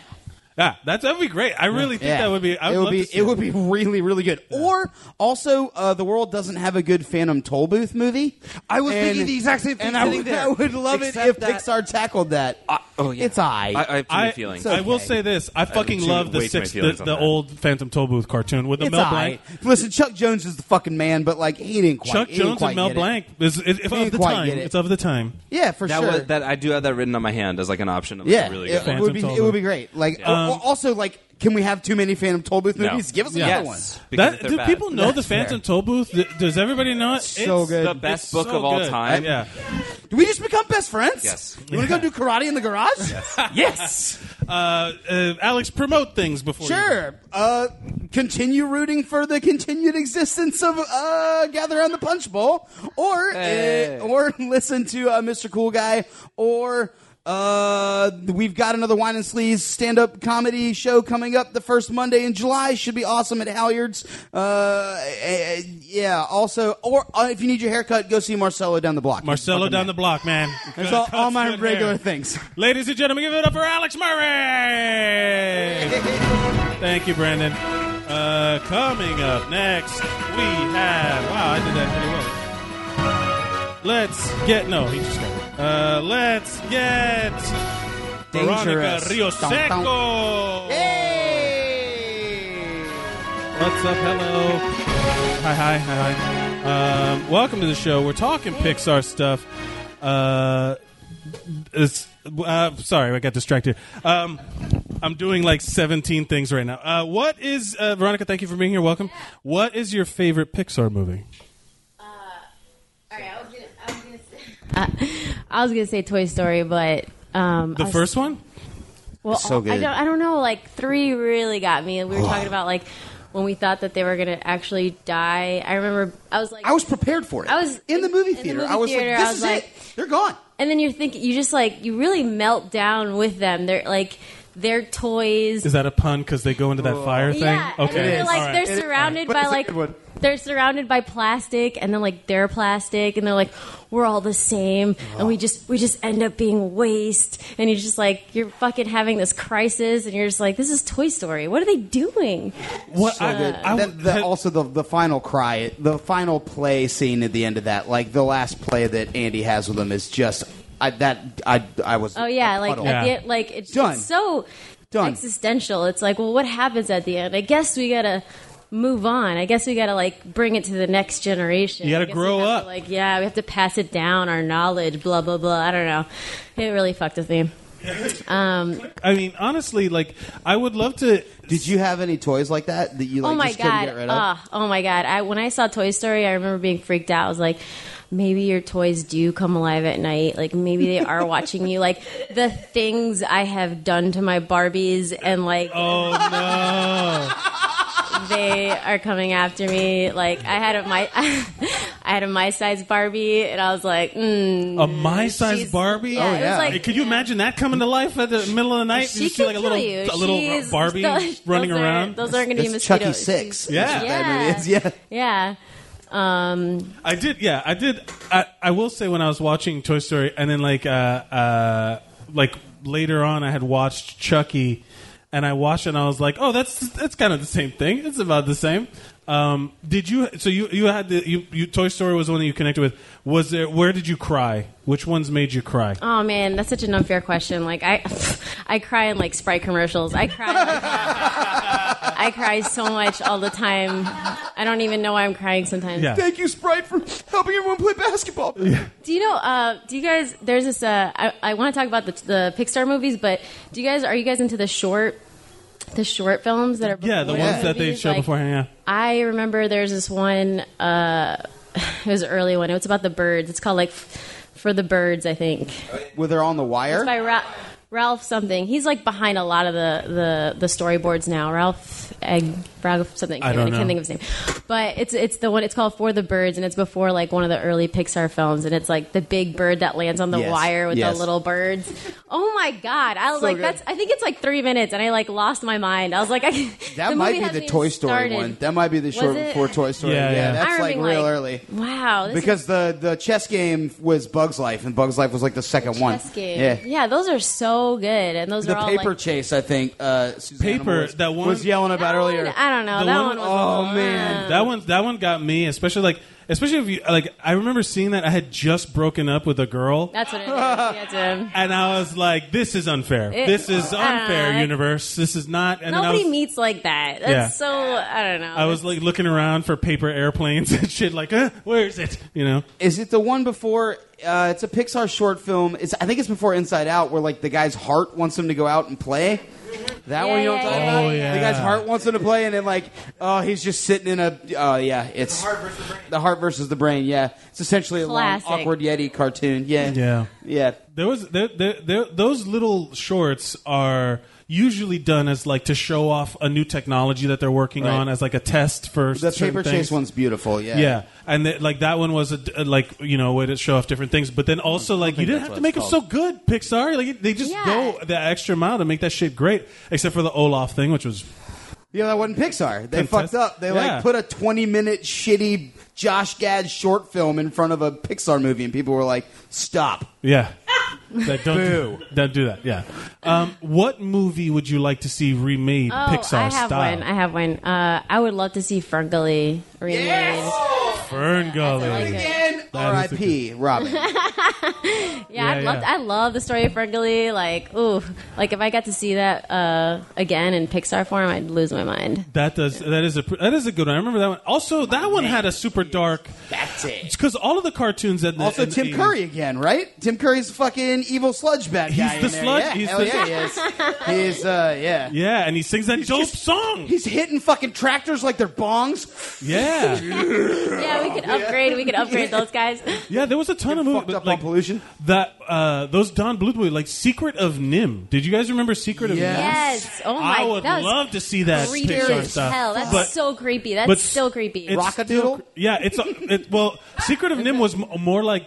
[SPEAKER 1] Ah, that's that'd be great. I really think
[SPEAKER 10] Yeah.
[SPEAKER 1] that would be. I would
[SPEAKER 10] it would
[SPEAKER 1] love
[SPEAKER 10] be.
[SPEAKER 1] to see
[SPEAKER 10] it would be really, really good. Or also, uh, the world doesn't have a good Phantom Tollbooth movie.
[SPEAKER 12] I was
[SPEAKER 10] And-
[SPEAKER 12] thinking the exact same thing.
[SPEAKER 10] And I
[SPEAKER 12] sitting
[SPEAKER 10] would,
[SPEAKER 12] there.
[SPEAKER 10] I would love it
[SPEAKER 12] Except
[SPEAKER 10] if
[SPEAKER 12] that-
[SPEAKER 10] Pixar tackled that.
[SPEAKER 9] oh yeah,
[SPEAKER 10] It's I.
[SPEAKER 9] I, I have too many
[SPEAKER 1] I,
[SPEAKER 9] feelings.
[SPEAKER 1] I will say this: I fucking
[SPEAKER 9] too-
[SPEAKER 1] love the
[SPEAKER 9] way too many
[SPEAKER 1] six, the,
[SPEAKER 9] feelings on
[SPEAKER 1] the
[SPEAKER 9] that.
[SPEAKER 1] old Phantom Tollbooth cartoon with the
[SPEAKER 10] it's
[SPEAKER 1] Mel
[SPEAKER 10] I.
[SPEAKER 1] Blanc.
[SPEAKER 10] Listen, Chuck Jones is the fucking man, but like he didn't quite.
[SPEAKER 1] Chuck
[SPEAKER 10] he didn't
[SPEAKER 1] Jones
[SPEAKER 10] quite
[SPEAKER 1] and Mel
[SPEAKER 10] get it.
[SPEAKER 1] Blanc is, is, is
[SPEAKER 10] didn't
[SPEAKER 1] of the
[SPEAKER 10] quite
[SPEAKER 1] time.
[SPEAKER 10] get it.
[SPEAKER 1] It's of the time.
[SPEAKER 10] Yeah, for
[SPEAKER 9] that
[SPEAKER 10] sure.
[SPEAKER 9] was, that I do have that written on my hand as like an option. Of, like,
[SPEAKER 10] yeah,
[SPEAKER 9] a really
[SPEAKER 10] it,
[SPEAKER 9] good one.
[SPEAKER 10] would be.
[SPEAKER 1] Phantom
[SPEAKER 10] It would be
[SPEAKER 1] Tollbooth.
[SPEAKER 10] great. Like al- al- also like. Can we have too many Phantom Tollbooth
[SPEAKER 9] No.
[SPEAKER 10] movies? Give us
[SPEAKER 9] Yeah.
[SPEAKER 10] another
[SPEAKER 9] Yes.
[SPEAKER 10] one.
[SPEAKER 9] Because
[SPEAKER 1] That-
[SPEAKER 9] if they're
[SPEAKER 1] do
[SPEAKER 9] bad.
[SPEAKER 1] people know
[SPEAKER 10] That's
[SPEAKER 1] the Phantom Tollbooth? Th- Does everybody know it?
[SPEAKER 10] So
[SPEAKER 1] It's
[SPEAKER 10] good.
[SPEAKER 9] The best
[SPEAKER 1] it's
[SPEAKER 9] book
[SPEAKER 1] so
[SPEAKER 9] of all
[SPEAKER 1] good.
[SPEAKER 9] time.
[SPEAKER 1] Yeah.
[SPEAKER 10] Do we just become best friends?
[SPEAKER 9] Yes.
[SPEAKER 10] You want to go do karate in the garage? Yes.
[SPEAKER 9] Yes.
[SPEAKER 1] Uh, uh, Alex, promote things before. you-
[SPEAKER 10] Sure. Uh, continue rooting for the continued existence of uh, Gather on the Punch Bowl, or uh, or listen to uh, Mr. Cool Guy, or uh, we've got another Wine and Sleaze stand up comedy show coming up the first Monday in July. Should be awesome at Halyards. Uh, uh, yeah. Also, or uh, if you need your haircut, go see Marcelo down the block.
[SPEAKER 1] Marcelo down the block, man.
[SPEAKER 10] That's
[SPEAKER 1] Good
[SPEAKER 10] all, all
[SPEAKER 1] cuts,
[SPEAKER 10] my
[SPEAKER 1] good
[SPEAKER 10] regular
[SPEAKER 1] hair.
[SPEAKER 10] things.
[SPEAKER 1] Ladies and gentlemen, give it up for Alex Murray. Thank you, Brandon. Uh, coming up next, we have. Wow, I did that pretty well. Let's get. No, he just got. Uh, let's get. Veronica
[SPEAKER 10] Dangerous.
[SPEAKER 1] Rio
[SPEAKER 10] Dun, dun.
[SPEAKER 1] Seco.
[SPEAKER 10] Hey!
[SPEAKER 1] What's up? Hello. Hi, hi, hi, hi. Um, welcome to the show. We're talking Pixar stuff. Uh, it's, uh, sorry, I got distracted. Um, I'm doing like 17 things right now. Uh, what is, uh, Veronica, thank you for being here. Welcome. What is your favorite Pixar movie?
[SPEAKER 13] I was, gonna say Toy Story, but um,
[SPEAKER 1] The
[SPEAKER 13] I was-
[SPEAKER 1] first one?
[SPEAKER 13] Well,
[SPEAKER 10] So
[SPEAKER 13] I
[SPEAKER 10] good.
[SPEAKER 13] don't, I don't know. Like three really got me. We were talking about like when we thought that they were gonna actually die. I remember I was like,
[SPEAKER 10] I was prepared for it.
[SPEAKER 13] I was-
[SPEAKER 10] in the movie
[SPEAKER 13] in the
[SPEAKER 10] theater.
[SPEAKER 13] movie
[SPEAKER 10] I was
[SPEAKER 13] theater,
[SPEAKER 10] like,
[SPEAKER 13] I
[SPEAKER 10] "This
[SPEAKER 13] was
[SPEAKER 10] is
[SPEAKER 13] like-
[SPEAKER 10] it. They're gone."
[SPEAKER 13] and then you're thinking, you just like you really melt down with them. They're like their toys.
[SPEAKER 1] Is that a pun because they go into that fire thing?
[SPEAKER 13] Yeah, and then
[SPEAKER 1] Okay.
[SPEAKER 13] you're
[SPEAKER 1] All
[SPEAKER 13] like
[SPEAKER 1] right.
[SPEAKER 13] they're surrounded by like they're surrounded by plastic, and then like they're plastic, and they're like we're all the same, and we just we just end up being waste, and you're just like you're fucking having this crisis, and you're just like this is Toy Story. What are they doing?
[SPEAKER 1] what, I, I
[SPEAKER 10] That-
[SPEAKER 1] would-
[SPEAKER 10] that- also, the the final cry, the final play scene at the end of that, like the last play that Andy has with him, is just I, that I I was.
[SPEAKER 13] Oh
[SPEAKER 10] a
[SPEAKER 13] yeah, like
[SPEAKER 10] puddle.
[SPEAKER 13] at the end, like it's,
[SPEAKER 10] Done.
[SPEAKER 13] it's so
[SPEAKER 10] Done.
[SPEAKER 13] existential. It's like, well, what happens at the end? I guess we gotta move on. I guess we gotta like bring it to the next generation.
[SPEAKER 1] You gotta
[SPEAKER 13] I guess we
[SPEAKER 1] grow
[SPEAKER 13] have to,
[SPEAKER 1] up.
[SPEAKER 13] like, yeah, we have to pass it down our knowledge. Blah blah blah. I don't know. It really fucked with me. Um,
[SPEAKER 1] I mean, honestly, like, I would love to.
[SPEAKER 10] Did you have any toys like that that you like
[SPEAKER 13] oh my
[SPEAKER 10] just couldn't
[SPEAKER 13] god.
[SPEAKER 10] get rid of?
[SPEAKER 13] Ah, oh my god. I when I saw Toy Story, I remember being freaked out. I was like. Maybe your toys do come alive at night. Like maybe they are watching you. Like the things I have done to my Barbies and like
[SPEAKER 1] Oh, no.
[SPEAKER 13] they are coming after me. Like I had a my, I had a my size Barbie, and I was like, mm,
[SPEAKER 1] A my size
[SPEAKER 13] she's-
[SPEAKER 1] Barbie? Oh,
[SPEAKER 13] Yeah, it
[SPEAKER 10] yeah.
[SPEAKER 13] was like.
[SPEAKER 1] Could you imagine that coming to life at the middle of the night?
[SPEAKER 13] she
[SPEAKER 1] you see
[SPEAKER 13] could
[SPEAKER 1] like a
[SPEAKER 13] kill
[SPEAKER 1] little,
[SPEAKER 13] you.
[SPEAKER 1] a little
[SPEAKER 13] She's-
[SPEAKER 1] Barbie
[SPEAKER 13] those-
[SPEAKER 1] running
[SPEAKER 13] those aren't-
[SPEAKER 1] around.
[SPEAKER 13] those aren't going to be
[SPEAKER 10] It's
[SPEAKER 13] mosquitoes.
[SPEAKER 10] Chucky Six.
[SPEAKER 13] She's-
[SPEAKER 1] Yeah.
[SPEAKER 10] That movie is, yeah.
[SPEAKER 13] yeah. Um,
[SPEAKER 1] I did, yeah, I did. I, I will say when I was watching Toy Story, and then like, uh, uh, like later on, I had watched Chucky. and I watched it and I was like, oh, that's that's kind of the same thing. It's about the same. Um, did you? So you you had the you, you Toy Story was the one that you connected with. Was there? Where did you cry? Which ones made you cry?
[SPEAKER 13] Oh man, that's such an unfair question. Like I, I cry in like Sprite commercials. I cry. I cry so much all the time. I don't even know why I'm crying sometimes.
[SPEAKER 1] Yeah. Thank
[SPEAKER 13] you, Sprite, for helping everyone play basketball. Do you know? Uh, do you guys? There's this. Uh, I, I want to talk about the, the Pixar movies, but do you guys? Are you guys into the short? The short films that are
[SPEAKER 1] Yeah, the
[SPEAKER 13] before
[SPEAKER 1] ones that they
[SPEAKER 13] movies?
[SPEAKER 1] show
[SPEAKER 13] Like,
[SPEAKER 1] beforehand. Yeah.
[SPEAKER 13] I remember there's this one. Uh, it was an early one. It was about the birds. It's called like F- for the birds, I think.
[SPEAKER 10] Were they on the wire?
[SPEAKER 13] It's by Ra- Ralph something. He's like behind a lot of the the, the storyboards now. Ralph Egg Ralph something.
[SPEAKER 14] I don't
[SPEAKER 13] can't
[SPEAKER 14] know.
[SPEAKER 13] think of his name. But it's it's the one. It's called For the Birds, and it's before like one of the early Pixar films. And it's like the big bird that lands on the
[SPEAKER 14] Yes.
[SPEAKER 13] wire with
[SPEAKER 14] Yes.
[SPEAKER 13] the little birds. Oh my god! I was
[SPEAKER 14] So
[SPEAKER 13] like,
[SPEAKER 14] good.
[SPEAKER 13] that's. I think it's like three minutes, and I like lost my mind. I was like, I,
[SPEAKER 10] That
[SPEAKER 13] the
[SPEAKER 10] might
[SPEAKER 13] movie
[SPEAKER 10] be
[SPEAKER 13] hasn't
[SPEAKER 10] the
[SPEAKER 13] even
[SPEAKER 10] Toy Story
[SPEAKER 13] started.
[SPEAKER 10] one. That might be the
[SPEAKER 13] Was
[SPEAKER 10] short
[SPEAKER 13] it?
[SPEAKER 10] before Toy Story.
[SPEAKER 1] Yeah, yeah.
[SPEAKER 13] I
[SPEAKER 10] that's like
[SPEAKER 13] remember
[SPEAKER 10] real
[SPEAKER 13] being like,
[SPEAKER 10] early.
[SPEAKER 13] Wow, this
[SPEAKER 10] because the the chess game was Bugs Life, and Bugs Life was like the second one.
[SPEAKER 13] Chess game.
[SPEAKER 10] Yeah.
[SPEAKER 13] those are so good, and those
[SPEAKER 10] The
[SPEAKER 13] are all
[SPEAKER 10] paper
[SPEAKER 13] like,
[SPEAKER 10] chase, I think. Uh, Susanna
[SPEAKER 1] Paper,
[SPEAKER 10] was,
[SPEAKER 1] that one-
[SPEAKER 10] was yelling about earlier.
[SPEAKER 13] I don't know.
[SPEAKER 1] The
[SPEAKER 13] that one,
[SPEAKER 1] one-
[SPEAKER 13] oh, was a little-
[SPEAKER 1] that one that one got me, especially like especially if you like. I remember seeing that I had just broken up with a girl,
[SPEAKER 13] That's what it is. Yeah, Jim.
[SPEAKER 1] oh. and I was like, "This is unfair.
[SPEAKER 13] It-
[SPEAKER 1] this is
[SPEAKER 13] uh,
[SPEAKER 1] unfair,
[SPEAKER 13] I-
[SPEAKER 1] universe. This is not." And then I
[SPEAKER 13] Nobody
[SPEAKER 1] was,
[SPEAKER 13] meets like that. That's
[SPEAKER 1] Yeah.
[SPEAKER 13] so I don't know.
[SPEAKER 1] I was like looking around for paper airplanes and shit. Like, huh, where is it? You know.
[SPEAKER 10] Is it the one before? Uh, it's a Pixar short film. It's I think it's before Inside Out, where like the guy's heart wants him to go out and play. That one you know what I'm talking about? The guy's heart wants him to play, and then like, oh, he's just sitting in a. Oh yeah, it's the heart versus the brain. yeah, it's essentially a long,
[SPEAKER 1] Classic.
[SPEAKER 10] awkward Yeti cartoon. Yeah,
[SPEAKER 1] Yeah.
[SPEAKER 10] yeah.
[SPEAKER 1] There was there, there, there, those little shorts are usually done as like to show off a new technology that they're working
[SPEAKER 10] Right.
[SPEAKER 1] on as like a test for
[SPEAKER 10] The
[SPEAKER 1] certain
[SPEAKER 10] paper
[SPEAKER 1] things.
[SPEAKER 10] chase one's beautiful. Yeah,
[SPEAKER 1] Yeah, and th- like that one was a d- a, like you know a way to show off different things, but then also like you
[SPEAKER 10] that's
[SPEAKER 1] didn't have
[SPEAKER 10] what
[SPEAKER 1] to make them
[SPEAKER 10] it's
[SPEAKER 1] so good. Pixar, like they just go the extra mile to make that shit great, except for the Olaf thing, which was
[SPEAKER 10] Yeah, that wasn't Pixar. They
[SPEAKER 1] Contest-
[SPEAKER 10] fucked up. They
[SPEAKER 1] Yeah.
[SPEAKER 10] like put a 20 minute shitty Josh Gad short film in front of a Pixar movie, and people were like, "Stop."
[SPEAKER 1] yeah. That don't, do don't do that. Yeah. Um, what movie would you like to see remade
[SPEAKER 13] oh,
[SPEAKER 1] Pixar
[SPEAKER 13] I have
[SPEAKER 1] style?
[SPEAKER 13] one. I have one. Uh, I would love to see Ferngully remade.
[SPEAKER 1] Fern Gully.
[SPEAKER 10] Again,
[SPEAKER 1] That is a
[SPEAKER 10] R.I.P. Robin.
[SPEAKER 13] Yeah, I'd
[SPEAKER 1] Yeah,
[SPEAKER 13] love.
[SPEAKER 1] yeah.
[SPEAKER 13] I love the story of Ferngully. Like, ooh, like if I got to see that uh, again in Pixar form, I'd lose my mind.
[SPEAKER 1] That does that is a pr- that is a good one. I remember that one. Also, that one had a super dark.
[SPEAKER 10] That's it.
[SPEAKER 1] It's because all of the cartoons that
[SPEAKER 10] Also, Tim Curry again, right? Tim Curry's fucking evil sludge bad guy.
[SPEAKER 1] He's the
[SPEAKER 10] in there.
[SPEAKER 1] sludge-
[SPEAKER 10] Yeah,
[SPEAKER 1] he's
[SPEAKER 10] hell
[SPEAKER 1] the-
[SPEAKER 10] yeah, he is. He's uh, yeah.
[SPEAKER 1] Yeah, and he sings that dope song.
[SPEAKER 10] He's hitting fucking tractors like they're bongs.
[SPEAKER 1] Yeah.
[SPEAKER 13] Yeah, we could upgrade. We could upgrade those guys.
[SPEAKER 1] yeah, there was a ton of movies. but, like, pollution. That uh, those Don Bluth movies, like Secret of Nim. Did you guys remember Secret of Nim?
[SPEAKER 13] Yes. Oh my.
[SPEAKER 1] I would
[SPEAKER 13] that was
[SPEAKER 1] love to see that
[SPEAKER 13] creepy
[SPEAKER 1] Pixar
[SPEAKER 13] as
[SPEAKER 1] stuff.
[SPEAKER 13] Hell, that's
[SPEAKER 1] But-
[SPEAKER 13] so creepy. That's
[SPEAKER 1] but
[SPEAKER 13] still creepy.
[SPEAKER 1] It's still- Yeah, it's a, it, well, Secret of Nim was m- more like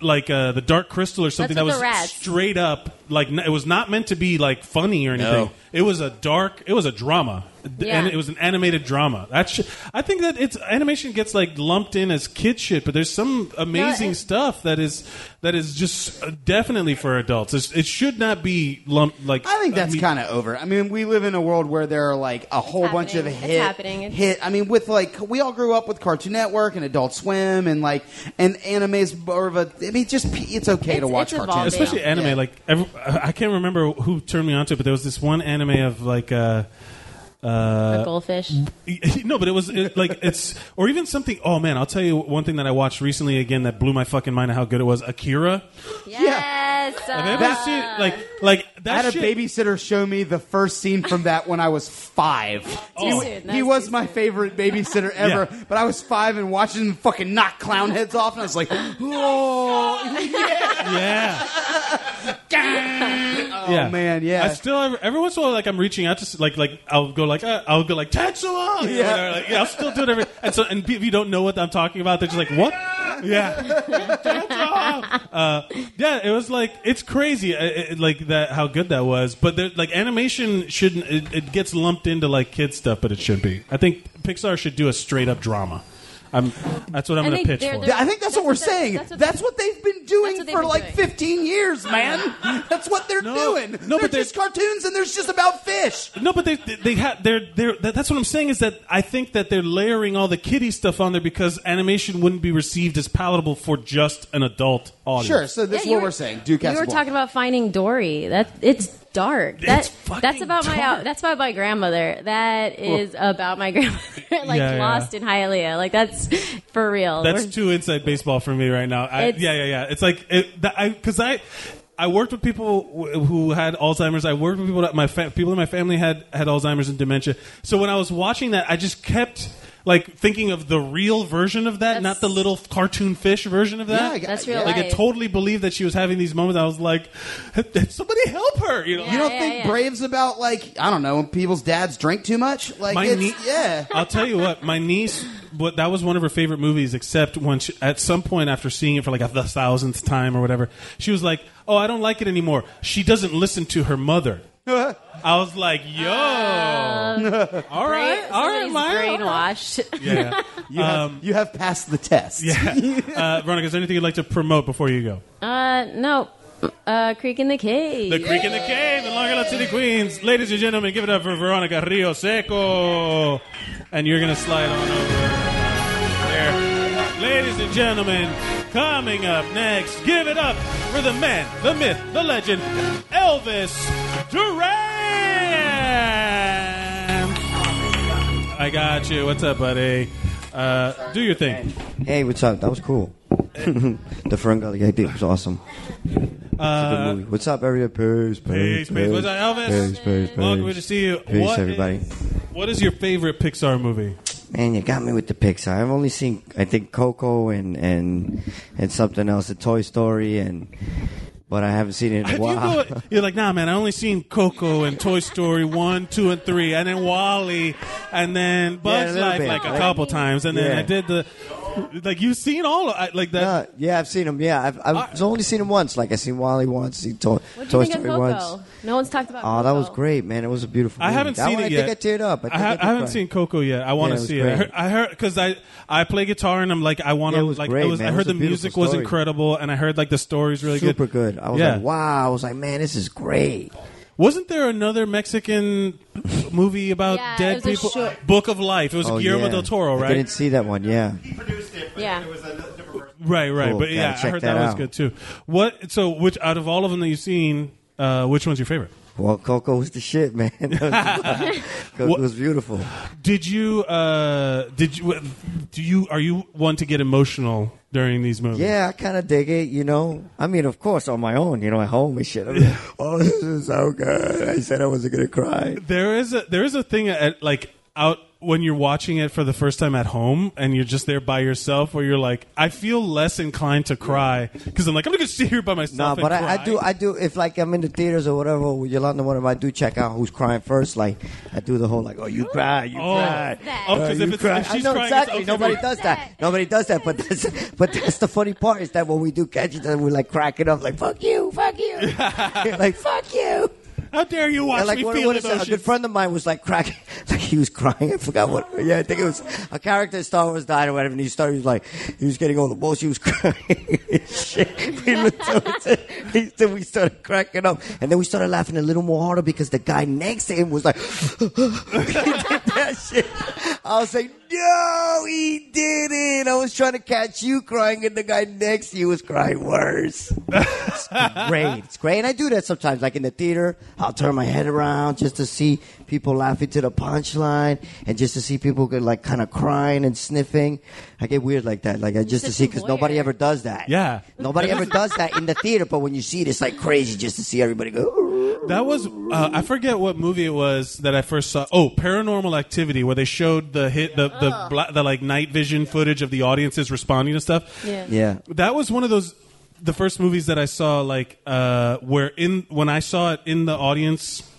[SPEAKER 1] like uh, the Dark Crystal or something
[SPEAKER 13] That's
[SPEAKER 1] that
[SPEAKER 13] with
[SPEAKER 1] was
[SPEAKER 13] the rats.
[SPEAKER 1] straight up like n- it was not meant to be like funny or anything.
[SPEAKER 11] No.
[SPEAKER 1] It was a dark. It was a drama, D-
[SPEAKER 13] Yeah.
[SPEAKER 1] and it was an animated drama. That sh- I think that it's animation gets like lumped in as kid shit, but there's some amazing
[SPEAKER 13] it-
[SPEAKER 1] stuff that is that is just uh, definitely for adults. It's, it should not be lumped like.
[SPEAKER 10] I think that's kind of over. I mean, we live in a world where there are like a whole bunch of
[SPEAKER 13] happening. It's
[SPEAKER 10] hit,
[SPEAKER 13] happening. It's-
[SPEAKER 10] hit. I mean, with like we all grew up with Cartoon Network and Adult Swim, and like and anime's more of a. I mean, just it's okay to watch cartoons,
[SPEAKER 1] especially
[SPEAKER 10] now.
[SPEAKER 1] anime.
[SPEAKER 10] Yeah.
[SPEAKER 1] Like every, I can't remember who turned me onto, it, but there was this one anime of like uh, uh,
[SPEAKER 13] a goldfish.
[SPEAKER 1] no, but it was it, like it's or even something. Oh man, I'll tell you one thing that I watched recently again that blew my fucking mind of how good it was. Akira.
[SPEAKER 13] Yes.
[SPEAKER 1] Have you
[SPEAKER 13] uh,
[SPEAKER 1] ever seen like like
[SPEAKER 10] I
[SPEAKER 1] that
[SPEAKER 10] had
[SPEAKER 1] shit?
[SPEAKER 10] a babysitter show me the first scene from that when I was five.
[SPEAKER 13] Too
[SPEAKER 10] He-
[SPEAKER 13] soon. That
[SPEAKER 10] He
[SPEAKER 13] was
[SPEAKER 10] was my favorite babysitter ever, but I was five and watching him fucking knock clown heads off, and I was like, oh,
[SPEAKER 1] yeah.
[SPEAKER 10] yeah.
[SPEAKER 1] yeah.
[SPEAKER 10] Oh, man, yeah.
[SPEAKER 1] I still every, every once in a while like I'm reaching out to s- like like I'll go like uh, I'll go like Tetsuo. Yeah.
[SPEAKER 10] Yeah.
[SPEAKER 1] like, yeah, I'll still do it every and so and people you don't know what I'm talking about. They're just like what? Yeah. uh, yeah, it was like it's crazy, uh, uh, like that how good that was. But there, like animation shouldn't it, it gets lumped into like kid stuff, but it should be. I think Pixar should do a straight up drama. I'm, that's what I'm
[SPEAKER 13] And they-
[SPEAKER 1] going to pitch
[SPEAKER 13] they're-
[SPEAKER 1] for.
[SPEAKER 13] they're-
[SPEAKER 10] I think that's, what we're saying. That's what, they've been doing for like 15 years, man. that's what they're doing. No, but there's cartoons and there's just about fish.
[SPEAKER 1] No, but they they, they have they're they're that, that's what I'm saying is that I think that they're layering all the kiddie stuff on there because animation wouldn't be received as palatable for just an adult audience.
[SPEAKER 10] Sure, so this is
[SPEAKER 13] Yeah,
[SPEAKER 10] what
[SPEAKER 13] you
[SPEAKER 10] we're saying. Duke
[SPEAKER 13] We were
[SPEAKER 10] Casablanca.
[SPEAKER 13] talking about finding Dory. That it's dark. That, that's about my that's about my grandmother. That
[SPEAKER 1] Cool.
[SPEAKER 13] is about my grandmother. like
[SPEAKER 1] Yeah, yeah.
[SPEAKER 13] lost in Hialeah. Like that's for real.
[SPEAKER 1] That's
[SPEAKER 13] We're-
[SPEAKER 1] too inside baseball for me right now. I,
[SPEAKER 13] It's-
[SPEAKER 1] yeah, yeah, yeah. It's like it, that, I because I. I worked with people wh- who had Alzheimer's. I worked with people that my fa- people in my family had had Alzheimer's and dementia. So when I was watching that, I just kept like thinking of the real version of that, not the little cartoon fish version of
[SPEAKER 13] Yeah,
[SPEAKER 1] that.
[SPEAKER 13] I- That's real
[SPEAKER 1] Like I
[SPEAKER 13] life.
[SPEAKER 1] totally believed that she was having these moments. I was like, somebody help her. You know.
[SPEAKER 10] you don't think Brave's about like I don't know when people's dads drink too much? Like it's,
[SPEAKER 1] nie-
[SPEAKER 10] yeah.
[SPEAKER 1] I'll tell you what, my niece, what that was one of her favorite movies. Except when she, at some point after seeing it for like a th- thousandth time or whatever, she was like, "Oh, I don't like it anymore." She doesn't listen to her mother. I was like, "Yo, all right,
[SPEAKER 13] Brain-
[SPEAKER 1] all right,
[SPEAKER 13] somebody's
[SPEAKER 1] Maya, all right."
[SPEAKER 13] brainwashed.
[SPEAKER 1] Yeah, Um,
[SPEAKER 10] You have- you have passed the test.
[SPEAKER 1] Yeah, uh, Veronica, is there anything you'd like to promote before you go?
[SPEAKER 13] Uh, no. Uh, Creek in the Cave.
[SPEAKER 1] The Creek in the Cave in Long Island City, Queens. Ladies and gentlemen, give it up for Veronica Rio Seco. And you're going to slide on over there. Ladies and gentlemen, coming up next, give it up for the man, the myth, the legend, Elvis Duran. I got you. What's up, buddy? Uh, do your thing.
[SPEAKER 14] Hey, what's up? That was cool. the Ferengully idea was awesome. It's a good
[SPEAKER 1] Uh,
[SPEAKER 14] movie. What's up, everybody? Peace, peace,
[SPEAKER 1] Peace, peace. What's up, Elvis?
[SPEAKER 14] Peace, peace, peace.
[SPEAKER 1] Well, good to see you.
[SPEAKER 14] Peace,
[SPEAKER 1] What
[SPEAKER 14] everybody.
[SPEAKER 1] what is your favorite Pixar movie?
[SPEAKER 14] Man, you got me with the Pixar. I've only seen, I think, Coco and and and something else, a Toy Story, and but I haven't seen it in a
[SPEAKER 1] You
[SPEAKER 14] while.
[SPEAKER 1] go- you're like, nah, man. I only seen Coco and Toy Story one, two, and three, and then Wally, and then Bugs
[SPEAKER 14] little
[SPEAKER 1] Life
[SPEAKER 14] bit,
[SPEAKER 1] like a
[SPEAKER 14] right?
[SPEAKER 1] couple times, and then
[SPEAKER 14] Yeah.
[SPEAKER 1] I did the like you've seen all of- I- like that.
[SPEAKER 14] yeah, I've seen them. Yeah, I've, I've only seen them once. Like I seen Wally once, seen Toy,
[SPEAKER 13] What do
[SPEAKER 14] Toy
[SPEAKER 13] you think of
[SPEAKER 14] Story
[SPEAKER 13] Coco?
[SPEAKER 14] once.
[SPEAKER 13] No one's talked about.
[SPEAKER 14] Oh, that was great, man! It was a beautiful.
[SPEAKER 1] I
[SPEAKER 14] movie.
[SPEAKER 1] haven't
[SPEAKER 14] Mm, That
[SPEAKER 1] seen
[SPEAKER 14] one,
[SPEAKER 1] it
[SPEAKER 14] I
[SPEAKER 1] yet.
[SPEAKER 14] think I teared up. I, think
[SPEAKER 1] ha-
[SPEAKER 14] did
[SPEAKER 1] I haven't
[SPEAKER 14] cry.
[SPEAKER 1] seen Coco yet. I want
[SPEAKER 14] Yeah,
[SPEAKER 1] to
[SPEAKER 14] it was
[SPEAKER 1] see it. I
[SPEAKER 14] great.
[SPEAKER 1] heard- I heard because I, I play guitar and I'm like I want to like
[SPEAKER 14] great,
[SPEAKER 1] it was,
[SPEAKER 14] man.
[SPEAKER 1] I
[SPEAKER 14] It
[SPEAKER 1] heard
[SPEAKER 14] was a
[SPEAKER 1] the
[SPEAKER 14] beautiful
[SPEAKER 1] music was
[SPEAKER 14] story.
[SPEAKER 1] incredible and I heard like the stories really
[SPEAKER 14] Super
[SPEAKER 1] good.
[SPEAKER 14] good. I was
[SPEAKER 1] Yeah.
[SPEAKER 14] like, wow. I was like, man, this is great.
[SPEAKER 1] Wasn't there another Mexican movie about
[SPEAKER 13] Yeah,
[SPEAKER 1] dead
[SPEAKER 13] it was a
[SPEAKER 1] people?
[SPEAKER 13] short-
[SPEAKER 1] Book of Life. It was
[SPEAKER 14] Oh,
[SPEAKER 1] Guillermo
[SPEAKER 14] yeah.
[SPEAKER 1] del Toro,
[SPEAKER 14] I
[SPEAKER 1] right?
[SPEAKER 14] didn't see that one. Yeah.
[SPEAKER 13] Yeah.
[SPEAKER 1] Right, right.
[SPEAKER 14] Cool.
[SPEAKER 1] But yeah,
[SPEAKER 14] Gotta
[SPEAKER 1] I
[SPEAKER 14] check
[SPEAKER 1] heard that,
[SPEAKER 14] that
[SPEAKER 1] was
[SPEAKER 14] out.
[SPEAKER 1] good too. What? So, which out of all of them that you've seen, uh, which one's your favorite?
[SPEAKER 14] Well, Coco was the shit, man. Coco
[SPEAKER 1] What-
[SPEAKER 14] was beautiful.
[SPEAKER 1] Did you? Uh, did you? Do you? Are you one to get emotional during these movies?
[SPEAKER 14] Yeah, I kind of dig it. You know, I mean, of course, on my own, you know, at home and shit. I'm like, oh, this is so good. I said I wasn't gonna cry.
[SPEAKER 1] There is a there is a thing at like out when you're watching it for the first time at home and you're just there by yourself where you're like I feel less inclined to cry because I'm like I'm gonna sit here by myself.
[SPEAKER 14] Nah,
[SPEAKER 1] and
[SPEAKER 14] but I, I
[SPEAKER 1] cry.
[SPEAKER 14] do, I do. If like I'm in the theaters or whatever, with Yolanda, one of 'em, I do check out who's crying first. Like I do the whole like, oh, you cry, you
[SPEAKER 1] Oh.
[SPEAKER 14] cry.
[SPEAKER 1] Oh, 'cause
[SPEAKER 14] you
[SPEAKER 1] if it's-
[SPEAKER 14] cry.
[SPEAKER 1] if
[SPEAKER 14] I
[SPEAKER 1] she's
[SPEAKER 14] know
[SPEAKER 1] crying, it's
[SPEAKER 14] exactly.
[SPEAKER 1] okay
[SPEAKER 14] Nobody
[SPEAKER 1] for you.
[SPEAKER 14] does that. Nobody does that. But that's, but that's the funny part is that when we do catch it, then we're like cracking up, like fuck you, fuck you, like fuck you.
[SPEAKER 1] How dare you watch
[SPEAKER 14] And, like,
[SPEAKER 1] me
[SPEAKER 14] what-
[SPEAKER 1] feel
[SPEAKER 14] what is it? A good
[SPEAKER 1] emotions?
[SPEAKER 14] friend of mine was like cracking, like he was crying. I forgot what. Yeah, I think it was a character in Star Wars died or whatever. And he started, he was like, he was getting all the bullshit. He was crying. Shit. We looked over to- he- then we started cracking up, and then we started laughing a little more harder because the guy next to him was like, he did that shit. I was like, no, he did it. I was trying to catch you crying, and the guy next to you was crying worse. It's great. It's great. And I do that sometimes, like in the theater. I'll turn my head around just to see people laughing to the punchline, and just to see people get, like kind of crying and sniffing. I get weird like that, like I just to see because nobody ever does that.
[SPEAKER 1] Yeah,
[SPEAKER 14] nobody ever does that in the theater. But when you see it, it's like crazy just to see everybody go.
[SPEAKER 1] That was uh, I forget what movie it was that I first saw. Oh, Paranormal Activity, where they showed the hit the the, bla- the like night vision footage of the audiences responding to stuff.
[SPEAKER 14] Yeah. Yeah.
[SPEAKER 1] that was one of those the first movies that I saw like uh, where in when I saw it in the audience.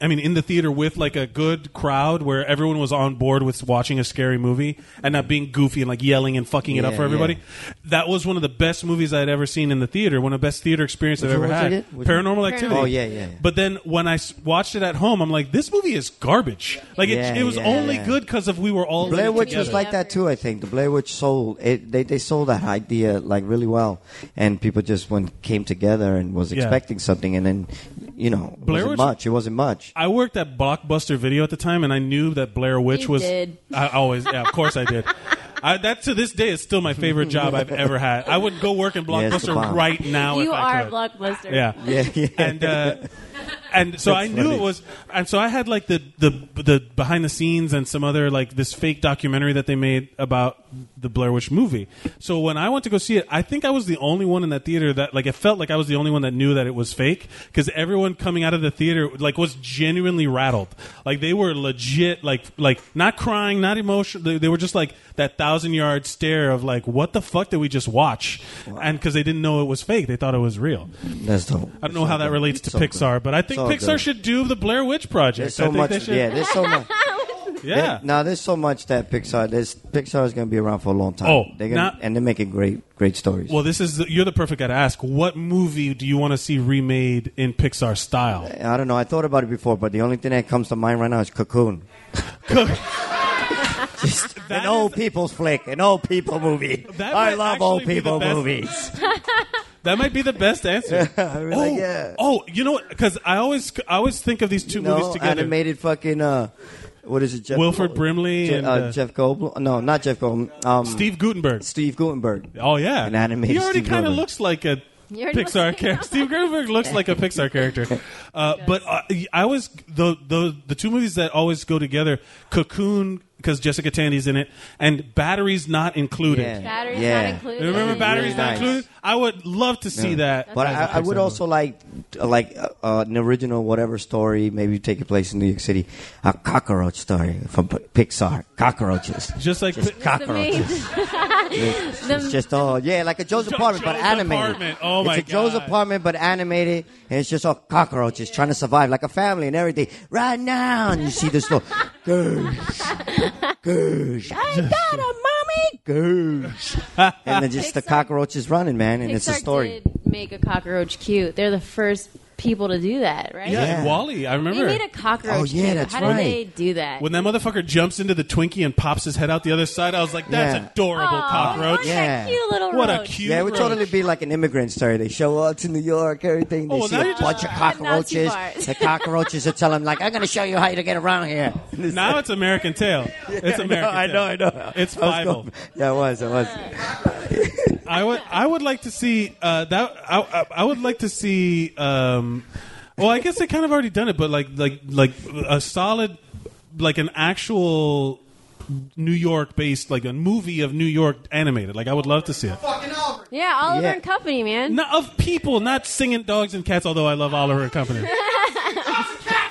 [SPEAKER 1] I mean, in the theater with like a good crowd where everyone was on board with watching a scary movie and not being goofy and like yelling and fucking it up
[SPEAKER 15] Yeah,
[SPEAKER 1] for everybody. That was one of the best movies I'd ever seen in the theater. One of the best theater experiences I've
[SPEAKER 14] Which
[SPEAKER 1] ever
[SPEAKER 14] one was
[SPEAKER 1] had.
[SPEAKER 14] it again? Which
[SPEAKER 1] Paranormal
[SPEAKER 14] one?
[SPEAKER 1] Activity.
[SPEAKER 14] Oh, yeah, yeah, yeah.
[SPEAKER 1] But then when I s- watched it at home, I'm like, this movie is garbage. Like
[SPEAKER 14] Yeah,
[SPEAKER 1] it, it was
[SPEAKER 14] yeah,
[SPEAKER 1] only
[SPEAKER 14] yeah.
[SPEAKER 1] good because of we were all in
[SPEAKER 14] Blair
[SPEAKER 1] it
[SPEAKER 14] Witch was
[SPEAKER 1] together.
[SPEAKER 14] like that too. I think the Blair Witch sold it. They they sold that idea like really well, and people just went came together and was
[SPEAKER 1] Yeah.
[SPEAKER 14] expecting something, and then you know it
[SPEAKER 1] Blair
[SPEAKER 14] wasn't
[SPEAKER 1] Witch-
[SPEAKER 14] much. It wasn't much.
[SPEAKER 1] I worked at Blockbuster Video at the time, and I knew that Blair Witch
[SPEAKER 14] You
[SPEAKER 1] was.
[SPEAKER 14] did.
[SPEAKER 1] I always, yeah, of course I did. I, that to this day is still my favorite job I've ever had. I would go work in
[SPEAKER 14] Yeah, it's the
[SPEAKER 1] Blockbuster
[SPEAKER 14] bomb.
[SPEAKER 1] right now
[SPEAKER 13] you
[SPEAKER 1] if I
[SPEAKER 13] are
[SPEAKER 1] could.
[SPEAKER 13] blockbuster.
[SPEAKER 1] Yeah. And uh, and so I
[SPEAKER 13] That's
[SPEAKER 1] knew
[SPEAKER 13] funny.
[SPEAKER 1] it was and so I had like the the the behind the scenes and some other like this fake documentary that they made about the Blair Witch movie. So when I went to go see it, I think I was the only one in that theater that like it felt like I was the only one that knew that it was fake cuz everyone coming out of the theater like was genuinely rattled. Like they were legit like like not crying, not emotional. They, they were just like that thousand-yard stare of like what the fuck did we just watch? And cuz they didn't know it was fake, they thought it was real.
[SPEAKER 14] That's dope.
[SPEAKER 1] I don't know how that relates to
[SPEAKER 14] So good.
[SPEAKER 1] Pixar, but I think
[SPEAKER 14] So
[SPEAKER 1] Pixar
[SPEAKER 14] good.
[SPEAKER 1] should do the Blair Witch Project.
[SPEAKER 14] There's
[SPEAKER 1] I
[SPEAKER 14] so
[SPEAKER 1] think
[SPEAKER 14] much.
[SPEAKER 1] they should-
[SPEAKER 14] Yeah, there's so much.
[SPEAKER 1] Yeah.
[SPEAKER 14] There- now there's so much that Pixar. There's Pixar is going to be around for a long time.
[SPEAKER 1] Oh,
[SPEAKER 14] they're gonna,
[SPEAKER 1] not-
[SPEAKER 14] and they're making great great stories.
[SPEAKER 1] Well, this is the, you're the perfect guy to ask. What movie do you want to see remade in Pixar style?
[SPEAKER 14] I don't know. I thought about it before, but the only thing that comes to mind right now is Cocoon. Just an old people's flick, an old people movie.
[SPEAKER 1] That
[SPEAKER 14] I
[SPEAKER 1] might
[SPEAKER 14] love old
[SPEAKER 1] actually be the
[SPEAKER 14] people
[SPEAKER 1] best-
[SPEAKER 14] movies.
[SPEAKER 1] That might be the best answer.
[SPEAKER 14] oh,
[SPEAKER 1] oh, you know what? Because I always I always think of these two
[SPEAKER 14] no,
[SPEAKER 1] movies together.
[SPEAKER 14] animated fucking uh, what is it? Jeff
[SPEAKER 1] Wilford Brimley
[SPEAKER 14] Je-
[SPEAKER 1] and,
[SPEAKER 14] uh,
[SPEAKER 1] uh,
[SPEAKER 14] Jeff Goldblum. No, not Jeff Goldblum. Um, Steve
[SPEAKER 1] Gutenberg.
[SPEAKER 14] Steve Gutenberg.
[SPEAKER 1] Oh yeah,
[SPEAKER 14] an animated.
[SPEAKER 1] he already
[SPEAKER 14] Steve
[SPEAKER 1] kind of
[SPEAKER 14] Gutenberg.
[SPEAKER 1] looks like a
[SPEAKER 13] He already looks
[SPEAKER 1] Pixar character. Steve Gerberg looks like a Pixar character. Uh, but uh, I always the the the two movies that always go together: Cocoon because Jessica Tandy's in it, and Batteries Not Included.
[SPEAKER 14] Yeah. Batteries Yeah. Not Included.
[SPEAKER 1] Remember
[SPEAKER 14] Yeah.
[SPEAKER 1] Batteries
[SPEAKER 14] Really
[SPEAKER 1] Not
[SPEAKER 14] nice.
[SPEAKER 1] Included? I would love to see
[SPEAKER 14] Yeah.
[SPEAKER 1] that.
[SPEAKER 14] But
[SPEAKER 1] as
[SPEAKER 14] I,
[SPEAKER 1] a
[SPEAKER 14] I would
[SPEAKER 1] Pixar
[SPEAKER 14] also like uh, like uh, uh, an original whatever story, maybe taking place in New York City, a cockroach story from P- Pixar. Cockroaches,
[SPEAKER 1] just like
[SPEAKER 14] just cockroaches. It's,
[SPEAKER 13] The-
[SPEAKER 14] it's just all yeah, like a Joe's apartment, but
[SPEAKER 13] Joe's
[SPEAKER 14] animated.
[SPEAKER 13] Apartment. Oh,
[SPEAKER 14] it's
[SPEAKER 13] my
[SPEAKER 14] a Joe's
[SPEAKER 13] God.
[SPEAKER 14] apartment, but animated, and it's just all cockroaches trying to survive, like a family and everything. Right now, and you see this little gosh, gosh,
[SPEAKER 8] got a mommy.
[SPEAKER 14] gosh, and then just the cockroaches running, man, and it's a
[SPEAKER 13] Pixar
[SPEAKER 14] story.
[SPEAKER 13] did make a cockroach cute. They're the first people to do that, right?
[SPEAKER 1] Yeah, and Wally. I remember.
[SPEAKER 13] They made a cockroach.
[SPEAKER 1] Oh, yeah,
[SPEAKER 13] cute.
[SPEAKER 1] that's
[SPEAKER 13] How
[SPEAKER 1] right.
[SPEAKER 13] did they do that?
[SPEAKER 1] when that motherfucker jumps into the Twinkie and pops his head out the other side, I was like, "That's
[SPEAKER 14] Yeah.
[SPEAKER 1] adorable,
[SPEAKER 13] Aw,
[SPEAKER 1] cockroach."
[SPEAKER 14] Yeah.
[SPEAKER 13] cute little
[SPEAKER 1] What a
[SPEAKER 13] roach.
[SPEAKER 1] cute.
[SPEAKER 14] yeah, it would
[SPEAKER 1] roach.
[SPEAKER 14] totally be like an immigrant story. They show up to New York, everything. They
[SPEAKER 1] Oh, well,
[SPEAKER 14] see
[SPEAKER 1] now
[SPEAKER 14] a
[SPEAKER 1] you're just-
[SPEAKER 14] bunch of cockroaches.
[SPEAKER 13] far.
[SPEAKER 14] The cockroaches are telling them, like, I'm going to show you how to get around here.
[SPEAKER 1] Now it's American Tale. It's
[SPEAKER 14] I know,
[SPEAKER 1] American.
[SPEAKER 14] I know, I
[SPEAKER 1] Tale.
[SPEAKER 14] know.
[SPEAKER 1] It's
[SPEAKER 14] I was
[SPEAKER 1] Bible.
[SPEAKER 14] going- yeah, it was. It was.
[SPEAKER 1] I would I would like to see uh, that I, I, I would like to see um, well I guess they kind of already done it but like like like a solid like an actual New York based like a movie of New York animated like I would love to see it
[SPEAKER 13] yeah, Oliver
[SPEAKER 1] Yeah.
[SPEAKER 13] and Company, man.
[SPEAKER 1] not of people not singing dogs and cats although I love Oliver and Company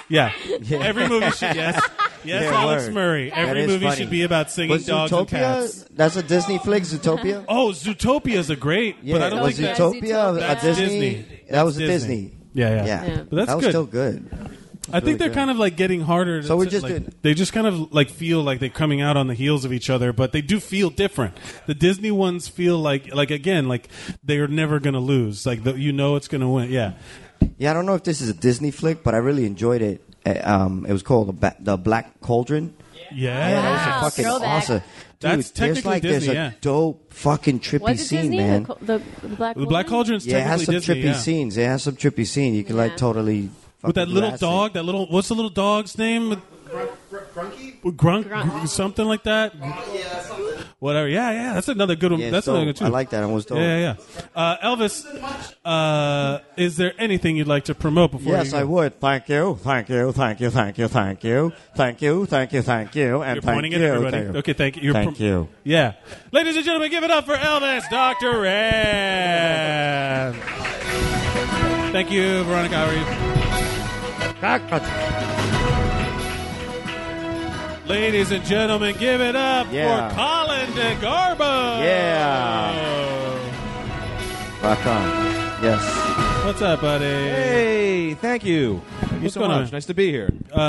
[SPEAKER 1] yeah, every movie should yes yes
[SPEAKER 14] Yeah,
[SPEAKER 1] Alex
[SPEAKER 14] word.
[SPEAKER 1] Murray
[SPEAKER 14] That
[SPEAKER 1] every
[SPEAKER 14] is
[SPEAKER 1] movie
[SPEAKER 14] funny.
[SPEAKER 1] should be about singing
[SPEAKER 14] Was
[SPEAKER 1] dogs
[SPEAKER 14] Zootopia-
[SPEAKER 1] and cats
[SPEAKER 14] That's a Disney flick, Zootopia?
[SPEAKER 1] oh Zootopia is a great
[SPEAKER 14] Yeah,
[SPEAKER 1] but I don't
[SPEAKER 14] was
[SPEAKER 1] think
[SPEAKER 14] Zootopia a
[SPEAKER 1] that's, that's
[SPEAKER 14] Disney? That was a
[SPEAKER 1] That's
[SPEAKER 14] Disney.
[SPEAKER 1] Yeah, yeah,
[SPEAKER 14] Yeah.
[SPEAKER 1] But that's
[SPEAKER 14] that was
[SPEAKER 1] good.
[SPEAKER 14] still good.
[SPEAKER 1] I think they're
[SPEAKER 14] good.
[SPEAKER 1] kind of like getting harder.
[SPEAKER 14] So we're
[SPEAKER 1] to-
[SPEAKER 14] just
[SPEAKER 1] like,
[SPEAKER 14] doing-
[SPEAKER 1] they just kind of like feel like they're coming out on the heels of each other, but they do feel different. The Disney ones feel like like again like they're never gonna lose. Like the, you know it's gonna win. Yeah,
[SPEAKER 14] Yeah, I don't know if this is a Disney flick, but I really enjoyed it. Uh, Um, it was called the, ba- the Black Cauldron.
[SPEAKER 1] yeah.
[SPEAKER 14] Yeah, that
[SPEAKER 13] Wow.
[SPEAKER 14] was a fucking
[SPEAKER 13] Throwback.
[SPEAKER 14] awesome. Dude,
[SPEAKER 1] That's
[SPEAKER 14] there's
[SPEAKER 1] technically
[SPEAKER 14] like
[SPEAKER 1] Disney,
[SPEAKER 14] there's a
[SPEAKER 1] yeah.
[SPEAKER 14] dope fucking trippy
[SPEAKER 13] Was it
[SPEAKER 14] scene,
[SPEAKER 13] Disney?
[SPEAKER 14] man.
[SPEAKER 13] The, co- the, the Black
[SPEAKER 1] The Black Cauldron's
[SPEAKER 14] yeah, it has some
[SPEAKER 1] technically Disney.
[SPEAKER 14] trippy
[SPEAKER 1] yeah.
[SPEAKER 14] scenes. It has some trippy scene. You can like totally
[SPEAKER 1] With that
[SPEAKER 14] fucking
[SPEAKER 1] little
[SPEAKER 14] grasp it.
[SPEAKER 1] dog, that little what's the little dog's name? Grunk, grunk,
[SPEAKER 4] Grunt.
[SPEAKER 1] something like that.
[SPEAKER 4] Yeah, something.
[SPEAKER 1] Whatever. Yeah, yeah. That's another good one.
[SPEAKER 14] Yeah,
[SPEAKER 1] that's
[SPEAKER 14] so
[SPEAKER 1] another good too.
[SPEAKER 14] I like that. I was dope.
[SPEAKER 1] Yeah, yeah. yeah. Uh, Elvis, uh, is there anything you'd like to promote before?
[SPEAKER 14] Yes,
[SPEAKER 1] you
[SPEAKER 14] I would. Thank you. Thank you. Thank you. Thank you. Thank you. Thank you. Thank you. Thank you. And
[SPEAKER 1] You're
[SPEAKER 14] thank
[SPEAKER 1] pointing
[SPEAKER 14] you.
[SPEAKER 1] at everybody.
[SPEAKER 14] Thank you.
[SPEAKER 1] Okay, thank you. You're
[SPEAKER 14] thank
[SPEAKER 1] prom-
[SPEAKER 14] you.
[SPEAKER 1] Yeah. Ladies and gentlemen, give it up for Elvis Dr. Ram. Thank you, Veronica Howard. Ladies and gentlemen, give it up
[SPEAKER 14] Yeah.
[SPEAKER 1] for Colin DeGarbo.
[SPEAKER 14] Yeah. Rock on. Yes.
[SPEAKER 1] What's up, buddy?
[SPEAKER 11] Hey, thank you. Thank you
[SPEAKER 1] What's
[SPEAKER 11] so
[SPEAKER 1] going on?
[SPEAKER 11] much. Nice to be here.
[SPEAKER 1] Uh,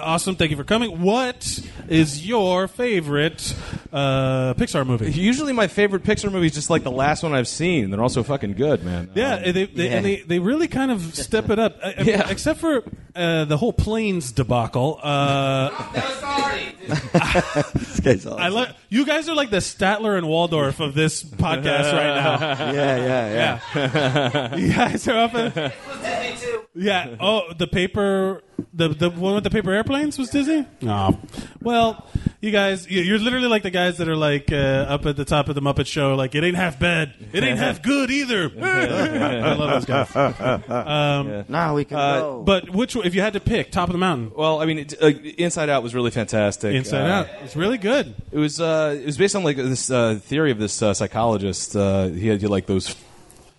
[SPEAKER 1] awesome. Thank you for coming. What is your favorite uh, Pixar movie?
[SPEAKER 11] Usually, my favorite Pixar movie is just like the last one I've seen. They're all so fucking good, man.
[SPEAKER 1] Yeah, and they, they, And they, they really kind of step it up. I- I mean, Except for uh, the whole planes debacle. Uh,
[SPEAKER 14] this guy's awesome.
[SPEAKER 1] I love you guys are like the Statler and Waldorf of this podcast right now.
[SPEAKER 14] Yeah, yeah,
[SPEAKER 1] yeah. you guys are up. in- yeah. Oh, the paper. The the one with the paper airplanes was Disney. No. Well, you guys, you- you're literally like the guys that are like uh, up at the top of the Muppet Show. Like it ain't half bad. It ain't half good either. I love those guys. Um,
[SPEAKER 14] Now we can
[SPEAKER 11] Uh,
[SPEAKER 14] go.
[SPEAKER 1] But which, one- if you had to pick, top of the mountain.
[SPEAKER 11] Well, I mean, it, uh, Inside Out was really fantastic. Uh,
[SPEAKER 1] Inside Out. It's really good.
[SPEAKER 11] It was. Uh, it was based on like this uh, theory of this uh, psychologist. Uh, he had like those.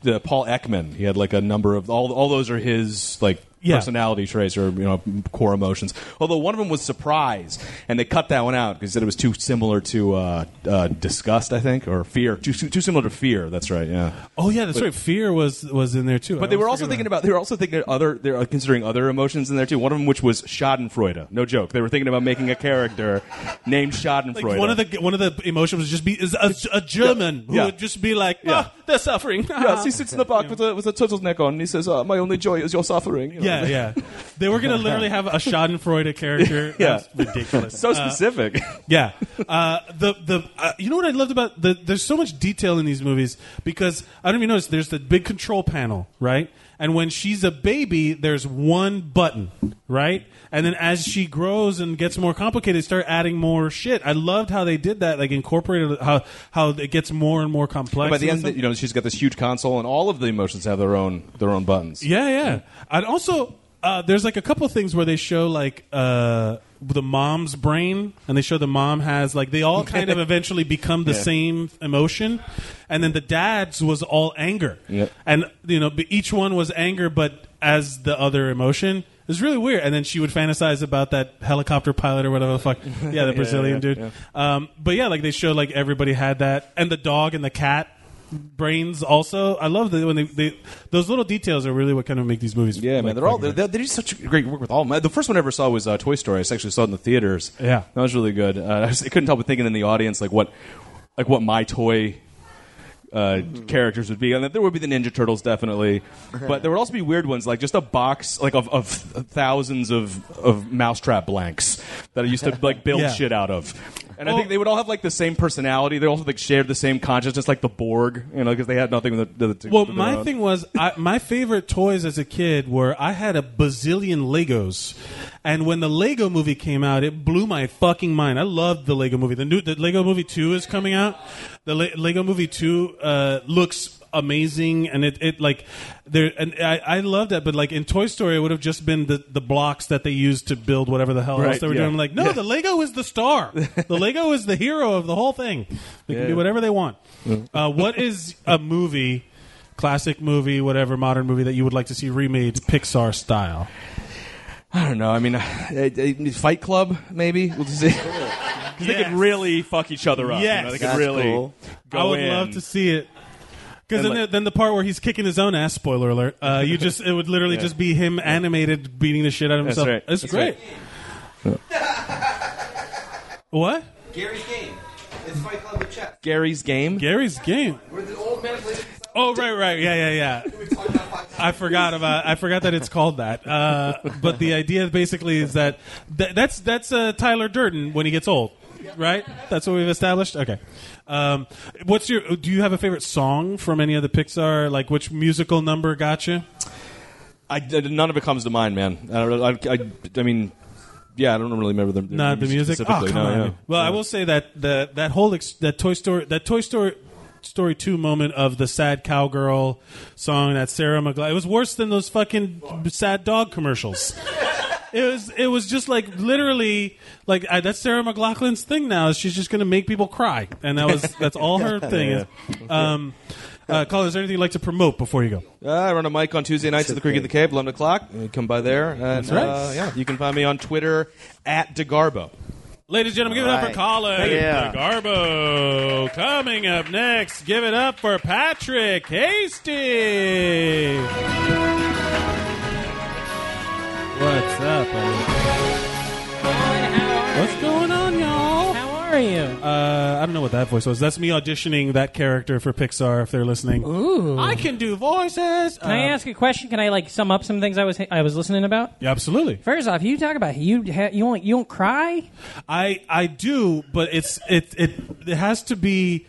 [SPEAKER 11] Uh, Paul Ekman. He had like a number of all. All those are his like.
[SPEAKER 1] Yeah.
[SPEAKER 11] Personality traits or you know core emotions. Although one of them was surprise, and they cut that one out because it was too similar to uh, uh, disgust, I think, or fear. Too too similar to fear. That's right. Yeah.
[SPEAKER 1] Oh yeah, that's
[SPEAKER 11] But-
[SPEAKER 1] right. Fear was was in there too.
[SPEAKER 11] But
[SPEAKER 1] I
[SPEAKER 11] they were
[SPEAKER 1] always
[SPEAKER 11] also
[SPEAKER 1] forget
[SPEAKER 11] thinking
[SPEAKER 1] that.
[SPEAKER 11] about they were also thinking other they were considering other emotions in there too. One of them which was Schadenfreude. No joke. They were thinking about making a character named Schadenfreude.
[SPEAKER 1] Like one of the one of the emotions would just be is a, a German who
[SPEAKER 11] Yeah.
[SPEAKER 1] would just be like,
[SPEAKER 11] Yeah.
[SPEAKER 1] "Ah, they're suffering.
[SPEAKER 11] yes, he sits in the back with a with a turtleneck on. and He says, uh, "My only joy is your suffering." You know?
[SPEAKER 1] yeah, yeah. They were gonna literally have a Schadenfreude character.
[SPEAKER 11] Yeah.
[SPEAKER 1] That's ridiculous.
[SPEAKER 11] So
[SPEAKER 1] Uh,
[SPEAKER 11] specific.
[SPEAKER 1] yeah. Uh, the the uh, you know what I loved about the there's so much detail in these movies because I don't even notice there's the big control panel right and when she's a baby there's one button right and then as she grows and gets more complicated start adding more shit I loved how they did that like incorporated how how it gets more and more complex
[SPEAKER 11] by the
[SPEAKER 1] and
[SPEAKER 11] end,
[SPEAKER 1] stuff.
[SPEAKER 11] you know, she's got this huge console, and all of the emotions have their own their own buttons.
[SPEAKER 1] Yeah, yeah.
[SPEAKER 11] Mm.
[SPEAKER 1] And also, uh, there's like a couple of things where they show like uh, the mom's brain, and they show the mom has like they all kind of eventually become the
[SPEAKER 11] Yeah.
[SPEAKER 1] same emotion, and then the dad's was all anger,
[SPEAKER 11] Yeah.
[SPEAKER 1] and you know b- each one was anger, but as the other emotion. It was really weird, and then she would fantasize about that helicopter pilot or whatever the fuck. Yeah, the
[SPEAKER 11] Yeah,
[SPEAKER 1] Brazilian
[SPEAKER 11] yeah,
[SPEAKER 1] dude.
[SPEAKER 11] yeah.
[SPEAKER 1] Um, but yeah, like they showed like everybody had that, and the dog and the cat brains also. I love that when they, they those little details are really what kind of make these movies.
[SPEAKER 11] Yeah, man, they're all they're, they're, they do such great work with all. of them. The first one I ever saw was uh, Toy Story. I actually saw it in the theaters.
[SPEAKER 1] Yeah.
[SPEAKER 11] that was really good. Uh, I, was- I couldn't help but thinking in the audience like what, like what my toy. Uh, characters would be, and there would be the Ninja Turtles definitely, but there would also be weird ones like just a box like of, of thousands of of mousetrap blanks that I used to like build
[SPEAKER 1] Yeah.
[SPEAKER 11] shit out of, and I
[SPEAKER 1] Well-
[SPEAKER 11] think they would all have like the same personality. They also like shared the same consciousness, like the Borg, you know, because they had nothing with the, the,
[SPEAKER 1] Well,
[SPEAKER 11] their
[SPEAKER 1] my
[SPEAKER 11] own.
[SPEAKER 1] thing was I, my favorite toys as a kid were I had a bazillion Legos, and when the Lego movie came out, it blew my fucking mind. I loved the Lego movie. The new the Lego movie two is coming out. The Le- Lego movie two uh, looks amazing and it, it like there and I, I love that but like in Toy Story it would have just been the, the blocks that they used to build whatever the hell else
[SPEAKER 11] Right,
[SPEAKER 1] they were
[SPEAKER 11] yeah.
[SPEAKER 1] doing I'm like no
[SPEAKER 11] Yeah.
[SPEAKER 1] the Lego is the star the Lego is the hero of the whole thing they can
[SPEAKER 11] Yeah. Mm.
[SPEAKER 1] do whatever they want uh, what is a movie, classic movie, whatever modern movie that you would like to see remade Pixar style?
[SPEAKER 11] I don't know. I mean, uh, uh, Fight Club, maybe. We'll just Because they could really fuck each other up. you know? They could really go
[SPEAKER 1] I would
[SPEAKER 11] in.
[SPEAKER 1] love to see it. Because
[SPEAKER 11] And
[SPEAKER 1] then,
[SPEAKER 11] like-
[SPEAKER 1] the, then the part where he's kicking his own ass, spoiler alert, uh, you just it would literally
[SPEAKER 11] Yeah.
[SPEAKER 1] just be him animated beating the shit out of
[SPEAKER 11] That's
[SPEAKER 1] himself.
[SPEAKER 11] right.
[SPEAKER 1] It's
[SPEAKER 11] That's
[SPEAKER 1] great. what?
[SPEAKER 4] Gary's game. It's Fight Club with Chess.
[SPEAKER 11] Gary's game.
[SPEAKER 1] Gary's game.
[SPEAKER 4] Where the old man plays himself.
[SPEAKER 1] Oh right, right, yeah, yeah, yeah. I forgot about. I forgot that it's called that. Uh, but the idea basically is that th- that's that's uh, Tyler Durden when he gets old, right? That's what we've established. Okay. Um, what's your? Do you have a favorite song from any of the Pixar? Like which musical number got you?
[SPEAKER 11] I, I- none of it comes to mind, man. I, don't, I, I, I mean, yeah, I don't really remember them.
[SPEAKER 1] Not the music. Oh, come
[SPEAKER 11] specifically. no,
[SPEAKER 1] on.
[SPEAKER 11] no.
[SPEAKER 1] Well, I will say that the that whole ex- that Toy Story that Toy Story Story two moment of the sad cowgirl song that Sarah McLachlan it was worse than those fucking sad dog commercials. It was it was just like literally like I, that's Sarah McLachlan's thing now. Is she's just gonna make people cry, and that was that's all her thing is. Um, uh, Colin, is there anything you'd like to promote before you go?
[SPEAKER 11] Uh, I run a mic on Tuesday nights at the Creek of the Cave, 11 o'clock. You come by there. And,
[SPEAKER 1] That's right.
[SPEAKER 11] Uh, yeah, you can find me on Twitter at DeGarbo.
[SPEAKER 1] Ladies and gentlemen, give it up for
[SPEAKER 15] Right.
[SPEAKER 1] Colin
[SPEAKER 15] Yeah.
[SPEAKER 1] Garbo. Coming up next, give it up for Patrick Hasty. What's up? What's going on, y'all? How
[SPEAKER 16] are you?
[SPEAKER 1] Uh, I don't know what that voice was. That's me auditioning that character for Pixar. If they're listening,
[SPEAKER 16] Ooh.
[SPEAKER 1] I can do voices.
[SPEAKER 16] Oh. Can I
[SPEAKER 1] Um,
[SPEAKER 16] ask a question? Can I like sum up some things I was I was listening about?
[SPEAKER 1] Yeah, absolutely.
[SPEAKER 16] First off, you talk about you ha- you don't you don't cry.
[SPEAKER 1] I I do, but it's it it, it has to be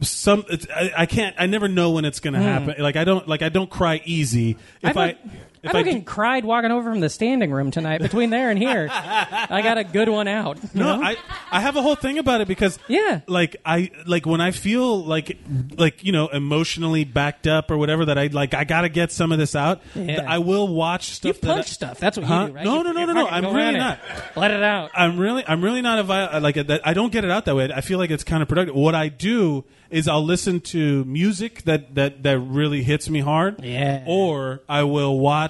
[SPEAKER 1] some. It's, I, I can't. I never know when it's going to
[SPEAKER 16] Hmm.
[SPEAKER 1] happen. Like I don't like I don't cry easy. If
[SPEAKER 16] I
[SPEAKER 1] I,
[SPEAKER 16] fuck-
[SPEAKER 1] if
[SPEAKER 16] I
[SPEAKER 1] I,
[SPEAKER 16] fucking cried walking over from the standing room tonight. Between there and here, I got a good one out. you
[SPEAKER 1] no,
[SPEAKER 16] know?
[SPEAKER 1] I I have a whole thing about it because
[SPEAKER 16] yeah,
[SPEAKER 1] like I like when I feel like like you know emotionally backed up or whatever that I like I gotta get some of this out.
[SPEAKER 16] Yeah.
[SPEAKER 1] I will watch stuff.
[SPEAKER 16] You've
[SPEAKER 1] that I-
[SPEAKER 16] punched stuff. That's what
[SPEAKER 1] Huh?
[SPEAKER 16] you do, right?
[SPEAKER 1] No,
[SPEAKER 16] You-
[SPEAKER 1] no, no,
[SPEAKER 16] you
[SPEAKER 1] no, no.
[SPEAKER 16] fucking
[SPEAKER 1] I'm
[SPEAKER 16] go at
[SPEAKER 1] really
[SPEAKER 16] it.
[SPEAKER 1] not.
[SPEAKER 16] Let it out.
[SPEAKER 1] I'm really, I'm really not a vi- uh, like that. I don't get it out that way. I feel like it's kind of productive. What I do is I'll listen to music that that that really hits me hard.
[SPEAKER 16] Yeah.
[SPEAKER 1] Or I will watch.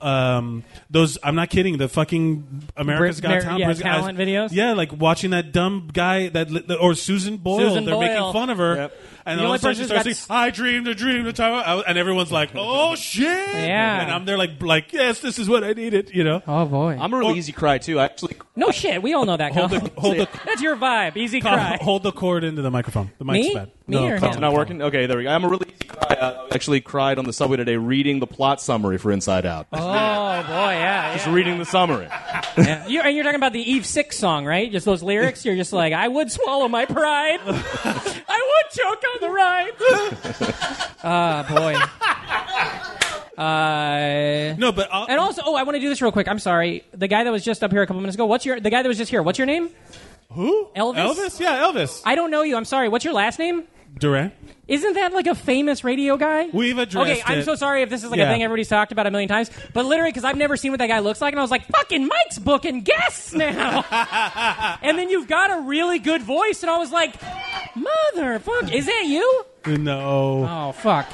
[SPEAKER 1] Um, those I'm not kidding. The fucking America's
[SPEAKER 16] Brit-
[SPEAKER 1] Got
[SPEAKER 16] Mer-
[SPEAKER 1] Talent,
[SPEAKER 16] yeah,
[SPEAKER 1] Britain's Got-
[SPEAKER 16] talent videos?
[SPEAKER 1] Yeah, like watching that dumb guy that li- or Susan Boyle.
[SPEAKER 16] Susan
[SPEAKER 1] they're
[SPEAKER 16] Boyle.
[SPEAKER 1] making fun of her,
[SPEAKER 16] Yep.
[SPEAKER 1] and
[SPEAKER 16] The
[SPEAKER 1] all
[SPEAKER 16] only
[SPEAKER 1] of a sudden she
[SPEAKER 16] person
[SPEAKER 1] starts
[SPEAKER 16] who's
[SPEAKER 1] singing, "I dreamed a dream of time," I- and everyone's like, "Oh shit!"
[SPEAKER 16] Yeah.
[SPEAKER 1] and I'm there like, like yes, this is what I needed. You know.
[SPEAKER 16] Oh boy,
[SPEAKER 11] I'm a really easy cry too. I actually
[SPEAKER 16] No shit, we all know that.
[SPEAKER 1] Hold
[SPEAKER 16] Colin.
[SPEAKER 1] the- hold the-
[SPEAKER 16] That's your vibe. Easy
[SPEAKER 1] Colin,
[SPEAKER 16] cry.
[SPEAKER 1] Hold the cord into the microphone. The mic's
[SPEAKER 16] Me?
[SPEAKER 1] bad.
[SPEAKER 16] Me
[SPEAKER 1] no,
[SPEAKER 16] or
[SPEAKER 1] Colin.
[SPEAKER 11] It's not working. Okay, there we go. I'm a really easy cry. I actually cried on the subway today reading the plot summary for Inside Out.
[SPEAKER 16] Oh boy, yeah.
[SPEAKER 11] Just reading the summary.
[SPEAKER 16] yeah. You, and you're talking about the Eve Six song, right? Just those lyrics. You're just like, I would swallow my pride. I would choke on the ride. Ah, boy. Uh,
[SPEAKER 1] no, but
[SPEAKER 16] and also, oh, I want to do this real quick. I'm sorry. The guy that was just up here a couple minutes ago. What's your the guy that was just here? What's your name?
[SPEAKER 1] Who?
[SPEAKER 16] Elvis.
[SPEAKER 1] Elvis? Yeah, Elvis.
[SPEAKER 16] I don't know you. I'm sorry. What's your last name?
[SPEAKER 1] Durant.
[SPEAKER 16] Isn't that like a famous radio guy?
[SPEAKER 1] We've addressed
[SPEAKER 16] Okay, I'm
[SPEAKER 1] it.
[SPEAKER 16] so sorry if this is like a
[SPEAKER 1] Yeah.
[SPEAKER 16] thing everybody's talked about a million times, but literally because I've never seen what that guy looks like, and I was like, "Fucking Mike's booking guests now," and then you've got a really good voice, and I was like, "Motherfuck, is that you?"
[SPEAKER 1] No.
[SPEAKER 16] Oh fuck.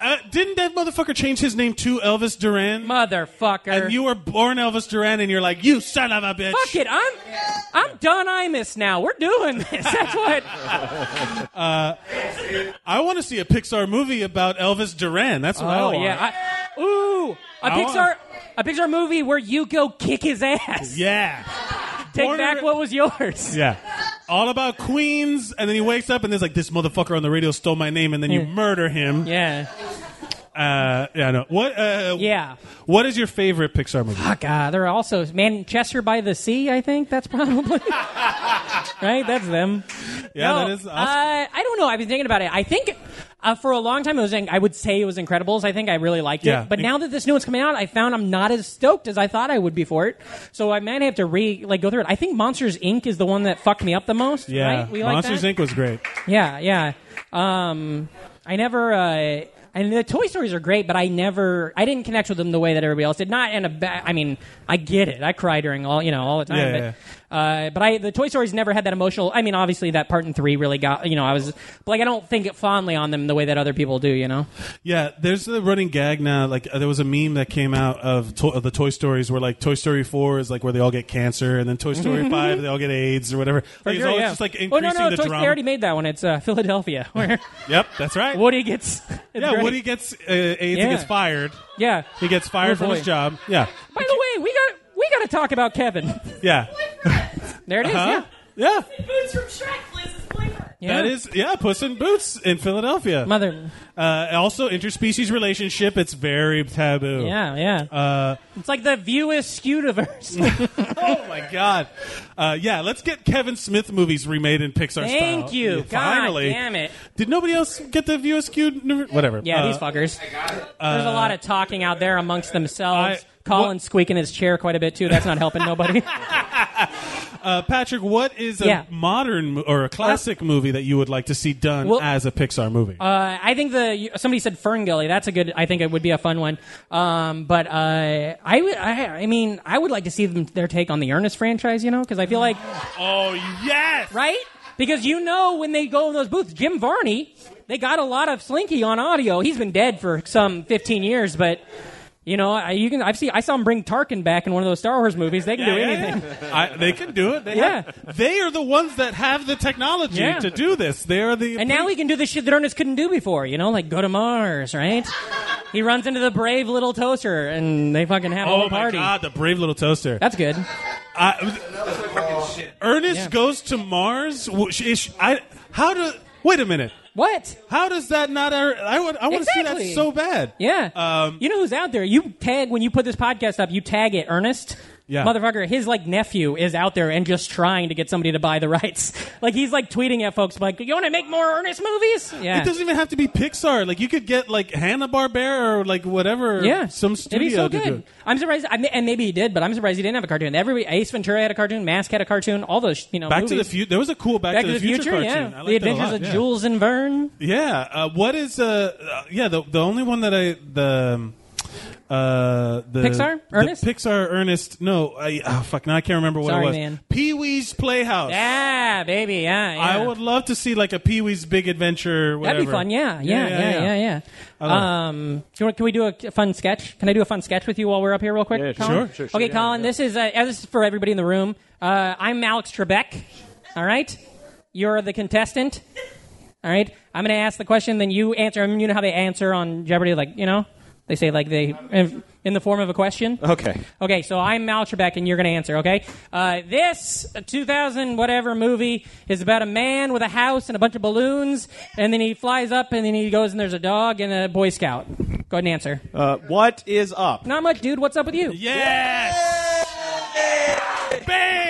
[SPEAKER 1] Uh, didn't that motherfucker change his name to Elvis Duran?
[SPEAKER 16] Motherfucker.
[SPEAKER 1] And you were born Elvis Duran, and you're like, you son of a bitch.
[SPEAKER 16] Fuck it, I'm I'm done. Imus now. We're doing this. That's what.
[SPEAKER 1] Uh, I want to see a Pixar movie about Elvis Duran. That's what I
[SPEAKER 16] oh
[SPEAKER 1] want.
[SPEAKER 16] yeah. I, ooh, a
[SPEAKER 1] I want-
[SPEAKER 16] Pixar a Pixar movie where you go kick his ass.
[SPEAKER 1] Yeah.
[SPEAKER 16] Take
[SPEAKER 1] Order
[SPEAKER 16] back
[SPEAKER 1] it-
[SPEAKER 16] what was yours.
[SPEAKER 1] Yeah. All about Queens, and then he wakes up and there's like this motherfucker on the radio stole my name, and then you
[SPEAKER 16] Yeah.
[SPEAKER 1] murder him.
[SPEAKER 16] Yeah.
[SPEAKER 1] Uh, yeah, no. What? Uh,
[SPEAKER 16] yeah.
[SPEAKER 1] What is your favorite Pixar movie?
[SPEAKER 16] Fuck, uh, they're also Manchester by the Sea. I think that's probably right. That's them.
[SPEAKER 1] Yeah,
[SPEAKER 16] No,
[SPEAKER 1] that is awesome.
[SPEAKER 16] Uh, I don't know. I've been thinking about it. I think uh, for a long time it was. I would say it was Incredibles. I think I really liked
[SPEAKER 1] Yeah.
[SPEAKER 16] it. But now that this new one's coming out, I found I'm not as stoked as I thought I would be for it. So I might have to re like go through it. I think Monsters Inc. is the one that fucked me up the most.
[SPEAKER 1] Yeah,
[SPEAKER 16] right? we like
[SPEAKER 1] Monsters
[SPEAKER 16] that?
[SPEAKER 1] Inc was great.
[SPEAKER 16] Yeah, yeah. Um, I never. Uh, and the Toy Stories are great, but I never, I didn't connect with them the way that everybody else did. Not in a bad. I mean, I get it. I cry during all, you know, all the time.
[SPEAKER 1] Yeah,
[SPEAKER 16] but, Uh, but I, the Toy Stories never had that emotional. I mean, obviously that part in three really got, you know, I was, but like I don't think it fondly on them the way that other people do, you know.
[SPEAKER 1] Yeah, there's a running gag now. Like uh, there was a meme that came out of, to- of the Toy Stories where like Toy Story Four is like where they all get cancer, and then Toy Story Five they all get AIDS or whatever. Like, it's
[SPEAKER 16] Sure,
[SPEAKER 1] always
[SPEAKER 16] yeah.
[SPEAKER 1] just like
[SPEAKER 16] oh
[SPEAKER 1] increasing
[SPEAKER 16] no, no,
[SPEAKER 1] the
[SPEAKER 16] Toy-
[SPEAKER 1] drama.
[SPEAKER 16] They already made that one. It's uh, Philadelphia. Where
[SPEAKER 1] yep, that's right.
[SPEAKER 16] Woody gets.
[SPEAKER 1] yeah,
[SPEAKER 16] great.
[SPEAKER 1] Woody gets uh, AIDS
[SPEAKER 16] Yeah.
[SPEAKER 1] and gets fired.
[SPEAKER 16] Yeah,
[SPEAKER 1] he gets fired
[SPEAKER 16] Oh,
[SPEAKER 1] from his
[SPEAKER 16] boy.
[SPEAKER 1] job. Yeah,
[SPEAKER 16] By the way, we got we got to talk about Kevin.
[SPEAKER 1] yeah,
[SPEAKER 16] There it is.
[SPEAKER 1] Uh-huh. Yeah.
[SPEAKER 16] Boots from Shrek plays his boyfriend.
[SPEAKER 1] That is yeah, Puss in Boots in Philadelphia.
[SPEAKER 16] Mother.
[SPEAKER 1] Uh, also, interspecies relationship. It's very taboo.
[SPEAKER 16] Yeah, yeah.
[SPEAKER 1] Uh,
[SPEAKER 16] It's like the view is skewediverse.
[SPEAKER 1] oh my god. Uh, yeah, let's get Kevin Smith movies remade in Pixar style.
[SPEAKER 16] Thank you.
[SPEAKER 1] Yeah,
[SPEAKER 16] God
[SPEAKER 1] Finally.
[SPEAKER 16] damn it.
[SPEAKER 1] Did nobody else get the view skewed? Whatever.
[SPEAKER 16] Yeah,
[SPEAKER 1] Uh,
[SPEAKER 16] these fuckers.
[SPEAKER 1] uh,
[SPEAKER 16] There's a lot of talking out there amongst themselves.
[SPEAKER 1] I-
[SPEAKER 16] Colin squeaking his chair quite a bit too. That's not helping nobody.
[SPEAKER 1] Uh, Patrick, what is a
[SPEAKER 16] Yeah.
[SPEAKER 1] modern mo- or a classic movie that you would like to see done
[SPEAKER 16] Well-
[SPEAKER 1] as a Pixar movie?
[SPEAKER 16] Uh, I think the you- somebody said Ferngully. That's a good. I think it would be a fun one. Um, but uh, I would. I, I mean, I would like to see them their take on the Ernest franchise. You know, because I feel like
[SPEAKER 1] Oh yes,
[SPEAKER 16] right? Because you know when they go in those booths, Jim Varney, they got a lot of Slinky on audio. He's been dead for some 15 years, but You know, I, you can. I've seen. I saw him bring Tarkin back in one of those Star Wars movies. They can do anything.
[SPEAKER 1] I, they can do it. They
[SPEAKER 16] Yeah.
[SPEAKER 1] have- they are the ones that have the technology
[SPEAKER 16] Yeah.
[SPEAKER 1] to do this. They are the
[SPEAKER 16] And now he can do the shit that Ernest couldn't do before. You know, like go to Mars, right? he runs into the brave little toaster, and they fucking have a
[SPEAKER 1] oh
[SPEAKER 16] whole
[SPEAKER 1] my
[SPEAKER 16] party.
[SPEAKER 1] god, the brave little toaster.
[SPEAKER 16] That's good.
[SPEAKER 1] Ernest
[SPEAKER 16] Yeah.
[SPEAKER 1] goes to Mars. Wh- sh- ish- I, how do? Wait a minute.
[SPEAKER 16] What?
[SPEAKER 1] How does that not? er- I would. I want to see
[SPEAKER 16] Exactly.
[SPEAKER 1] that so bad. Um,
[SPEAKER 16] Yeah. you know who's out there? You tag when you put this podcast up. You tag it, Ernest.
[SPEAKER 1] Yeah.
[SPEAKER 16] Motherfucker, his like nephew is out there and just trying to get somebody to buy the rights. Like he's like tweeting at folks like, "You want to make more Ernest movies?" Yeah.
[SPEAKER 1] It doesn't even have to be Pixar. Like you could get like Hanna Barbera or like whatever.
[SPEAKER 16] yeah,
[SPEAKER 1] Some
[SPEAKER 16] It'd
[SPEAKER 1] studio
[SPEAKER 16] be so
[SPEAKER 1] to
[SPEAKER 16] good.
[SPEAKER 1] do it.
[SPEAKER 16] I'm surprised, I, and maybe he did, but I'm surprised he didn't have a cartoon. Everybody, Ace Ventura had a cartoon, Mask had a cartoon, all those you know.
[SPEAKER 1] Back to the
[SPEAKER 16] movies.
[SPEAKER 1] Future. There was a cool Back,
[SPEAKER 16] Back to the Future, yeah.
[SPEAKER 1] cartoon.
[SPEAKER 16] The
[SPEAKER 1] I liked it a
[SPEAKER 16] Adventures
[SPEAKER 1] lot,
[SPEAKER 16] of
[SPEAKER 1] yeah.
[SPEAKER 16] Jules and Vern.
[SPEAKER 1] Yeah. Uh, what is uh, uh yeah the the only one that I the um, uh the
[SPEAKER 16] Pixar?
[SPEAKER 1] the
[SPEAKER 16] Ernest?
[SPEAKER 1] Pixar Ernest no I oh, fuck now I can't remember what
[SPEAKER 16] Sorry,
[SPEAKER 1] it was
[SPEAKER 16] man.
[SPEAKER 1] Pee Wee's Playhouse.
[SPEAKER 16] Yeah, baby. Yeah, yeah.
[SPEAKER 1] I would love to see like a Pee Wee's Big Adventure. Whatever.
[SPEAKER 16] That'd be fun. Yeah, yeah, yeah, yeah, yeah.
[SPEAKER 1] I love it.
[SPEAKER 16] Um, do you want, can we do a c- fun sketch? Can I do a fun sketch with you while we're up here, real quick?
[SPEAKER 1] Yeah, sure.
[SPEAKER 16] Colin?
[SPEAKER 1] Sure, sure, sure.
[SPEAKER 16] Okay,
[SPEAKER 1] Yeah,
[SPEAKER 16] Colin. This is uh, uh, this is for everybody in the room. Uh, I'm Alex Trebek. All right, you're the contestant. All right, I'm gonna ask the question, then you answer. I mean, you know how they answer on Jeopardy, like you know, they say like they in, in the form of a question.
[SPEAKER 1] Oh,
[SPEAKER 9] Okay.
[SPEAKER 16] Okay, so I'm Mal Trebek, and you're going to answer, okay? Uh, this 2000 whatever movie is about a man with a house and a bunch of balloons, and then he flies up, and then he goes, and there's a dog and a Boy Scout. Go ahead and answer.
[SPEAKER 9] Uh, what is up?
[SPEAKER 16] Not much, dude. What's up with you?
[SPEAKER 1] Yes! Bam!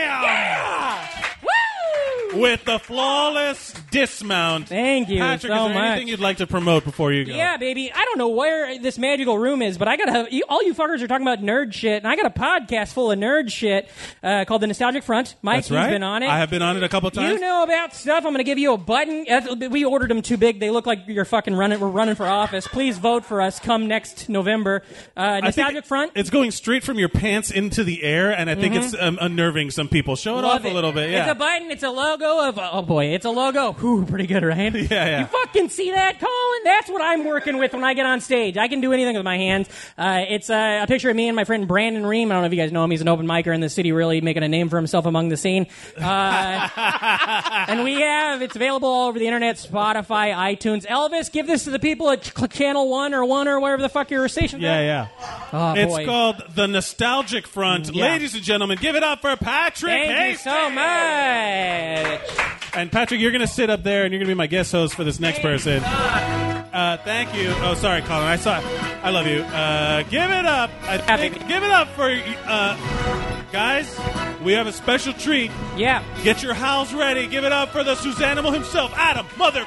[SPEAKER 1] With the flawless dismount.
[SPEAKER 16] Thank you
[SPEAKER 1] Patrick,
[SPEAKER 16] so
[SPEAKER 1] is there anything
[SPEAKER 16] much.
[SPEAKER 1] you'd like to promote before you go?
[SPEAKER 16] Yeah, baby. I don't know where this magical room is, but I gotta. You, all you fuckers are talking about nerd shit, and I got a podcast full of nerd shit uh, called the Nostalgic Front. Mike,
[SPEAKER 1] That's
[SPEAKER 16] has
[SPEAKER 1] right.
[SPEAKER 16] been on it.
[SPEAKER 1] I have been on it a couple times.
[SPEAKER 16] You know about stuff. I'm going to give you a button. That's- We ordered them too big. They look like you're fucking running. We're running for office. Please vote for us. Come next November. Uh,
[SPEAKER 1] I think
[SPEAKER 16] nostalgic front.
[SPEAKER 1] It's going straight from your pants into the air, and I think
[SPEAKER 16] Mhm.
[SPEAKER 1] it's um, unnerving some people. Show it
[SPEAKER 16] Love
[SPEAKER 1] off a little bit. Yeah.
[SPEAKER 16] It's a button. It's a logo of. Oh boy, it's a logo. Whew, pretty good, right? Yeah,
[SPEAKER 1] yeah.
[SPEAKER 16] You fucking see that, Colin? That's what I'm working with when I get on stage. I can do anything with my hands. Uh, it's uh, a picture of me and my friend Brandon Ream. I don't know if you guys know him. He's an open micer in the city, really making a name for himself among the scene. Uh, and we have it's available all over the internet, Spotify, iTunes. Elvis, give this to the people at ch- Channel One or One or wherever the fuck your station. is.
[SPEAKER 1] yeah, yeah.
[SPEAKER 16] Oh,
[SPEAKER 1] it's
[SPEAKER 16] boy.
[SPEAKER 1] called the nostalgic front,
[SPEAKER 16] Yeah.
[SPEAKER 1] ladies and gentlemen. Give it up for Patrick.
[SPEAKER 16] Thank you so much.
[SPEAKER 1] And Patrick, you're going to sit up there, and you're going to be my guest host for this next person. Uh, thank you. Oh, sorry, Colin. I saw. I love you. Uh, give it up. I think, give it up for uh, guys. We have a special treat.
[SPEAKER 16] Yeah.
[SPEAKER 1] Get your howls ready. Give it up for the Suzanimal himself, Adam Mother.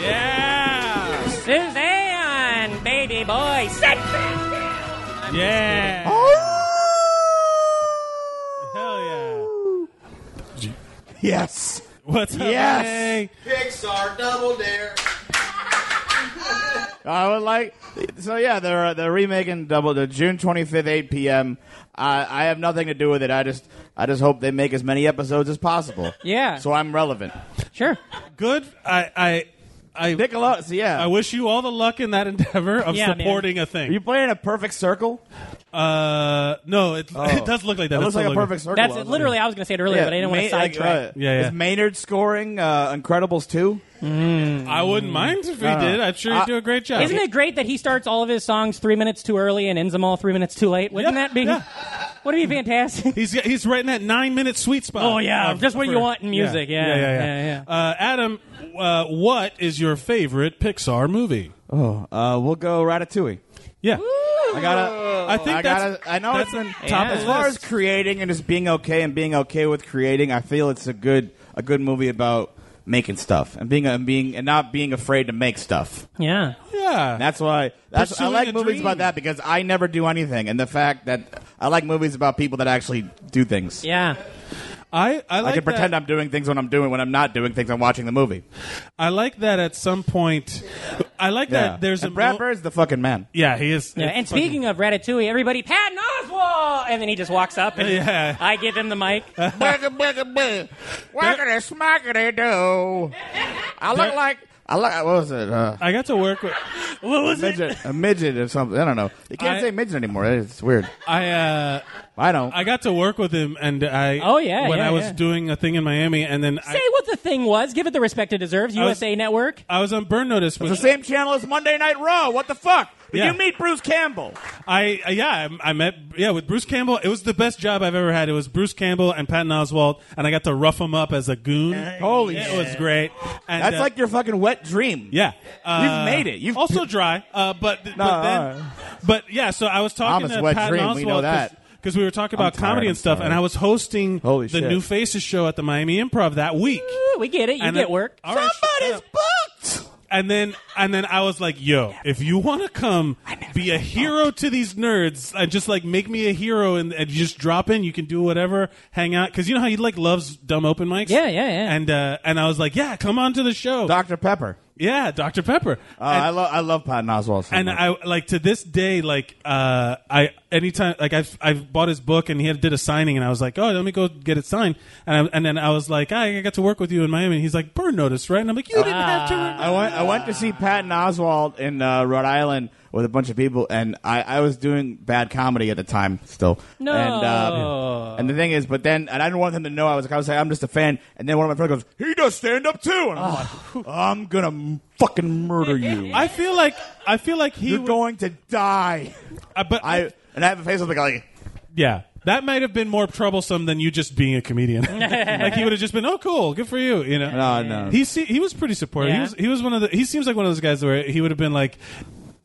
[SPEAKER 1] Yeah.
[SPEAKER 16] Suzanne, baby boy, sit back down.
[SPEAKER 1] Yeah.
[SPEAKER 16] Oh!
[SPEAKER 1] Hell yeah.
[SPEAKER 6] Yes.
[SPEAKER 1] What's up?
[SPEAKER 6] Yes.
[SPEAKER 4] Pixar Double Dare.
[SPEAKER 15] I would like. So yeah, they're uh, they're remaking Double Dare June twenty fifth, eight p.m. I I have nothing to do with it. I just I just hope they make as many episodes as possible.
[SPEAKER 16] Yeah.
[SPEAKER 15] So I'm relevant.
[SPEAKER 16] Sure.
[SPEAKER 1] Good. I I. I,
[SPEAKER 15] Nicholas, yeah.
[SPEAKER 1] I wish you all the luck in that endeavor of
[SPEAKER 15] Yeah, man.
[SPEAKER 1] supporting a thing. Are you
[SPEAKER 15] playing a perfect circle? Oh.
[SPEAKER 1] Uh, no, it, it does look like that.
[SPEAKER 15] It looks
[SPEAKER 1] That's
[SPEAKER 15] like a
[SPEAKER 1] the logo.
[SPEAKER 15] perfect circle.
[SPEAKER 16] That's it. Literally, I was going to say it earlier, but I didn't want to
[SPEAKER 15] May-
[SPEAKER 16] sidetrack.
[SPEAKER 15] Like, uh,
[SPEAKER 1] Yeah, yeah.
[SPEAKER 15] Is Maynard scoring uh, Incredibles two?
[SPEAKER 1] Mm. I wouldn't mind if he did. I'm sure he'd do a great job.
[SPEAKER 16] Isn't it great that he starts all of his songs three minutes too early and ends them all three minutes too late? Wouldn't that be? Wouldn't it be fantastic?
[SPEAKER 1] He's he's right in that nine minute sweet spot.
[SPEAKER 16] Oh yeah,
[SPEAKER 1] Uh,
[SPEAKER 16] just what
[SPEAKER 1] for-
[SPEAKER 16] you want in music. Yeah,
[SPEAKER 1] yeah, yeah. yeah, Uh, Adam, uh, what is your favorite Pixar movie?
[SPEAKER 15] Oh, uh, we'll go Ratatouille.
[SPEAKER 1] Yeah.
[SPEAKER 15] I gotta.
[SPEAKER 1] I think
[SPEAKER 15] I
[SPEAKER 1] that's-
[SPEAKER 15] gotta, I know
[SPEAKER 1] that's
[SPEAKER 15] it's been
[SPEAKER 1] top of
[SPEAKER 15] As
[SPEAKER 1] the
[SPEAKER 15] far
[SPEAKER 1] list.
[SPEAKER 15] as creating and just being okay and being okay with creating, I feel it's a good a good movie about making stuff and being and being and not being afraid to make stuff.
[SPEAKER 16] Yeah.
[SPEAKER 1] Yeah.
[SPEAKER 15] That's why that's, I
[SPEAKER 1] Pursuing
[SPEAKER 15] like
[SPEAKER 1] a
[SPEAKER 15] movies about
[SPEAKER 1] dream.
[SPEAKER 15] that because I never do anything, and the fact that I like movies about people that actually do things.
[SPEAKER 16] Yeah.
[SPEAKER 1] I I like
[SPEAKER 15] can pretend I'm doing things when I'm doing when I'm not doing things. I'm watching the movie.
[SPEAKER 1] I like that at some point. I like
[SPEAKER 15] Yeah.
[SPEAKER 1] that there's
[SPEAKER 15] and
[SPEAKER 1] a
[SPEAKER 15] Brad
[SPEAKER 1] mo-
[SPEAKER 15] Bird's the fucking man.
[SPEAKER 1] Yeah, he is.
[SPEAKER 16] Yeah, and speaking of Ratatouille, everybody, Patton Oswald, and then he just walks up and
[SPEAKER 1] Yeah.
[SPEAKER 16] I give him the mic.
[SPEAKER 15] Bugga, bugga, bugga.
[SPEAKER 16] What
[SPEAKER 15] can a smackity do? I look like I like what was it? Uh,
[SPEAKER 1] I got to work with what
[SPEAKER 15] was midget, it? A midget or something. I don't know. You can't
[SPEAKER 1] I-
[SPEAKER 15] say midget anymore. It's weird.
[SPEAKER 1] I uh,
[SPEAKER 15] I don't.
[SPEAKER 1] I got to work with him, and I
[SPEAKER 16] Oh, yeah,
[SPEAKER 1] when
[SPEAKER 16] yeah,
[SPEAKER 1] I was
[SPEAKER 16] yeah.
[SPEAKER 1] doing a thing in Miami, and then
[SPEAKER 16] Say
[SPEAKER 1] I,
[SPEAKER 16] what the thing was. Give it the respect it deserves.
[SPEAKER 1] I was-
[SPEAKER 16] USA Network.
[SPEAKER 1] I was on burn notice.
[SPEAKER 16] It's
[SPEAKER 1] with-
[SPEAKER 16] the same
[SPEAKER 15] channel as Monday Night Raw. What the fuck? Did
[SPEAKER 1] Yeah.
[SPEAKER 15] you meet Bruce Campbell?
[SPEAKER 1] I uh, yeah, I, I met yeah with Bruce Campbell. It was the best job I've ever had. It was Bruce Campbell and Patton Oswald, and I got to rough him up as a goon.
[SPEAKER 15] Holy
[SPEAKER 1] it
[SPEAKER 15] shit.
[SPEAKER 1] was great. And,
[SPEAKER 15] That's
[SPEAKER 1] uh,
[SPEAKER 15] like your fucking wet dream.
[SPEAKER 1] yeah,
[SPEAKER 15] You've made it.
[SPEAKER 1] You've also dry, uh, but
[SPEAKER 15] No,
[SPEAKER 1] but then,
[SPEAKER 15] all right.
[SPEAKER 1] but yeah. So I was talking
[SPEAKER 15] Thomas
[SPEAKER 1] to
[SPEAKER 15] Wet
[SPEAKER 1] Patton
[SPEAKER 15] Dream, we
[SPEAKER 1] Oswald
[SPEAKER 15] know that.
[SPEAKER 1] because we were talking about
[SPEAKER 15] tired,
[SPEAKER 1] comedy
[SPEAKER 15] I'm
[SPEAKER 1] and stuff,
[SPEAKER 15] sorry.
[SPEAKER 1] and I was hosting the
[SPEAKER 15] shit.
[SPEAKER 1] New Faces show at the Miami Improv that week.
[SPEAKER 16] We get it. You
[SPEAKER 1] And
[SPEAKER 16] get
[SPEAKER 1] I-
[SPEAKER 16] work.
[SPEAKER 1] all right,
[SPEAKER 16] Somebody's
[SPEAKER 15] booked.
[SPEAKER 1] And then and then I was like, "Yo, if you want to come, be a hero to these nerds, and just like make me a hero, and, and you just drop in. You can do whatever, hang out, because you know how he like loves dumb open mics. Yeah,
[SPEAKER 16] yeah, yeah.
[SPEAKER 1] And uh, and I was like, "Yeah, come on to the show,
[SPEAKER 15] Dr. Pepper.
[SPEAKER 1] Yeah, Dr. Pepper.
[SPEAKER 15] Uh, I love I love Patton Oswalt. so
[SPEAKER 1] And
[SPEAKER 15] much.
[SPEAKER 1] I like to this day, like uh, I anytime like I've I've bought his book and he had, did a signing and I was like, oh, let me go get it signed. And I, and then I was like, I, I got to work with you in Miami. And he's like, burn notice, right? And I'm like, you didn't have to. Remember.
[SPEAKER 15] Ah. I went I went to see Patton Oswalt in uh, Rhode Island with a bunch of people, and I, I was doing bad comedy at the time still.
[SPEAKER 16] No.
[SPEAKER 15] And, uh, and the thing is, but then and I didn't want them to know I was. I was like, I'm just a fan. And then one of my friends goes, "He does stand up too," and I'm like, "I'm gonna m- fucking murder you."
[SPEAKER 1] Oh. I feel like I feel like he Uh,
[SPEAKER 15] You're going to die.
[SPEAKER 1] but
[SPEAKER 15] I and I have a face of like.
[SPEAKER 1] Yeah. That might have been more troublesome than you just being a comedian. like he would have just been, "Oh, cool, good for you," you know.
[SPEAKER 15] No, no.
[SPEAKER 1] He se- he was pretty supportive. He
[SPEAKER 15] Yeah.
[SPEAKER 1] was he was one of the. He seems like one of those guys where he would have been like,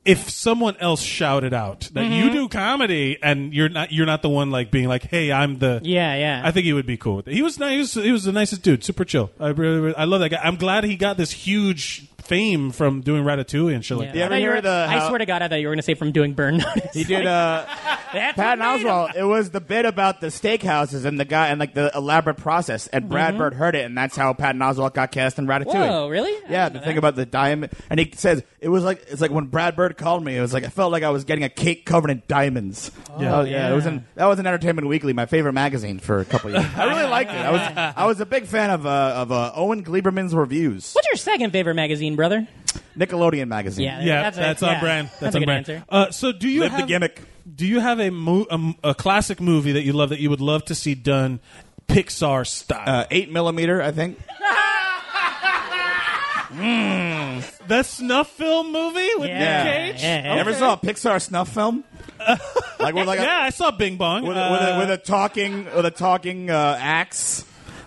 [SPEAKER 1] if someone else shouted out that you
[SPEAKER 16] Mhm.
[SPEAKER 1] do comedy and you're not you're not the one like being like, "Hey, I'm the."
[SPEAKER 16] Yeah, yeah.
[SPEAKER 1] I think he would be cool. With it. He was nice. He was, he was the nicest dude. Super chill. I really, really- I love that guy. I'm glad he got this huge fame from doing Ratatouille and shit like
[SPEAKER 16] Yeah.
[SPEAKER 1] that.
[SPEAKER 16] I, thought you were- I swear to God, I thought you were going to say from doing burn notice.
[SPEAKER 15] He did. Uh, Patton Oswalt. It was the bit about the steakhouses and the guy and like the elaborate process. And Brad
[SPEAKER 16] Mhm.
[SPEAKER 15] Bird heard it, and that's how Patton Oswalt got cast in Ratatouille.
[SPEAKER 16] Whoa, really?
[SPEAKER 15] Yeah, the thing about the diamond. And he says it was like it's like when Brad Bird called me. It was like I felt like I was getting a cake covered in diamonds.
[SPEAKER 16] Yeah.
[SPEAKER 15] Oh, yeah. It was in that was in Entertainment Weekly, my favorite magazine for a couple years. I really liked it. I was I was a big fan of uh, of uh, Owen Gleiberman's reviews.
[SPEAKER 16] What's your second favorite magazine, brother?
[SPEAKER 15] Nickelodeon magazine.
[SPEAKER 16] Yeah,
[SPEAKER 1] Yeah,
[SPEAKER 16] that's
[SPEAKER 1] that's,
[SPEAKER 16] a-
[SPEAKER 1] on
[SPEAKER 16] yeah.
[SPEAKER 1] brand. That's,
[SPEAKER 16] That's a
[SPEAKER 1] on
[SPEAKER 16] good
[SPEAKER 1] brand.
[SPEAKER 16] answer.
[SPEAKER 1] Uh, so, do you
[SPEAKER 15] Live the
[SPEAKER 1] have
[SPEAKER 15] gimmick?
[SPEAKER 1] Do you have a, mo- a m- a classic movie that you love that you would love to see done Pixar style?
[SPEAKER 15] Uh, Eight millimeter, I think.
[SPEAKER 1] Hmm. That snuff film movie with
[SPEAKER 15] Yeah.
[SPEAKER 1] Nick Cage.
[SPEAKER 15] You ever saw a Pixar snuff film? like with like
[SPEAKER 1] yeah,
[SPEAKER 15] a,
[SPEAKER 1] I saw Bing Bong.
[SPEAKER 15] with, a, with,
[SPEAKER 1] Uh,
[SPEAKER 15] a, with a talking with a talking uh, axe.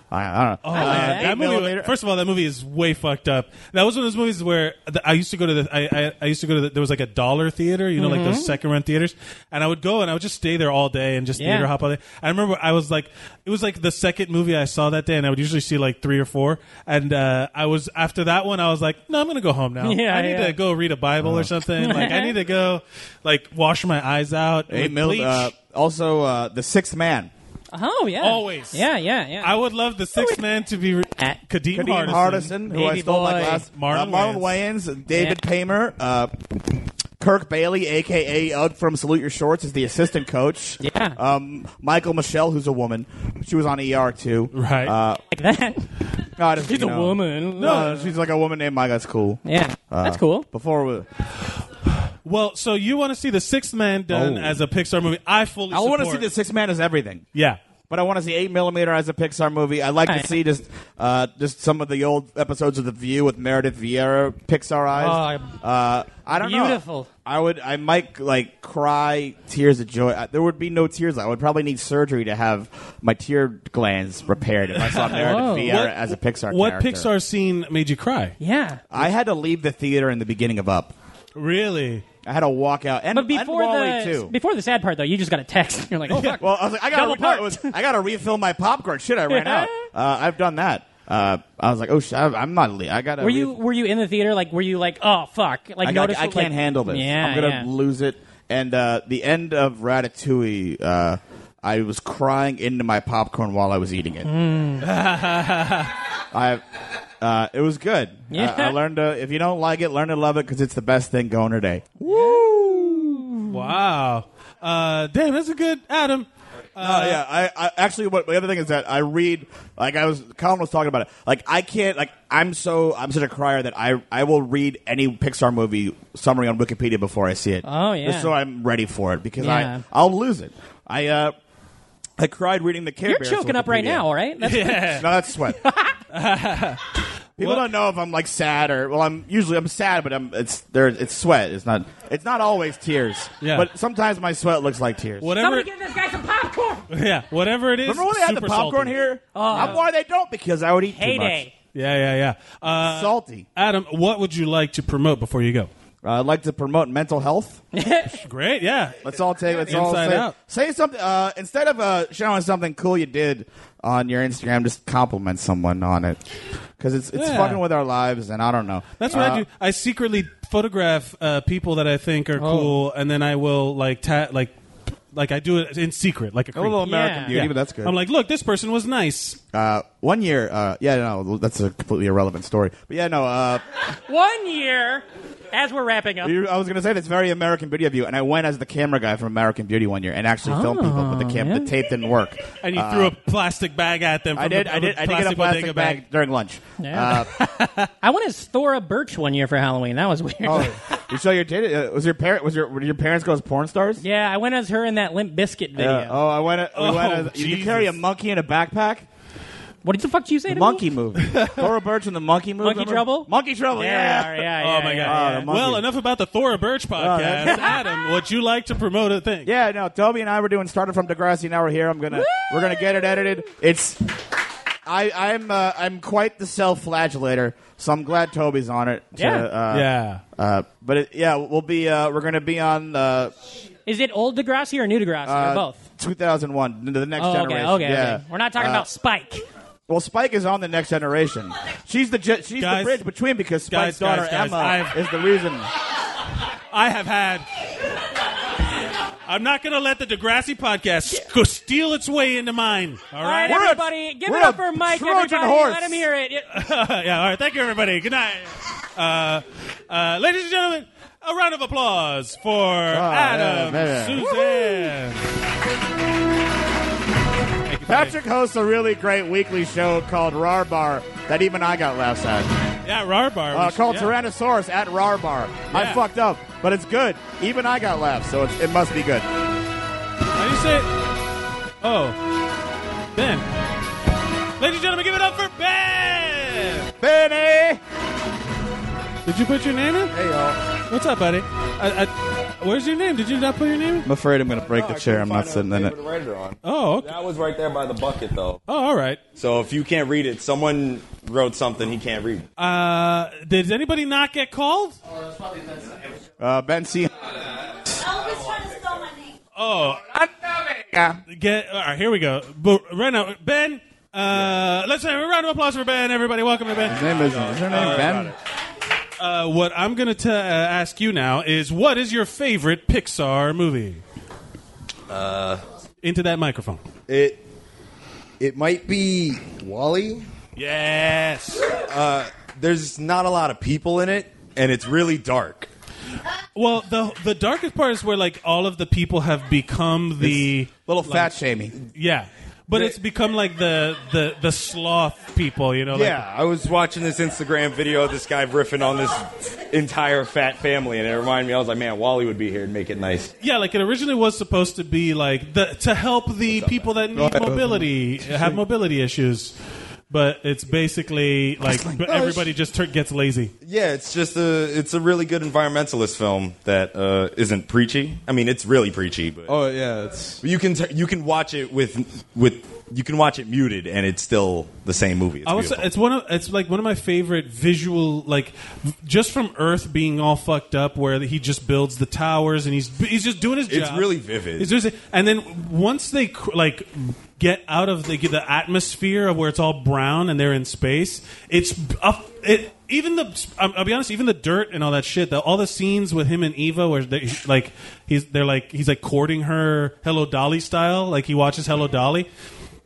[SPEAKER 15] I, I don't know.
[SPEAKER 1] Oh,
[SPEAKER 15] Uh,
[SPEAKER 1] man,
[SPEAKER 15] eight
[SPEAKER 1] that movie.
[SPEAKER 15] millimeter.
[SPEAKER 1] First of all, that movie is way fucked up. That was one of those movies where the, I used to go to the. I, I, I used to go to the, there was like a dollar theater, you know,
[SPEAKER 16] Mhm.
[SPEAKER 1] like those second run theaters, and I would go and I would just stay there all day and just
[SPEAKER 16] Yeah.
[SPEAKER 1] theater hop all day. I remember I was like, it was like the second movie I saw that day, and I would usually see like three or four, and uh, I was after that one, I was like, no, I'm gonna go home now.
[SPEAKER 16] Yeah,
[SPEAKER 1] I need
[SPEAKER 16] yeah.
[SPEAKER 1] to go read a Bible
[SPEAKER 15] Uh-huh.
[SPEAKER 1] or something. like I need to go, like wash my eyes out.
[SPEAKER 15] eight
[SPEAKER 1] with
[SPEAKER 15] mil.
[SPEAKER 1] bleach.
[SPEAKER 15] Uh, also, uh, the Sixth Man.
[SPEAKER 16] Oh yeah,
[SPEAKER 1] Always.
[SPEAKER 16] Yeah, yeah, yeah.
[SPEAKER 1] I would love the sixth man to be re- Kadeem,
[SPEAKER 15] Kadeem Hardison, who I stole my glass.
[SPEAKER 1] Marlon,
[SPEAKER 15] uh, Marlon Wayans, David Paymer, uh, Kirk Bailey, aka Ugg from Salute Your Shorts, is the assistant coach. Yeah. Um, Michael Michelle, who's a woman, she was on ER too.
[SPEAKER 1] Right.
[SPEAKER 15] Uh,
[SPEAKER 16] like that.
[SPEAKER 15] no, I just-
[SPEAKER 16] She's
[SPEAKER 15] you
[SPEAKER 16] a
[SPEAKER 15] know.
[SPEAKER 16] woman.
[SPEAKER 15] No, she's like a woman named Mike. That's cool. Uh,
[SPEAKER 16] Yeah, that's cool.
[SPEAKER 15] Before we,
[SPEAKER 1] Well, so you want to see the sixth man done
[SPEAKER 15] Oh.
[SPEAKER 1] as a Pixar movie? I fully.
[SPEAKER 15] I want to see
[SPEAKER 1] support.
[SPEAKER 15] the Sixth Man as everything.
[SPEAKER 1] Yeah.
[SPEAKER 15] But I want to see eight millimeter as a Pixar movie. I'd like to see just uh, just some of the old episodes of The View with Meredith Vieira Pixar eyes.
[SPEAKER 1] Oh,
[SPEAKER 15] uh, I don't know.
[SPEAKER 16] Beautiful.
[SPEAKER 15] I would. I might like cry tears of joy. I, there would be no tears. I would probably need surgery to have my tear glands repaired if I saw Meredith
[SPEAKER 1] Whoa.
[SPEAKER 15] Vieira
[SPEAKER 1] What-
[SPEAKER 15] as a Pixar.
[SPEAKER 1] What
[SPEAKER 15] character.
[SPEAKER 1] Pixar scene made you cry?
[SPEAKER 16] Yeah.
[SPEAKER 15] I had to leave the theater in the beginning of Up.
[SPEAKER 1] Really?
[SPEAKER 15] I had to walk out. And
[SPEAKER 16] But before
[SPEAKER 15] and Wall-E,
[SPEAKER 16] the
[SPEAKER 15] too.
[SPEAKER 16] before the sad part though, you just got a text. You're like, oh fuck.
[SPEAKER 15] well, I was like, I gotta,
[SPEAKER 16] Double
[SPEAKER 15] re- no, it was, I gotta refill my popcorn. Shit, I ran out. Uh, I've done that. Uh, I was like, oh shit, I- I'm not. le- I gotta.
[SPEAKER 16] were
[SPEAKER 15] re-
[SPEAKER 16] you were you in the theater? Like, were you like, oh fuck? Like,
[SPEAKER 15] I, got-
[SPEAKER 16] notice
[SPEAKER 15] I can't
[SPEAKER 16] like-
[SPEAKER 15] handle this.
[SPEAKER 16] Yeah,
[SPEAKER 15] I'm gonna
[SPEAKER 16] yeah.
[SPEAKER 15] lose it. And uh, the end of Ratatouille, uh, I was crying into my popcorn while I was eating it.
[SPEAKER 16] Hmm.
[SPEAKER 15] I,
[SPEAKER 16] Mm.
[SPEAKER 15] uh, it was good.
[SPEAKER 16] Yeah.
[SPEAKER 15] I, I learned to. If you don't like it, learn to love it because it's the best thing going today.
[SPEAKER 1] Wow. Uh, damn, that's a good Adam. Uh,
[SPEAKER 15] no, yeah. I, I actually, what the other thing is that I read. Like I was, Colin was talking about it. Like I can't. Like I'm so, I'm such a crier that I, I will read any Pixar movie summary on Wikipedia before I see it.
[SPEAKER 16] Oh, yeah.
[SPEAKER 15] Just so I'm ready for it because
[SPEAKER 16] Yeah.
[SPEAKER 15] I, I'll lose it. I, uh, I cried reading the Care
[SPEAKER 16] You're
[SPEAKER 15] Bears
[SPEAKER 16] choking up right
[SPEAKER 15] Wikipedia.
[SPEAKER 16] now, right? That's-
[SPEAKER 15] yeah. no, that's sweat. People don't know if I'm like sad or well. I'm usually I'm sad, but I'm it's there. It's sweat. It's not. It's not always tears.
[SPEAKER 1] Yeah.
[SPEAKER 15] But sometimes my sweat looks like tears.
[SPEAKER 1] Whatever.
[SPEAKER 16] Give this guy some popcorn. Oh,
[SPEAKER 1] Yeah, whatever it is.
[SPEAKER 15] Remember when they had the
[SPEAKER 1] super
[SPEAKER 15] popcorn
[SPEAKER 1] salty.
[SPEAKER 15] here? Uh, I'm why they don't because I would eat
[SPEAKER 16] Heyday.
[SPEAKER 1] Yeah, yeah, yeah. Uh,
[SPEAKER 15] Salty. Uh,
[SPEAKER 1] Adam, what would you like to promote before you go?
[SPEAKER 15] I'd like to promote mental health.
[SPEAKER 1] Great, yeah.
[SPEAKER 15] Let's all take. Let's all
[SPEAKER 1] Inside
[SPEAKER 15] say,
[SPEAKER 1] out.
[SPEAKER 15] say something uh, instead of uh, showing something cool you did on your Instagram. Just compliment someone on it because it's it's
[SPEAKER 1] Yeah.
[SPEAKER 15] fucking with our lives, and I don't know.
[SPEAKER 1] That's what I
[SPEAKER 15] Uh,
[SPEAKER 1] do. I secretly photograph uh, people that I think are
[SPEAKER 15] Oh.
[SPEAKER 1] cool, and then I will like ta- like like I do it in secret, like a,
[SPEAKER 15] A little
[SPEAKER 1] creep.
[SPEAKER 15] American Beauty, but that's good.
[SPEAKER 1] I'm like, look, this person was nice.
[SPEAKER 15] Uh, one year, uh, yeah, no, that's a completely irrelevant story. But yeah, no, uh,
[SPEAKER 16] One year, as we're wrapping up.
[SPEAKER 15] you- I was gonna say that's very American Beauty of you, and I went as the camera guy from American Beauty one year and actually filmed people, but the cam,
[SPEAKER 1] Oh,
[SPEAKER 15] the tape didn't work.
[SPEAKER 1] And you
[SPEAKER 15] Uh,
[SPEAKER 1] threw a plastic bag at them. From
[SPEAKER 15] I did,
[SPEAKER 1] The,
[SPEAKER 15] I did, I did get a
[SPEAKER 1] plastic
[SPEAKER 15] plastic
[SPEAKER 1] bodega
[SPEAKER 15] bag, during lunch.
[SPEAKER 16] Yeah. I went as Thora Birch one year for Halloween. That was weird.
[SPEAKER 15] Uh, you saw your did uh, was your parent was your were your parents go as porn stars?
[SPEAKER 16] Yeah, I went as her in that Limp Biscuit video.
[SPEAKER 15] Yeah. Oh, I went. we went
[SPEAKER 16] Oh,
[SPEAKER 15] as, you
[SPEAKER 16] Jesus.
[SPEAKER 15] carry a monkey in a backpack.
[SPEAKER 16] What did the fuck you say? to
[SPEAKER 15] monkey movie. Laura Birch in the monkey movie.
[SPEAKER 16] Monkey
[SPEAKER 15] remember?
[SPEAKER 16] Trouble?
[SPEAKER 15] Monkey Trouble. Yeah.
[SPEAKER 1] oh my god!
[SPEAKER 15] Oh, the monkey. Oh,
[SPEAKER 1] well, enough about the Thora Birch podcast.
[SPEAKER 15] that's-
[SPEAKER 1] Adam, would you like to promote a thing?
[SPEAKER 15] Yeah, no. Toby and I were doing started from Degrassi. Now we're here. I'm gonna we're gonna get it edited. It's I I'm uh, I'm quite the self-flagellator, so I'm glad Toby's on it. to,
[SPEAKER 16] Yeah.
[SPEAKER 15] uh,
[SPEAKER 1] Yeah.
[SPEAKER 15] Uh, but it, yeah, we'll be uh, we're gonna be on uh,
[SPEAKER 16] Is it old Degrassi or new Degrassi
[SPEAKER 15] uh,
[SPEAKER 16] or both?
[SPEAKER 15] 2001 the- the next
[SPEAKER 16] oh, okay,
[SPEAKER 15] generation.
[SPEAKER 16] okay,
[SPEAKER 15] yeah.
[SPEAKER 16] okay. We're not talking
[SPEAKER 15] Uh,
[SPEAKER 16] about Spike.
[SPEAKER 15] Well, Spike is on the next generation. She's the ge- she's
[SPEAKER 1] Guys,
[SPEAKER 15] the bridge between because
[SPEAKER 1] guys,
[SPEAKER 15] Spike's
[SPEAKER 1] guys,
[SPEAKER 15] daughter
[SPEAKER 1] guys,
[SPEAKER 15] Emma
[SPEAKER 1] I've-
[SPEAKER 15] is the reason.
[SPEAKER 1] I have had. I'm not going to let the Degrassi podcast sc- steal its way into mine. All
[SPEAKER 16] All right,
[SPEAKER 1] right,
[SPEAKER 16] everybody, give it up for Mike. everybody, let him hear it.
[SPEAKER 1] yeah, all right. Thank you, everybody. Good night. Uh, uh, ladies and gentlemen, a round of applause for Adam,
[SPEAKER 15] Ah, yeah, yeah.
[SPEAKER 1] Um, Suzanne.
[SPEAKER 15] Patrick hosts a really great weekly show called Rarbar that even I got last at.
[SPEAKER 1] Yeah, Rarbar.
[SPEAKER 15] Uh, called
[SPEAKER 1] yeah.
[SPEAKER 15] Tyrannosaurus at Rarbar.
[SPEAKER 1] Yeah.
[SPEAKER 15] I fucked up, but it's good. Even I got laughs, so it's, it must be good.
[SPEAKER 1] How do you say it? Oh, Ben. Ladies and gentlemen, give it up for Ben.
[SPEAKER 15] Benny.
[SPEAKER 1] Did you put your name in? Hey y'all. What's up, buddy? I, I, where's your name? Did you not put your name in?
[SPEAKER 15] I'm afraid I'm going to break the chair. I'm not sitting in it.
[SPEAKER 1] Oh,
[SPEAKER 4] that was right there by the bucket, though.
[SPEAKER 1] Oh, all right.
[SPEAKER 4] So if you can't read it, someone wrote something he can't read.
[SPEAKER 1] Uh, did anybody not get called?
[SPEAKER 15] Uh, ben C.
[SPEAKER 1] Oh, Get, all right, here we go. But right now, Ben. Uh, let's have a round of applause for Ben. Everybody, welcome to Ben. His
[SPEAKER 15] name is. Is her name Ben?
[SPEAKER 1] Uh, what I'm going to uh, ask you now is, what is your favorite Pixar movie?
[SPEAKER 17] Uh,
[SPEAKER 1] Into that microphone.
[SPEAKER 17] it it might be Wally.
[SPEAKER 1] Yes.
[SPEAKER 17] Uh, there's not a lot of people in it, and it's really dark.
[SPEAKER 1] Well, the the darkest part is where like all of the people have become the
[SPEAKER 15] little
[SPEAKER 1] fat
[SPEAKER 15] shaming.
[SPEAKER 1] Yeah, but
[SPEAKER 17] They-
[SPEAKER 1] it's become like the the the sloth people. You know. Like,
[SPEAKER 17] yeah, I was watching this Instagram video of this guy riffing on this entire fat family, and it reminded me. I was like, man, Wally would be here and make it nice.
[SPEAKER 1] Yeah, like it originally was supposed to be like the to help the people that need
[SPEAKER 17] ahead.
[SPEAKER 1] mobility have mobility issues, but it's basically like, but everybody just tur gets lazy.
[SPEAKER 17] Yeah, it's just a it's a really good environmentalist film that uh, isn't preachy. I mean, it's really preachy, but oh yeah, it's you can t- you can watch it with with you can watch it muted, and it's still the same movie. It's
[SPEAKER 1] I was,
[SPEAKER 17] beautiful.
[SPEAKER 1] it's one of it's like one of my favorite visual like v- just from Earth being all fucked up where he just builds the towers and he's he's just doing his
[SPEAKER 17] It's
[SPEAKER 1] job.
[SPEAKER 17] really vivid.
[SPEAKER 1] He's doing his- and then once they cr- like get out of the, the atmosphere of where it's all brown and they're in space, it's b- a, it even the I'll I'll be honest, even the dirt and all that shit. The, all the scenes with him and Eva where they like he's they're like he's like courting her Hello Dolly style, like he watches Hello Dolly.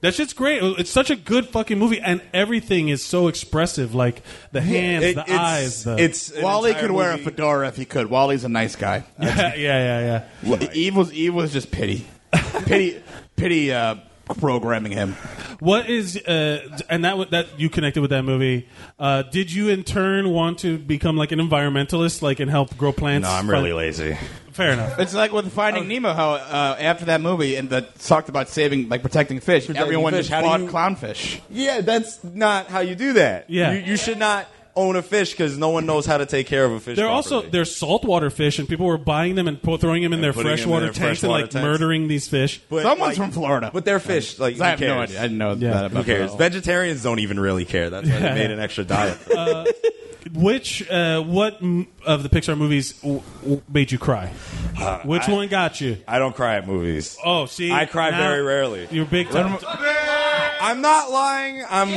[SPEAKER 1] That shit's great. It's such a good fucking movie, and everything is so expressive. Like the hands,
[SPEAKER 17] It-
[SPEAKER 1] the
[SPEAKER 17] it's-
[SPEAKER 1] eyes. The...
[SPEAKER 15] Wally could wear a fedora if he could. Wally's a nice guy.
[SPEAKER 1] yeah, yeah, yeah.
[SPEAKER 15] Eve was Eve was just pity, pity,
[SPEAKER 10] pity uh, programming him.
[SPEAKER 1] What is uh, and that that you connected with that movie? Uh, did you in turn want to become like an environmentalist, like and help grow plants?
[SPEAKER 17] No, I'm really lazy.
[SPEAKER 1] Fair enough. Oh.
[SPEAKER 10] It's like with Finding Nemo, how uh, after that movie and that talked about saving, like protecting fish,
[SPEAKER 17] Protecting
[SPEAKER 10] everyone
[SPEAKER 17] fish.
[SPEAKER 10] just
[SPEAKER 17] How do
[SPEAKER 10] fought
[SPEAKER 17] you-
[SPEAKER 10] clownfish.
[SPEAKER 17] Yeah, that's not how you do that.
[SPEAKER 1] Yeah.
[SPEAKER 17] you, you should not own a fish because no one knows how to take care of a fish.
[SPEAKER 1] They're
[SPEAKER 17] properly.
[SPEAKER 1] also they're saltwater fish, and people were buying them and po- throwing them in their
[SPEAKER 17] putting them in
[SPEAKER 1] freshwater
[SPEAKER 17] their
[SPEAKER 1] tanks and
[SPEAKER 17] freshwater
[SPEAKER 1] like
[SPEAKER 17] tanks.
[SPEAKER 1] murdering these fish.
[SPEAKER 17] But, like- but they're fish. Like
[SPEAKER 1] I
[SPEAKER 17] who
[SPEAKER 1] have no
[SPEAKER 17] cares?
[SPEAKER 1] idea. I didn't know that about
[SPEAKER 17] Who cares?
[SPEAKER 1] that.
[SPEAKER 17] Vegetarians don't even really care. That's why they made an extra diet.
[SPEAKER 1] Uh, Which uh, what m- of the Pixar movies w- w- made you cry? Which
[SPEAKER 17] Uh, I-
[SPEAKER 1] one got you?
[SPEAKER 17] I don't cry at movies.
[SPEAKER 1] Oh, see,
[SPEAKER 17] I cry
[SPEAKER 1] now
[SPEAKER 17] very rarely.
[SPEAKER 1] You're big time.
[SPEAKER 17] I'm not lying. I'm.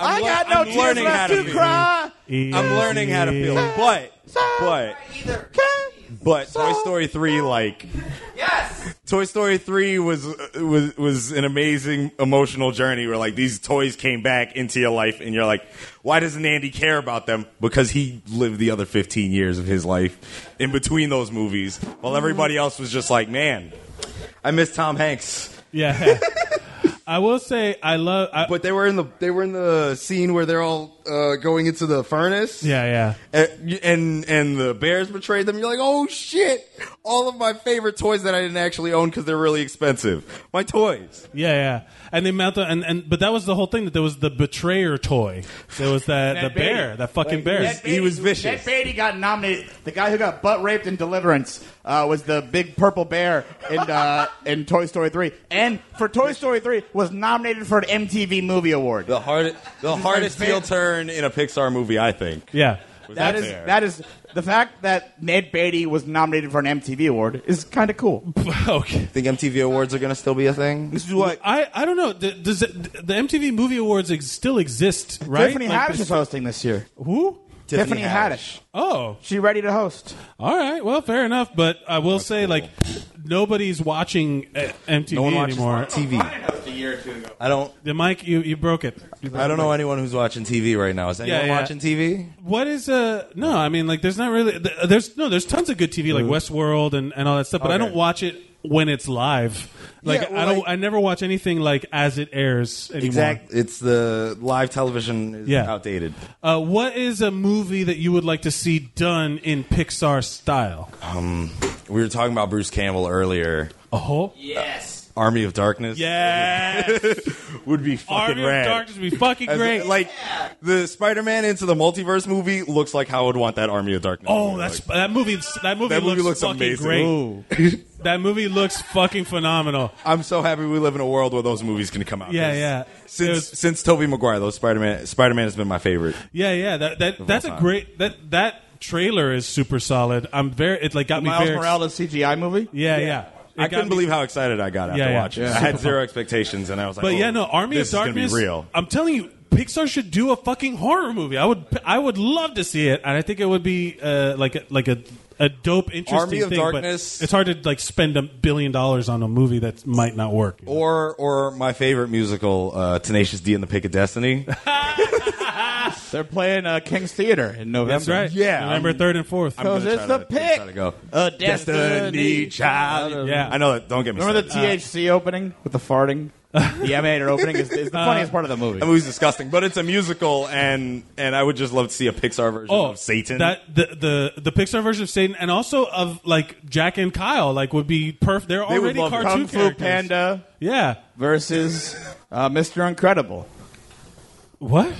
[SPEAKER 10] I got
[SPEAKER 17] I'm
[SPEAKER 10] no tears
[SPEAKER 17] learning how
[SPEAKER 10] left
[SPEAKER 17] to
[SPEAKER 10] to
[SPEAKER 17] be-
[SPEAKER 10] cry.
[SPEAKER 17] I'm learning how to feel, but but but Toy Story three like yes, Toy Story three was was was an amazing emotional journey where like these toys came back into your life and you're like, why doesn't Andy care about them? Because he lived the other 15 years of his life in between those movies, while everybody else was just like, man, I miss Tom Hanks.
[SPEAKER 1] Yeah. I will say I love.
[SPEAKER 18] but they were in the they were in the scene where they're all uh, going into the furnace.
[SPEAKER 1] Yeah, yeah.
[SPEAKER 18] And, and and the bears betrayed them. You're like, oh shit! All of my favorite toys that I didn't actually own because they're really expensive. My toys.
[SPEAKER 1] Yeah, yeah. And they melt and and but that was the whole thing that there was the betrayer toy. There was that the bear, that fucking bear.
[SPEAKER 10] Ned Beatty got nominated. The guy who got butt raped in Deliverance uh, was the big purple bear in uh, in Toy Story three, and for Toy Story three was nominated for an MTV Movie Award.
[SPEAKER 17] The hardest the hardest heel turn in a Pixar movie, I think.
[SPEAKER 1] Yeah.
[SPEAKER 10] That is that is the fact that Ned Beatty was nominated for an MTV award is kind of cool.
[SPEAKER 1] okay.
[SPEAKER 18] Think MTV awards are gonna still be a thing?
[SPEAKER 10] This is what
[SPEAKER 1] I I don't know. D- Does it, the MTV Movie Awards ex- still exist? Right?
[SPEAKER 10] Tiffany
[SPEAKER 1] Like,
[SPEAKER 10] Haddish is hosting this year.
[SPEAKER 1] Who?
[SPEAKER 10] Tiffany, Haddish.
[SPEAKER 1] Oh,
[SPEAKER 10] she ready to host.
[SPEAKER 1] All right. Well, fair enough. But I will say, like, nobody's watching uh, MTV
[SPEAKER 17] No one watches
[SPEAKER 1] anymore.
[SPEAKER 17] TV.
[SPEAKER 10] a year or two ago.
[SPEAKER 17] I don't.
[SPEAKER 1] The mic, you you broke it. You broke
[SPEAKER 17] I don't
[SPEAKER 1] it.
[SPEAKER 17] know anyone who's watching TV right now. Is anyone watching TV?
[SPEAKER 1] What is uh no? I mean, like, there's not really th- there's no there's tons of good TV like
[SPEAKER 17] Mm.
[SPEAKER 1] Westworld and and all that stuff, but I
[SPEAKER 17] Okay.
[SPEAKER 1] don't watch it when it's live. Like,
[SPEAKER 17] Yeah, well,
[SPEAKER 1] I don't. I never watch anything like as it airs anymore.
[SPEAKER 17] Exact. It's the live television is
[SPEAKER 1] Yeah.
[SPEAKER 17] outdated.
[SPEAKER 1] Uh, what is a movie that you would like to see done in Pixar style?
[SPEAKER 17] Um, we were talking about Bruce Campbell earlier.
[SPEAKER 1] Oh,
[SPEAKER 17] yes. Army of Darkness.
[SPEAKER 1] Yes.
[SPEAKER 17] would be fucking
[SPEAKER 1] Army of
[SPEAKER 17] rad.
[SPEAKER 1] Darkness would be fucking
[SPEAKER 17] As-
[SPEAKER 1] great.
[SPEAKER 17] Like the Spider-Man into the Multiverse movie looks like how I would want that Army of Darkness.
[SPEAKER 1] Oh, that's that movie. That movie,
[SPEAKER 17] That movie looks
[SPEAKER 1] fucking
[SPEAKER 17] amazing.
[SPEAKER 1] great.
[SPEAKER 17] Ooh.
[SPEAKER 1] that movie looks fucking phenomenal.
[SPEAKER 17] I'm so happy we live in a world where those movies can come out.
[SPEAKER 1] Yeah,
[SPEAKER 17] 'Cause
[SPEAKER 1] yeah.
[SPEAKER 17] Since since Tobey Maguire, those Spider-Man Spider-Man has been my favorite.
[SPEAKER 1] Yeah, yeah. That that that's a
[SPEAKER 17] time.
[SPEAKER 1] great that that trailer is super solid. I'm very it like got me
[SPEAKER 10] Miles
[SPEAKER 1] very
[SPEAKER 10] Morales CGI movie.
[SPEAKER 1] Yeah, yeah. It
[SPEAKER 17] I
[SPEAKER 1] got
[SPEAKER 17] couldn't
[SPEAKER 1] me-
[SPEAKER 17] believe how excited I got after
[SPEAKER 1] Yeah, yeah.
[SPEAKER 17] watching. it.
[SPEAKER 1] Yeah.
[SPEAKER 17] I had
[SPEAKER 1] Super
[SPEAKER 17] zero
[SPEAKER 1] fun.
[SPEAKER 17] expectations, and I was like,
[SPEAKER 1] But
[SPEAKER 17] oh,
[SPEAKER 1] yeah, no, Army
[SPEAKER 17] this
[SPEAKER 1] of Darkness.
[SPEAKER 17] Is gonna be real.
[SPEAKER 1] I'm telling you, Pixar should do a fucking horror movie. I would I would love to see it, and I think it would be uh, like a, like a a dope interesting
[SPEAKER 17] Army of
[SPEAKER 1] thing, but
[SPEAKER 17] Darkness-
[SPEAKER 1] It's hard to like spend a billion dollars on a movie that might not work.
[SPEAKER 17] Or or my favorite musical, uh, Tenacious D and the Pick of Destiny.
[SPEAKER 10] They're playing uh, King's Theater in November.
[SPEAKER 1] That's right.
[SPEAKER 17] Yeah,
[SPEAKER 1] November
[SPEAKER 17] I'm-
[SPEAKER 1] third and fourth.
[SPEAKER 17] I'm gonna
[SPEAKER 10] Because it's
[SPEAKER 17] try
[SPEAKER 10] the
[SPEAKER 17] to-
[SPEAKER 10] pick
[SPEAKER 17] try to go.
[SPEAKER 10] a destiny child.
[SPEAKER 17] Yeah. I know that. Don't get me.
[SPEAKER 10] Remember the
[SPEAKER 17] started.
[SPEAKER 10] THC opening with the farting? the M A opening is, is the funniest part of the movie.
[SPEAKER 17] That movie's disgusting, but it's a musical, and and I would just love to see a Pixar version
[SPEAKER 1] Oh,
[SPEAKER 17] of Satan.
[SPEAKER 1] That the, the the Pixar version of Satan, and also of like Jack and Kyle, like would be perfect. They're
[SPEAKER 10] They would love
[SPEAKER 1] already
[SPEAKER 10] it.
[SPEAKER 1] cartoon
[SPEAKER 10] Kung Fu
[SPEAKER 1] characters.
[SPEAKER 10] Panda.
[SPEAKER 1] Yeah.
[SPEAKER 10] Versus uh, Mr. Incredible.
[SPEAKER 1] What?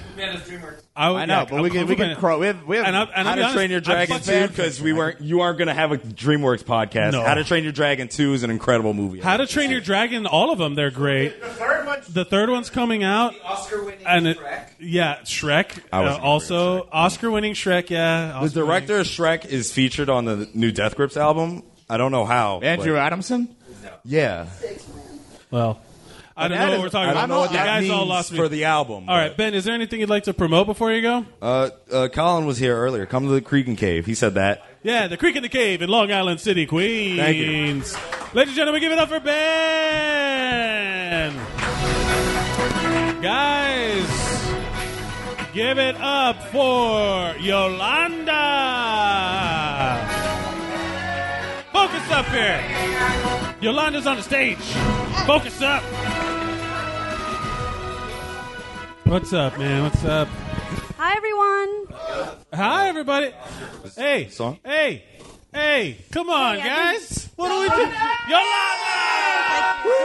[SPEAKER 1] I,
[SPEAKER 10] I know, but we can, we can crow. We have, we have
[SPEAKER 1] And I'm- and
[SPEAKER 17] How
[SPEAKER 1] I'll
[SPEAKER 17] to
[SPEAKER 1] be honest,
[SPEAKER 17] Train Your
[SPEAKER 1] I'm
[SPEAKER 17] Dragon
[SPEAKER 1] fucking-
[SPEAKER 17] Two because we weren't you aren't going to have a DreamWorks podcast.
[SPEAKER 1] No.
[SPEAKER 17] How to Train Your Dragon Two is an incredible movie.
[SPEAKER 1] How to Train Your Dragon, all of them, they're great. The third one's, coming out. Oscar-winning Shrek. Yeah, Shrek.
[SPEAKER 17] I wasn't
[SPEAKER 1] uh, also, Oscar-winning Shrek. Yeah,
[SPEAKER 17] The
[SPEAKER 1] Oscar-winning-
[SPEAKER 17] director of Shrek is featured on the new Death Grips album. I don't know how.
[SPEAKER 10] Andrew
[SPEAKER 17] but-
[SPEAKER 10] Adamson?
[SPEAKER 17] Yeah.
[SPEAKER 1] Well, I don't
[SPEAKER 17] That
[SPEAKER 1] know
[SPEAKER 17] is-
[SPEAKER 1] what we're talking
[SPEAKER 17] I don't
[SPEAKER 1] about.
[SPEAKER 17] know what
[SPEAKER 1] you
[SPEAKER 17] that
[SPEAKER 1] guys all
[SPEAKER 17] means
[SPEAKER 1] lost me.
[SPEAKER 17] for the album,
[SPEAKER 1] All right, Ben, is there anything you'd like to promote before you go?
[SPEAKER 17] Uh, uh, Colin was here earlier. Come to the Creek and Cave. He said that.
[SPEAKER 1] Yeah, the Creek in the Cave in Long Island City, Queens.
[SPEAKER 17] Thank
[SPEAKER 1] Ladies and gentlemen, give it up for Ben. Guys, give it up for Yolanda. Focus Yolanda's up here. Yolanda's on the stage. Focus up. What's up, man? What's up?
[SPEAKER 19] Hi, everyone.
[SPEAKER 1] Hi, everybody. Hey, song. Hey, hey, come on,
[SPEAKER 19] Hey, I
[SPEAKER 1] guys. What do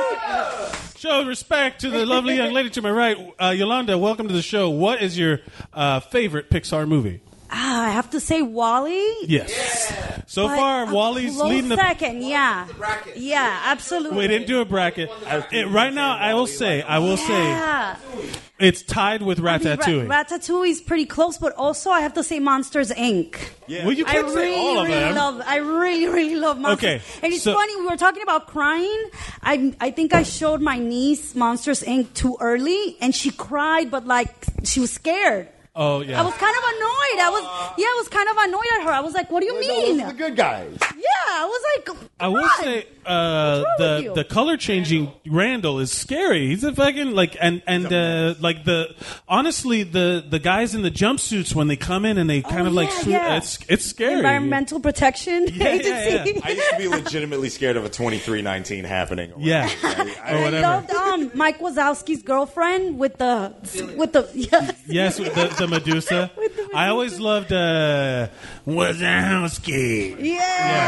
[SPEAKER 1] we do? Yolanda! Show respect to the lovely young lady to my right, uh, Yolanda. Welcome to the show. What is your uh, favorite Pixar movie?
[SPEAKER 19] Ah, I have to say Wally.
[SPEAKER 1] Yes. So
[SPEAKER 19] but
[SPEAKER 1] far,
[SPEAKER 19] a
[SPEAKER 1] Wally's
[SPEAKER 19] close
[SPEAKER 1] leading the.
[SPEAKER 19] second. yeah. Yeah, absolutely.
[SPEAKER 1] We didn't do a bracket. It- right now, I will say, I will
[SPEAKER 19] yeah.
[SPEAKER 1] say, it's tied with Ratatouille.
[SPEAKER 19] Ra- Ratatouille is pretty close, but also I have to say Monsters Inc.
[SPEAKER 1] Yeah. Well, you
[SPEAKER 19] I
[SPEAKER 1] can't
[SPEAKER 19] really,
[SPEAKER 1] say all of
[SPEAKER 19] really
[SPEAKER 1] them.
[SPEAKER 19] love. I really, really love Monsters.
[SPEAKER 1] Okay,
[SPEAKER 19] And it's
[SPEAKER 1] so-
[SPEAKER 19] funny we were talking about crying. I I think I showed my niece Monsters Inc. too early, and she cried, but like she was scared.
[SPEAKER 1] oh yeah.
[SPEAKER 19] I was kind of annoyed. I was yeah, I was kind of annoyed at her. I was like, "What do you mean?" the good
[SPEAKER 1] guys.
[SPEAKER 19] Yeah, I was like,
[SPEAKER 1] I will say uh,
[SPEAKER 19] with
[SPEAKER 1] the
[SPEAKER 19] you?
[SPEAKER 1] the color changing Randall is scary. He's a fucking like and and uh, like the honestly the the guys in the jumpsuits when they come in and they kind of like
[SPEAKER 19] Oh, yeah,
[SPEAKER 1] sw-
[SPEAKER 19] yeah.
[SPEAKER 1] it's it's scary.
[SPEAKER 19] Environmental Protection Agency.
[SPEAKER 17] I used to be legitimately scared of a 2319 happening.
[SPEAKER 1] Yeah.
[SPEAKER 17] I,
[SPEAKER 1] or
[SPEAKER 19] I
[SPEAKER 1] whatever.
[SPEAKER 19] loved um, Mike Wazowski's girlfriend with the with the yes.
[SPEAKER 1] Yes, with the, the Medusa. I always loved uh, Wazowski.
[SPEAKER 19] Yeah.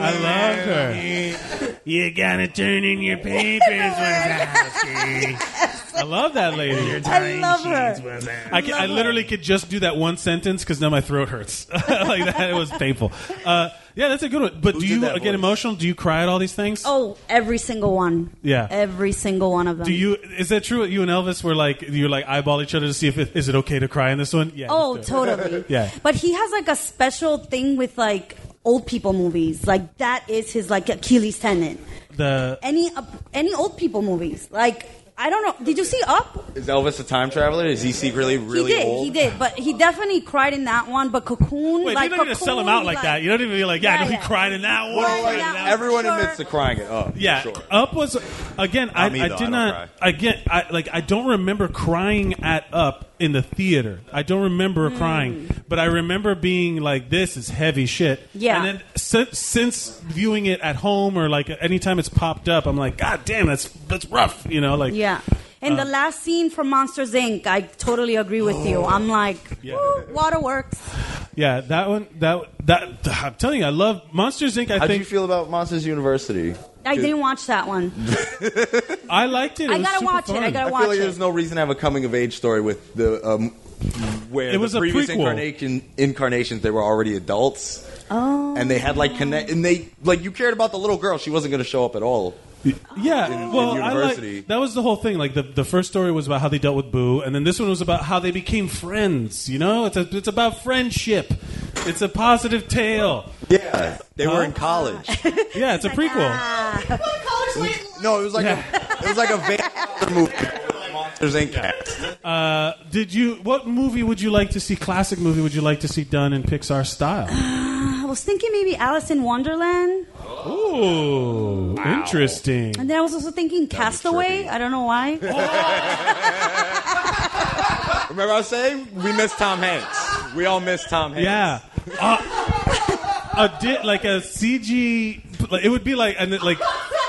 [SPEAKER 1] I loved her. You gotta turn in your papers, Wazowski. I love that lady.
[SPEAKER 19] I love her.
[SPEAKER 1] I, can, I literally could just do that one sentence because now my throat hurts. like that, it was painful. Uh, yeah, that's a good one. But do you get emotional? Do you cry at all these things?
[SPEAKER 19] Oh, every single one.
[SPEAKER 1] Yeah.
[SPEAKER 19] Every single one of them.
[SPEAKER 1] Do you? Is that true? You and Elvis were like you like eyeball each other to see if it, is it okay to cry in this one? Yeah.
[SPEAKER 19] oh,
[SPEAKER 1] let's do it.
[SPEAKER 19] totally.
[SPEAKER 1] Yeah.
[SPEAKER 19] But he has like a special thing with like old people movies. Like that is his like Achilles tendon.
[SPEAKER 1] The
[SPEAKER 19] Any uh, any old people movies. Like I don't know. Did you see Up?
[SPEAKER 17] Is Elvis a time traveler? Is he secretly really
[SPEAKER 19] he did.
[SPEAKER 17] old?
[SPEAKER 19] He did. But he definitely cried in that one. But Cocoon.
[SPEAKER 1] Wait,
[SPEAKER 19] like
[SPEAKER 1] you don't need to
[SPEAKER 19] Cocoon,
[SPEAKER 1] sell him out like, that. You don't even be like, yeah, I
[SPEAKER 19] Yeah,
[SPEAKER 1] know
[SPEAKER 19] yeah.
[SPEAKER 1] he cried in that one.
[SPEAKER 19] Well, like,
[SPEAKER 17] Everyone admits to crying it up.
[SPEAKER 1] Yeah,
[SPEAKER 17] sure.
[SPEAKER 1] Up was again. I,
[SPEAKER 17] Not me,
[SPEAKER 1] I
[SPEAKER 17] though.
[SPEAKER 1] did
[SPEAKER 17] I don't
[SPEAKER 1] not again. I like. I don't remember crying at Up in the theater. I don't
[SPEAKER 19] Hmm.
[SPEAKER 1] remember crying, but I remember being like, "This is heavy shit."
[SPEAKER 19] Yeah.
[SPEAKER 1] And then since, since viewing it at home or like anytime it's popped up, I'm like, "God damn, that's that's rough." You know, like
[SPEAKER 19] Yeah. And the
[SPEAKER 1] Uh, Oh.
[SPEAKER 19] last scene from Monsters Inc. I totally agree with you. I'm like,
[SPEAKER 1] Yeah.
[SPEAKER 19] "Woo, waterworks.
[SPEAKER 1] yeah, that one. That that. I'm telling you, I love Monsters Inc. I
[SPEAKER 17] How did
[SPEAKER 1] think
[SPEAKER 17] you feel about Monsters University?
[SPEAKER 19] I didn't watch that one.
[SPEAKER 1] I liked it.
[SPEAKER 19] I
[SPEAKER 17] was
[SPEAKER 19] gotta
[SPEAKER 17] super
[SPEAKER 19] watch it. I
[SPEAKER 17] fun.
[SPEAKER 19] gotta
[SPEAKER 17] feel
[SPEAKER 19] watch
[SPEAKER 17] like
[SPEAKER 19] it.
[SPEAKER 17] There's no reason to have a coming of age story with the um, where
[SPEAKER 1] It was
[SPEAKER 17] the
[SPEAKER 1] a
[SPEAKER 17] previous
[SPEAKER 1] prequel.
[SPEAKER 17] incarnation incarnations they were already adults.
[SPEAKER 19] Oh.
[SPEAKER 17] And they had like connect, and they like you cared about the little girl. She wasn't going to show up at all.
[SPEAKER 1] Yeah, well, Oh, I
[SPEAKER 17] university.
[SPEAKER 1] like, that was the whole thing. Like the, the first story was about how they dealt with Boo, and then this one was about how they became friends. You know, it's a, it's about friendship. It's a positive tale.
[SPEAKER 17] Yeah, they
[SPEAKER 1] Huh?
[SPEAKER 17] were in college.
[SPEAKER 1] Yeah, it's a prequel.
[SPEAKER 17] No, it was like a, it was like a vampire movie. Monsters Inc. cast.
[SPEAKER 1] Uh, did you? What movie would you like to see? Classic movie would you like to see done in Pixar style?
[SPEAKER 19] I was thinking maybe Alice in Wonderland,
[SPEAKER 1] Ooh, interesting.
[SPEAKER 19] and then I was also thinking Castaway. I don't know why.
[SPEAKER 1] Oh,
[SPEAKER 17] Remember I was saying we miss Tom Hanks. We all miss Tom Hanks.
[SPEAKER 1] Yeah. Uh, a di- like a CG. Like, it would be like and it, like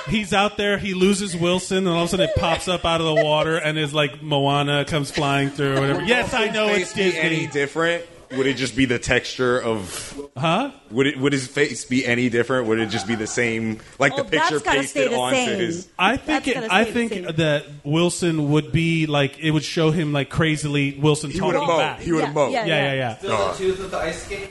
[SPEAKER 1] he's out there. He loses Wilson, and all of a sudden it pops up out of the water, and is like Moana comes flying through or whatever. Yes, I know
[SPEAKER 17] Would
[SPEAKER 1] it's
[SPEAKER 17] his face be Any
[SPEAKER 1] Disney.
[SPEAKER 17] different? Would it just be the texture of?
[SPEAKER 1] Huh?
[SPEAKER 17] Would it? Would his face be any different? Would it just be the same? Like the
[SPEAKER 19] Oh, that's
[SPEAKER 17] picture
[SPEAKER 19] gotta stay
[SPEAKER 17] pasted
[SPEAKER 19] the
[SPEAKER 17] onto
[SPEAKER 19] same.
[SPEAKER 17] his.
[SPEAKER 1] I think it,
[SPEAKER 19] gotta stay
[SPEAKER 1] I
[SPEAKER 19] the
[SPEAKER 1] think
[SPEAKER 19] same.
[SPEAKER 1] that Wilson would be like it would show him like crazily Wilson
[SPEAKER 17] He
[SPEAKER 1] talking
[SPEAKER 17] would've moped.
[SPEAKER 1] back.
[SPEAKER 17] He would've Yeah, moped.
[SPEAKER 1] Yeah,
[SPEAKER 17] yeah,
[SPEAKER 1] yeah,
[SPEAKER 17] yeah.
[SPEAKER 1] yeah.
[SPEAKER 17] Still the
[SPEAKER 4] tooth with the ice skate.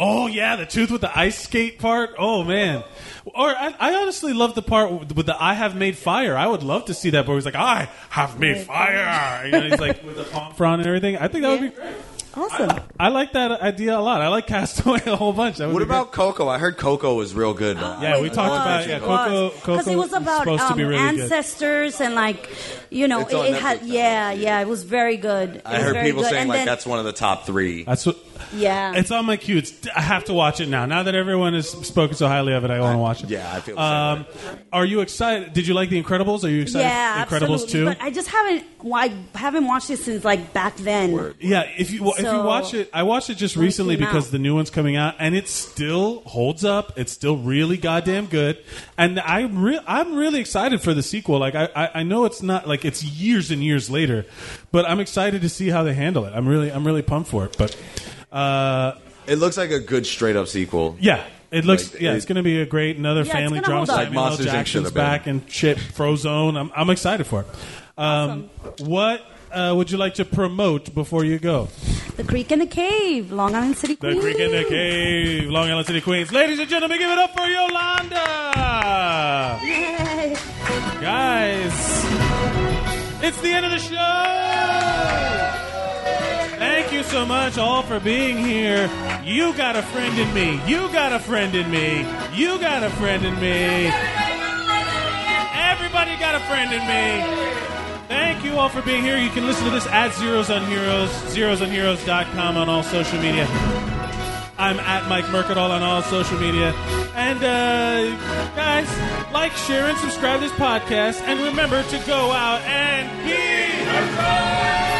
[SPEAKER 1] Oh yeah, the tooth with the ice skate part. Oh man, or I, I honestly love the part with the "I have made fire." I would love to see that. But he's like, "I have made fire," you know, he's like with the palm frond and everything. I think that would be great.
[SPEAKER 19] Awesome.
[SPEAKER 1] I like that idea a lot. I like Castaway a whole bunch. That would
[SPEAKER 17] What
[SPEAKER 1] be
[SPEAKER 17] about Coco? I heard Coco was real good. man.
[SPEAKER 1] Yeah, we talked about- yeah, Coco-
[SPEAKER 19] Because Oh, it was about
[SPEAKER 17] supposed to
[SPEAKER 19] um,
[SPEAKER 17] be really good.
[SPEAKER 19] ancestors and like, you know,
[SPEAKER 17] It's
[SPEAKER 19] it,
[SPEAKER 17] on
[SPEAKER 19] it had yeah, yeah, it was very good. It
[SPEAKER 17] I
[SPEAKER 19] was
[SPEAKER 17] heard
[SPEAKER 19] very
[SPEAKER 17] people
[SPEAKER 19] good.
[SPEAKER 17] saying
[SPEAKER 19] and
[SPEAKER 17] like
[SPEAKER 19] then,
[SPEAKER 17] that's one of the top three.
[SPEAKER 1] That's what
[SPEAKER 19] Yeah.
[SPEAKER 1] It's on my queue. It's, I have to watch it now. Now that everyone has spoken so highly of it, I want to watch it. Yeah, I feel.
[SPEAKER 19] the same
[SPEAKER 1] um, Are you excited? Did you like The Incredibles? Are you excited?
[SPEAKER 19] yeah,
[SPEAKER 1] for Incredibles
[SPEAKER 19] absolutely. But I just haven't. Well, I haven't watched it since like back then.
[SPEAKER 1] two. Yeah, if you well, if you
[SPEAKER 19] So-
[SPEAKER 1] watch it, I watched it just recently
[SPEAKER 19] came out.
[SPEAKER 1] because the new one's coming out, and it still holds up. It's still really goddamn good, and I'm re- I'm really excited for the sequel. Like I, I I know it's not like it's years and years later, but I'm excited to see how they handle it. I'm really I'm really pumped for it. But uh,
[SPEAKER 18] It looks like a good straight up sequel.
[SPEAKER 1] Yeah, it looks.
[SPEAKER 18] Like,
[SPEAKER 1] yeah,
[SPEAKER 18] it-
[SPEAKER 1] it's going to be a great another
[SPEAKER 18] Yeah, it's
[SPEAKER 1] family
[SPEAKER 18] gonna
[SPEAKER 1] drama.
[SPEAKER 18] hold up. Like
[SPEAKER 1] Samuel L.
[SPEAKER 18] Monsters, Inc. should
[SPEAKER 1] Jackson's
[SPEAKER 18] have been.
[SPEAKER 1] back and shit. Frozone. I'm I'm excited for it. Um, What uh, would you like to promote before you go?
[SPEAKER 19] The Creek and the Cave, Long Island City.
[SPEAKER 1] The Creek in the Cave, Long Island City, Queens. Ladies and gentlemen, give it up for Yolanda.
[SPEAKER 19] Yay.
[SPEAKER 1] Guys, it's the end of the show. Thank you so much all for being here. You got a friend in me. You got a friend in me. You got a friend in me. Everybody got a friend in me. Thank you all for being here. You can listen to this at Zeros on Heroes, zerosonheroes.com on all social media. I'm at Mike Mercadal on all social media. And uh, guys, like, share, and subscribe to this podcast. And remember to go out and be heroes!